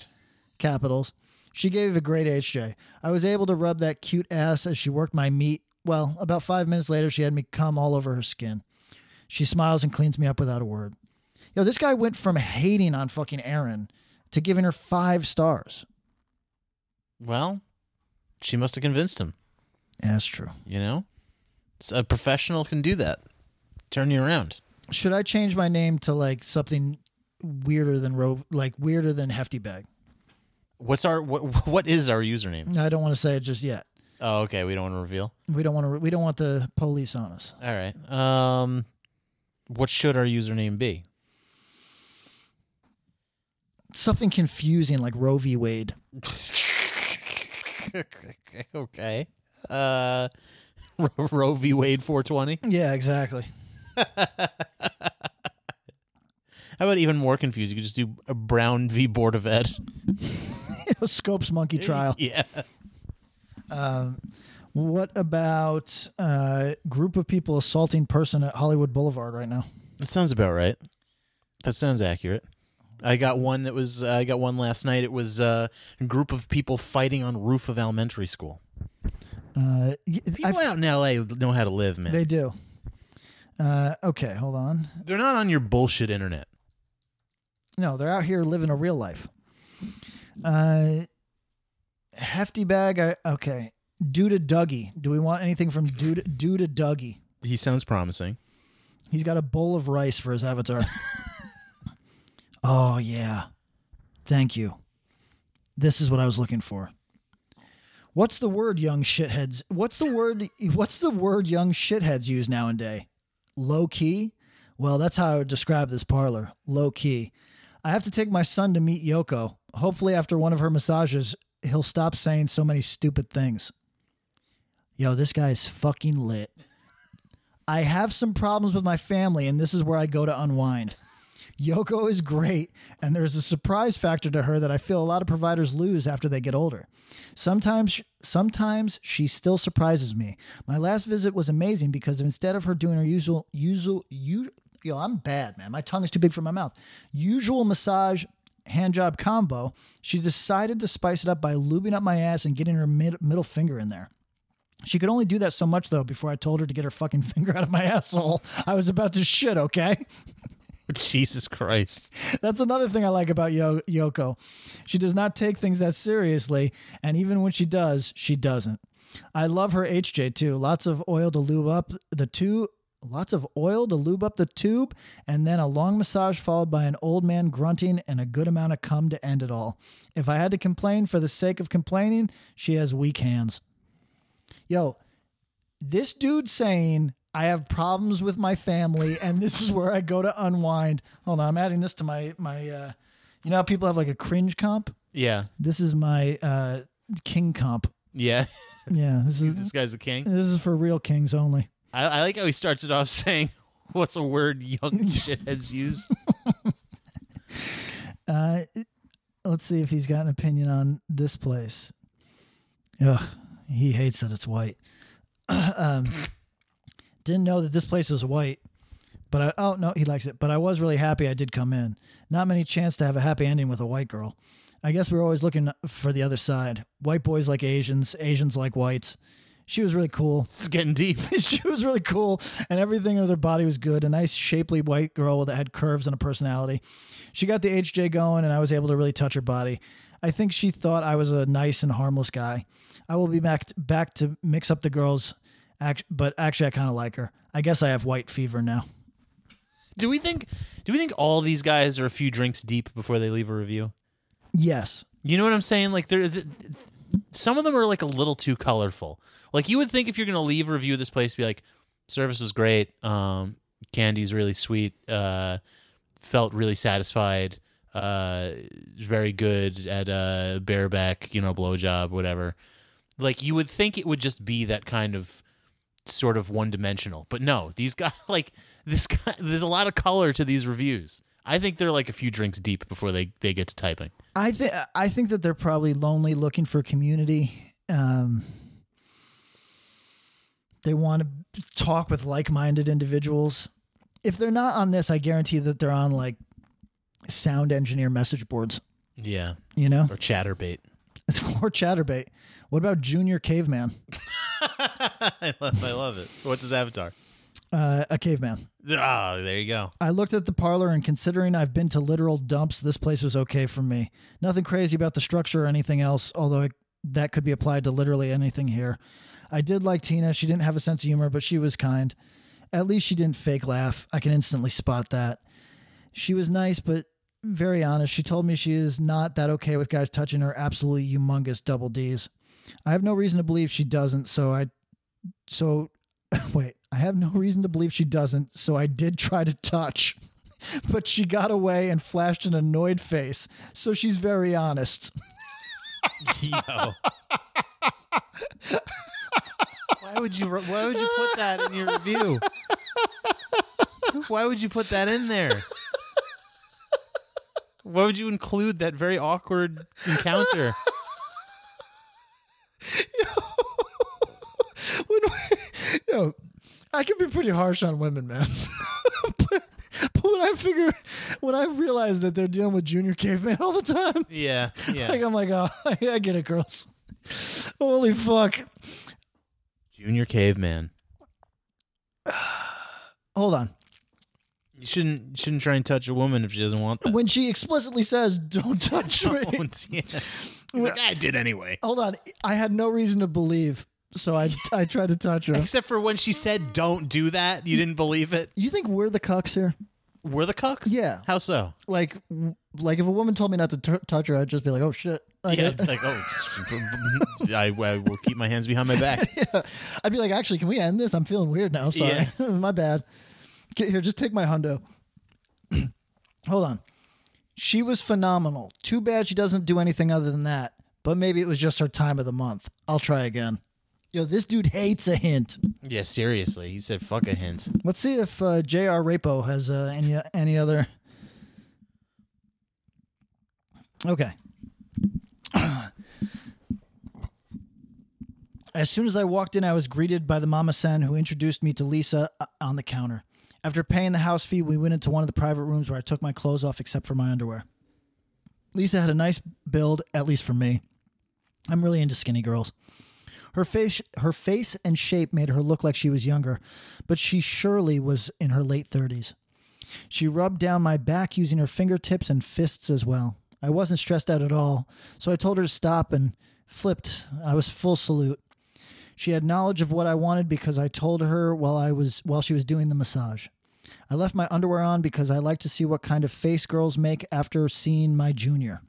Speaker 4: capitals. She gave a great HJ. I was able to rub that cute ass as she worked my meat. Well, about five minutes later, she had me cum all over her skin. She smiles and cleans me up without a word. Yo, this guy went from hating on fucking Aaron to giving her five stars.
Speaker 8: Well, she must have convinced him.
Speaker 4: Yeah, that's true.
Speaker 8: You know, S- a professional can do that. Turn you around.
Speaker 4: Should I change my name to like something weirder than Ro- like weirder than Hefty Bag?
Speaker 8: What's our what? [laughs] What is our username?
Speaker 4: I don't want to say it just yet.
Speaker 8: Oh, okay. We don't want to reveal.
Speaker 4: We don't want to. We don't want the police on us.
Speaker 8: All right. Um, what should our username be? [laughs]
Speaker 4: something confusing like Roe v. Wade.
Speaker 8: okay. Uh, [laughs] Ro- Roe v. Wade 420.
Speaker 4: Yeah, [laughs] exactly.
Speaker 8: How about even more confused? You could just do a Brown v. Board of Ed.
Speaker 4: Scopes monkey trial.
Speaker 8: [laughs]
Speaker 4: Um,
Speaker 8: yeah.
Speaker 4: What about uh, group of people assaulting person at Hollywood Boulevard right now?
Speaker 8: That sounds about right. That sounds accurate.
Speaker 3: I got one that was uh, I got one last night. It was uh, a group of people fighting on roof of elementary school.
Speaker 4: Uh, y- I-
Speaker 3: People out in L.A. know how to live, man.
Speaker 4: they do. Uh, okay, hold on.
Speaker 3: They're not on your bullshit internet.
Speaker 4: No, they're out here living a real life. Uh, hefty bag. I, okay. Due to Dougie. Do we want anything from due to, due to Dougie?
Speaker 3: He sounds promising.
Speaker 4: He's got a bowl of rice for his avatar. oh, yeah. Thank you. This is what I was looking for. What's the word young shitheads? What's the word what's the word young shitheads use nowadays? Low key? Well, that's how I would describe this parlor. Low key. I have to take my son to meet Yoko. Hopefully after one of her massages, he'll stop saying so many stupid things. Yo, this guy is fucking lit. I have some problems with my family, and this is where I go to unwind. Yoko is great, and there's a surprise factor to her that I feel a lot of providers lose after they get older. Sometimes, sh- sometimes she still surprises me. My last visit was amazing because instead of her doing her usual, usual, you, yo, I'm bad, man. My tongue is too big for my mouth. Usual massage hand job combo, she decided to spice it up by lubing up my ass and getting her mid- middle finger in there. She could only do that so much though before I told her to get her fucking [laughs] finger out of my asshole. I was about to shit, okay?
Speaker 3: [laughs]
Speaker 4: [laughs]
Speaker 3: Jesus Christ.
Speaker 4: That's another thing I like about Yo- Yoko. She does not take things that seriously, and even when she does, she doesn't. I love her HJ too. Lots of oil to lube up the tube. Lots of oil to lube up the tube, and then a long massage followed by an old man grunting and a good amount of cum to end it all. If I had to complain for the sake of complaining, she has weak hands. Yo, this dude saying I have problems with my family and this is where I go to unwind. Hold on, I'm adding this to my my uh you know how people have like a cringe comp?
Speaker 3: Yeah.
Speaker 4: This is my uh king comp.
Speaker 3: Yeah. [laughs]
Speaker 4: Yeah, this is
Speaker 3: this guy's a king.
Speaker 4: this is for real kings only.
Speaker 3: I, I like how he starts it off [laughs] saying, "What's a word young [laughs] shitheads use?"
Speaker 4: Uh let's see if he's got an opinion on this place. Ugh, he hates that it's white. [clears throat] um, didn't know that this place was white, but I oh no, he likes it. But I was really happy I did come in. Not many chance to have a happy ending with a white girl. I guess we we're always looking for the other side. White boys like Asians, Asians like whites. She was really cool.
Speaker 3: This is getting deep. [laughs]
Speaker 4: [laughs] she was really cool and everything of their body was good a nice shapely white girl that had curves and a personality she got the hj going and i was able to really touch her body i think she thought i was a nice and harmless guy i will be back back to mix up the girls act, but actually i kind of like her i guess i have white fever now
Speaker 3: Do we think? Do we think all these guys are a few drinks deep before they leave a review?
Speaker 4: yes
Speaker 3: You know what I'm saying? Like they're. Th- th- some of them are like a little too colorful. Like you would think if you're gonna leave a review of this place, be like, service was great, um, candy's really sweet, uh, felt really satisfied, uh, very good at uh, bareback, you know, blowjob, whatever. Like you would think it would just be that kind of sort of one dimensional, but no, these guys [laughs] like this guy. There's a lot of color to these reviews. I think they're like a few drinks deep before they they get to typing.
Speaker 4: I think I think that they're probably lonely, looking for community. Um, they want to talk with like-minded individuals. If they're not on this, I guarantee that they're on like sound engineer message boards.
Speaker 3: Yeah.
Speaker 4: You know,
Speaker 3: or chatterbait.
Speaker 4: [laughs] or ChatterBait. What about Junior Caveman?
Speaker 3: [laughs] I, love, I love it. What's his avatar?
Speaker 4: Uh, a caveman.
Speaker 3: Oh, there you go.
Speaker 4: I looked at the parlor and considering I've been to literal dumps, this place was okay for me. Nothing crazy about the structure or anything else, although it, that could be applied to literally anything here. I did like Tina. She didn't have a sense of humor, but she was kind. At least she didn't fake laugh. I can instantly spot that. She was nice, but very honest. She told me she is not that okay with guys touching her absolutely humongous double D's. I have no reason to believe she doesn't, so I. So Wait, I have no reason to believe she doesn't, so I did try to touch. [laughs] But she got away and flashed an annoyed face, so she's very honest. [laughs]
Speaker 3: Yo. why would you? Why would you put that in your review? Why would you put that in there? Why would you include that very awkward encounter?
Speaker 4: When we- yo, I can be pretty harsh on women, man. [laughs] but But when I figure, when I realize that they're dealing with junior caveman all the time,
Speaker 3: Yeah, yeah.
Speaker 4: like I'm like, oh, [laughs] I get it, girls. Holy fuck!
Speaker 3: Junior caveman.
Speaker 4: Hold on.
Speaker 3: You shouldn't you shouldn't try and touch a woman if she doesn't want [laughs] that.
Speaker 4: When she explicitly says, "Don't touch me,"
Speaker 3: Don't, yeah. He's like, I did anyway.
Speaker 4: hold on. I had no reason to believe, so [laughs] I I tried to touch her.
Speaker 3: Except for when she said, "Don't do that," you didn't believe it.
Speaker 4: You think we're the cucks here?
Speaker 3: We're the cucks.
Speaker 4: Yeah.
Speaker 3: How so?
Speaker 4: Like, w- like if a woman told me not to t- touch her, I'd just be like, "Oh shit." Like,
Speaker 3: yeah. [laughs] Like, oh, I, I will keep my hands behind my
Speaker 4: [laughs]
Speaker 3: back.
Speaker 4: I'd be like, actually, can we end this? I'm feeling weird now. Sorry. [laughs] my bad. Get here, just take my hundo. [clears throat] Hold on. She was phenomenal. Too bad she doesn't do anything other than that. But maybe it was just her time of the month. I'll try again. Yo, this dude hates a hint.
Speaker 3: Yeah. Seriously, he said, "Fuck a hint."
Speaker 4: Let's see if uh, J.R. Rapo has uh, any any other. Okay. [clears throat] As soon as I walked in, I was greeted by the mama san who introduced me to Lisa uh, on the counter. After paying the house fee, we went into one of the private rooms where I took my clothes off except for my underwear. Lisa had a nice build, at least for me. I'm really into skinny girls. Her face, her face and shape made her look like she was younger, but she surely was in her late 30s. She rubbed down my back using her fingertips and fists as well. I wasn't stressed out at all, so I told her to stop and flipped. I was full salute. She had knowledge of what I wanted because I told her while I was while she was doing the massage. I left my underwear on because I like to see what kind of face girls make after seeing my junior.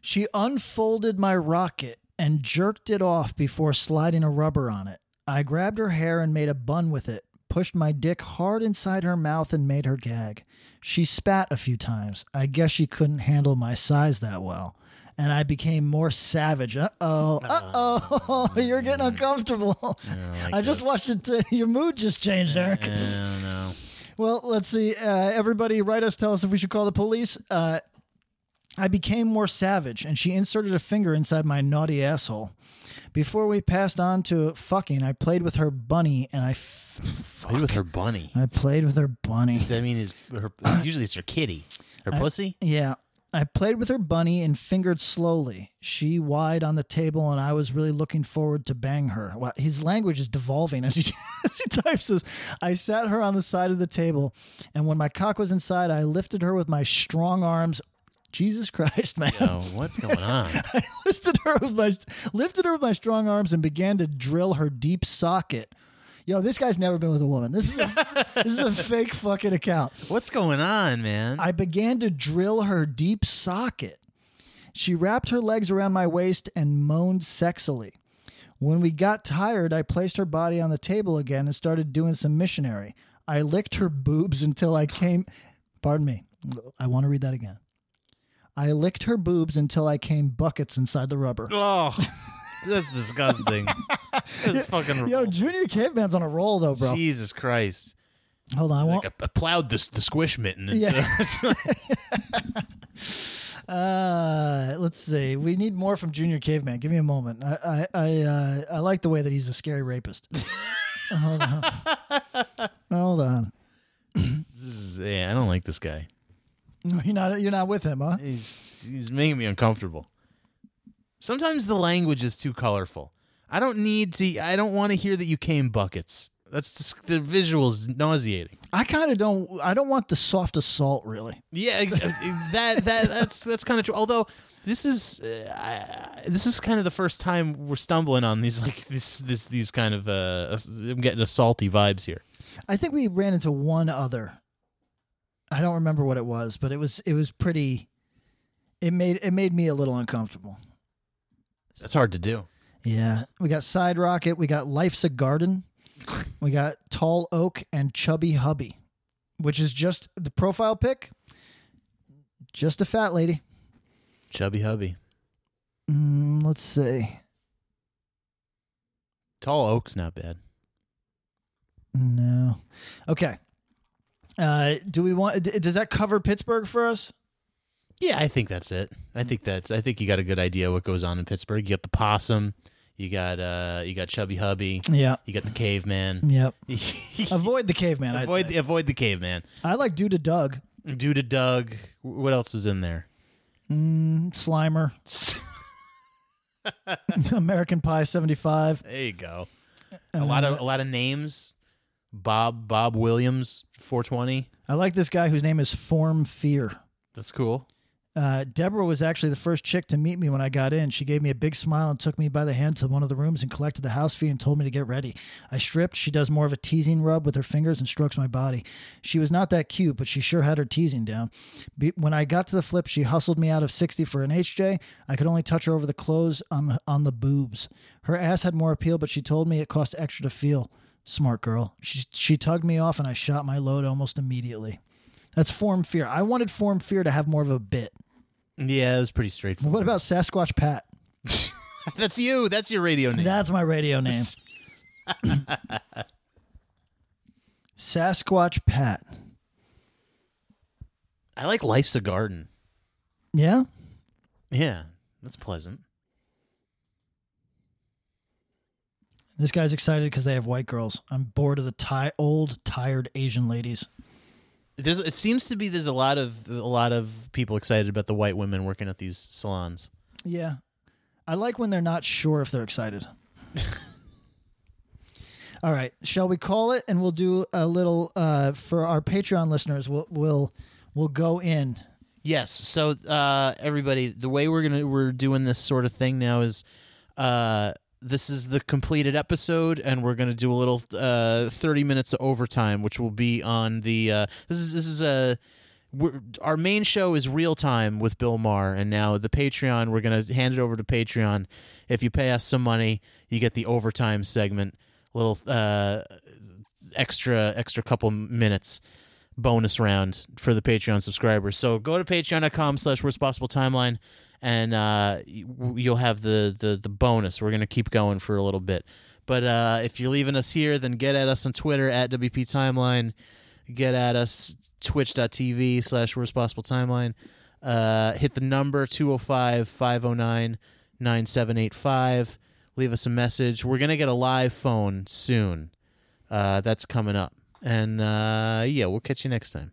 Speaker 4: She unfolded my rocket and jerked it off before sliding a rubber on it. I grabbed her hair and made a bun with it, pushed my dick hard inside her mouth and made her gag. She spat a few times. I guess she couldn't handle my size that well. And I became more savage. Uh oh. Uh oh. [laughs] You're getting uncomfortable. I, just watched it. [laughs] T- your mood just changed, Eric.
Speaker 3: No, no.
Speaker 4: Well, let's see. Uh, everybody, write us. Tell us if we should call the police. Uh, I became more savage, and she inserted a finger inside my naughty asshole. Before we passed on to fucking, I played with her bunny, and I f- [laughs]
Speaker 3: Play with her bunny.
Speaker 4: I played with her bunny.
Speaker 3: I mean, is her usually it's her kitty, her
Speaker 4: [laughs]
Speaker 3: pussy.
Speaker 4: Yeah. I played with her bunny and fingered slowly. She wide on the table, and I was really looking forward to bang her. Well, his language is devolving as he, [laughs] as he types this. I sat her on the side of the table, and when my cock was inside, I lifted her with my strong arms. Jesus Christ, [laughs] man!
Speaker 3: Oh, what's going on?
Speaker 4: I lifted her with my lifted her with my strong arms and began to drill her deep socket. Yo, this guy's never been with a woman. This is a, [laughs] this is a fake fucking account.
Speaker 3: What's going on, man?
Speaker 4: I began to drill her deep socket. She wrapped her legs around my waist and moaned sexily. When we got tired, I placed her body on the table again and started doing some missionary. I licked her boobs until I came. [laughs] Pardon me. I want to read that again. I licked her boobs until I came buckets inside the rubber.
Speaker 3: [laughs] oh, that's disgusting. That's fucking.
Speaker 4: Yo, Junior Caveman's on a roll though, bro.
Speaker 3: Jesus Christ.
Speaker 4: Hold on, I won't.
Speaker 3: Like I, I plowed this the squish mitten. [laughs]
Speaker 4: Yeah. Uh, let's see. We need more from Junior Caveman. Give me a moment. I I I, uh, I like the way that he's a scary rapist. [laughs] Hold on. Hold on.
Speaker 3: This is- yeah, I don't like this guy.
Speaker 4: No, You're not you're not with him, huh?
Speaker 3: He's he's making me uncomfortable. Sometimes the language is too colorful. I don't need to. I don't want to hear that you came buckets. That's dis- the visuals nauseating.
Speaker 4: I kind of don't. I don't want the soft assault, really.
Speaker 3: Yeah, ex- ex- that that that's that's kind of true. Although this is uh, I- I- this is kind of the first time we're stumbling on these like this this these kind of uh ass- I'm getting assaulty vibes here.
Speaker 4: I think we ran into one other. I don't remember what it was, but it was it was pretty. It made it made me a little uncomfortable.
Speaker 3: That's hard to do.
Speaker 4: Yeah, we got side rocket. We got life's a garden. we got tall oak and chubby hubby, which is just the profile pic. Just a fat lady.
Speaker 3: Chubby hubby,
Speaker 4: Mm, let's see.
Speaker 3: tall oak's not bad.
Speaker 4: No. Okay. Uh, do we want? d- Does that cover Pittsburgh for us?
Speaker 3: Yeah, I think that's it. I think that's. I think you got a good idea what goes on in Pittsburgh. You got the possum. You got uh, you got chubby hubby.
Speaker 4: Yeah.
Speaker 3: You got the caveman. [laughs]
Speaker 4: Yep. Avoid the caveman. I'd
Speaker 3: avoid
Speaker 4: say.
Speaker 3: the, avoid the caveman.
Speaker 4: I like Dude to Doug.
Speaker 3: Due to Doug. What else was in there? [laughs]
Speaker 4: Mm, Slimer. [laughs] American Pie 75.
Speaker 3: There you go. A lot of a lot of names. Bob Bob Williams, four twenty.
Speaker 4: I like this guy whose name is Form Fear.
Speaker 3: That's cool.
Speaker 4: Uh, Deborah was actually the first chick to meet me when I got in. She gave me a big smile and took me by the hand to one of the rooms and collected the house fee and told me to get ready. I stripped. She does more of a teasing rub with her fingers and strokes my body. She was not that cute, but she sure had her teasing down. Be- when I got to the flip, she hustled me out of 60 for an HJ. I could only touch her over the clothes on, on the boobs. Her ass had more appeal, but she told me it cost extra to feel. Smart girl. She, she tugged me off and I shot my load almost immediately. That's Form Fear. I wanted Form Fear to have more of a bit.
Speaker 3: Yeah, it was pretty straightforward. [laughs]
Speaker 4: What about Sasquatch Pat?
Speaker 3: That's you. That's your radio name. [laughs]
Speaker 4: That's my radio name. Sasquatch Pat.
Speaker 3: I like Life's a Garden.
Speaker 4: Yeah?
Speaker 3: Yeah, that's pleasant.
Speaker 4: This guy's excited because they have white girls. I'm bored of the ti- old, tired Asian ladies.
Speaker 3: There's it seems to be there's a lot of a lot of people excited about the white women working at these salons.
Speaker 4: Yeah. I like when they're not sure if they're excited. All right, shall we call it and we'll do a little uh for our Patreon listeners we'll we'll we'll go in.
Speaker 3: Yes. So uh, everybody, the way we're gonna we're doing this sort of thing now is uh, this is the completed episode, and we're gonna do a little uh, thirty minutes of overtime, which will be on the uh, this is this is a. We're, our main show is real time with Bill Maher, and now the Patreon. We're gonna hand it over to Patreon. If you pay us some money, you get the overtime segment, little uh, extra extra couple minutes bonus round for the Patreon subscribers. So go to patreon.com slash worst possible timeline and uh, y- you'll have the, the, the bonus. We're going to keep going for a little bit. But uh, if you're leaving us here, then get at us on Twitter at WP Timeline. Get at us twitch.tv slash worst possible timeline. Uh, hit the number 205 509 9785. Leave us a message. We're going to get a live phone soon. Uh, that's coming up. And uh, yeah, we'll catch you next time.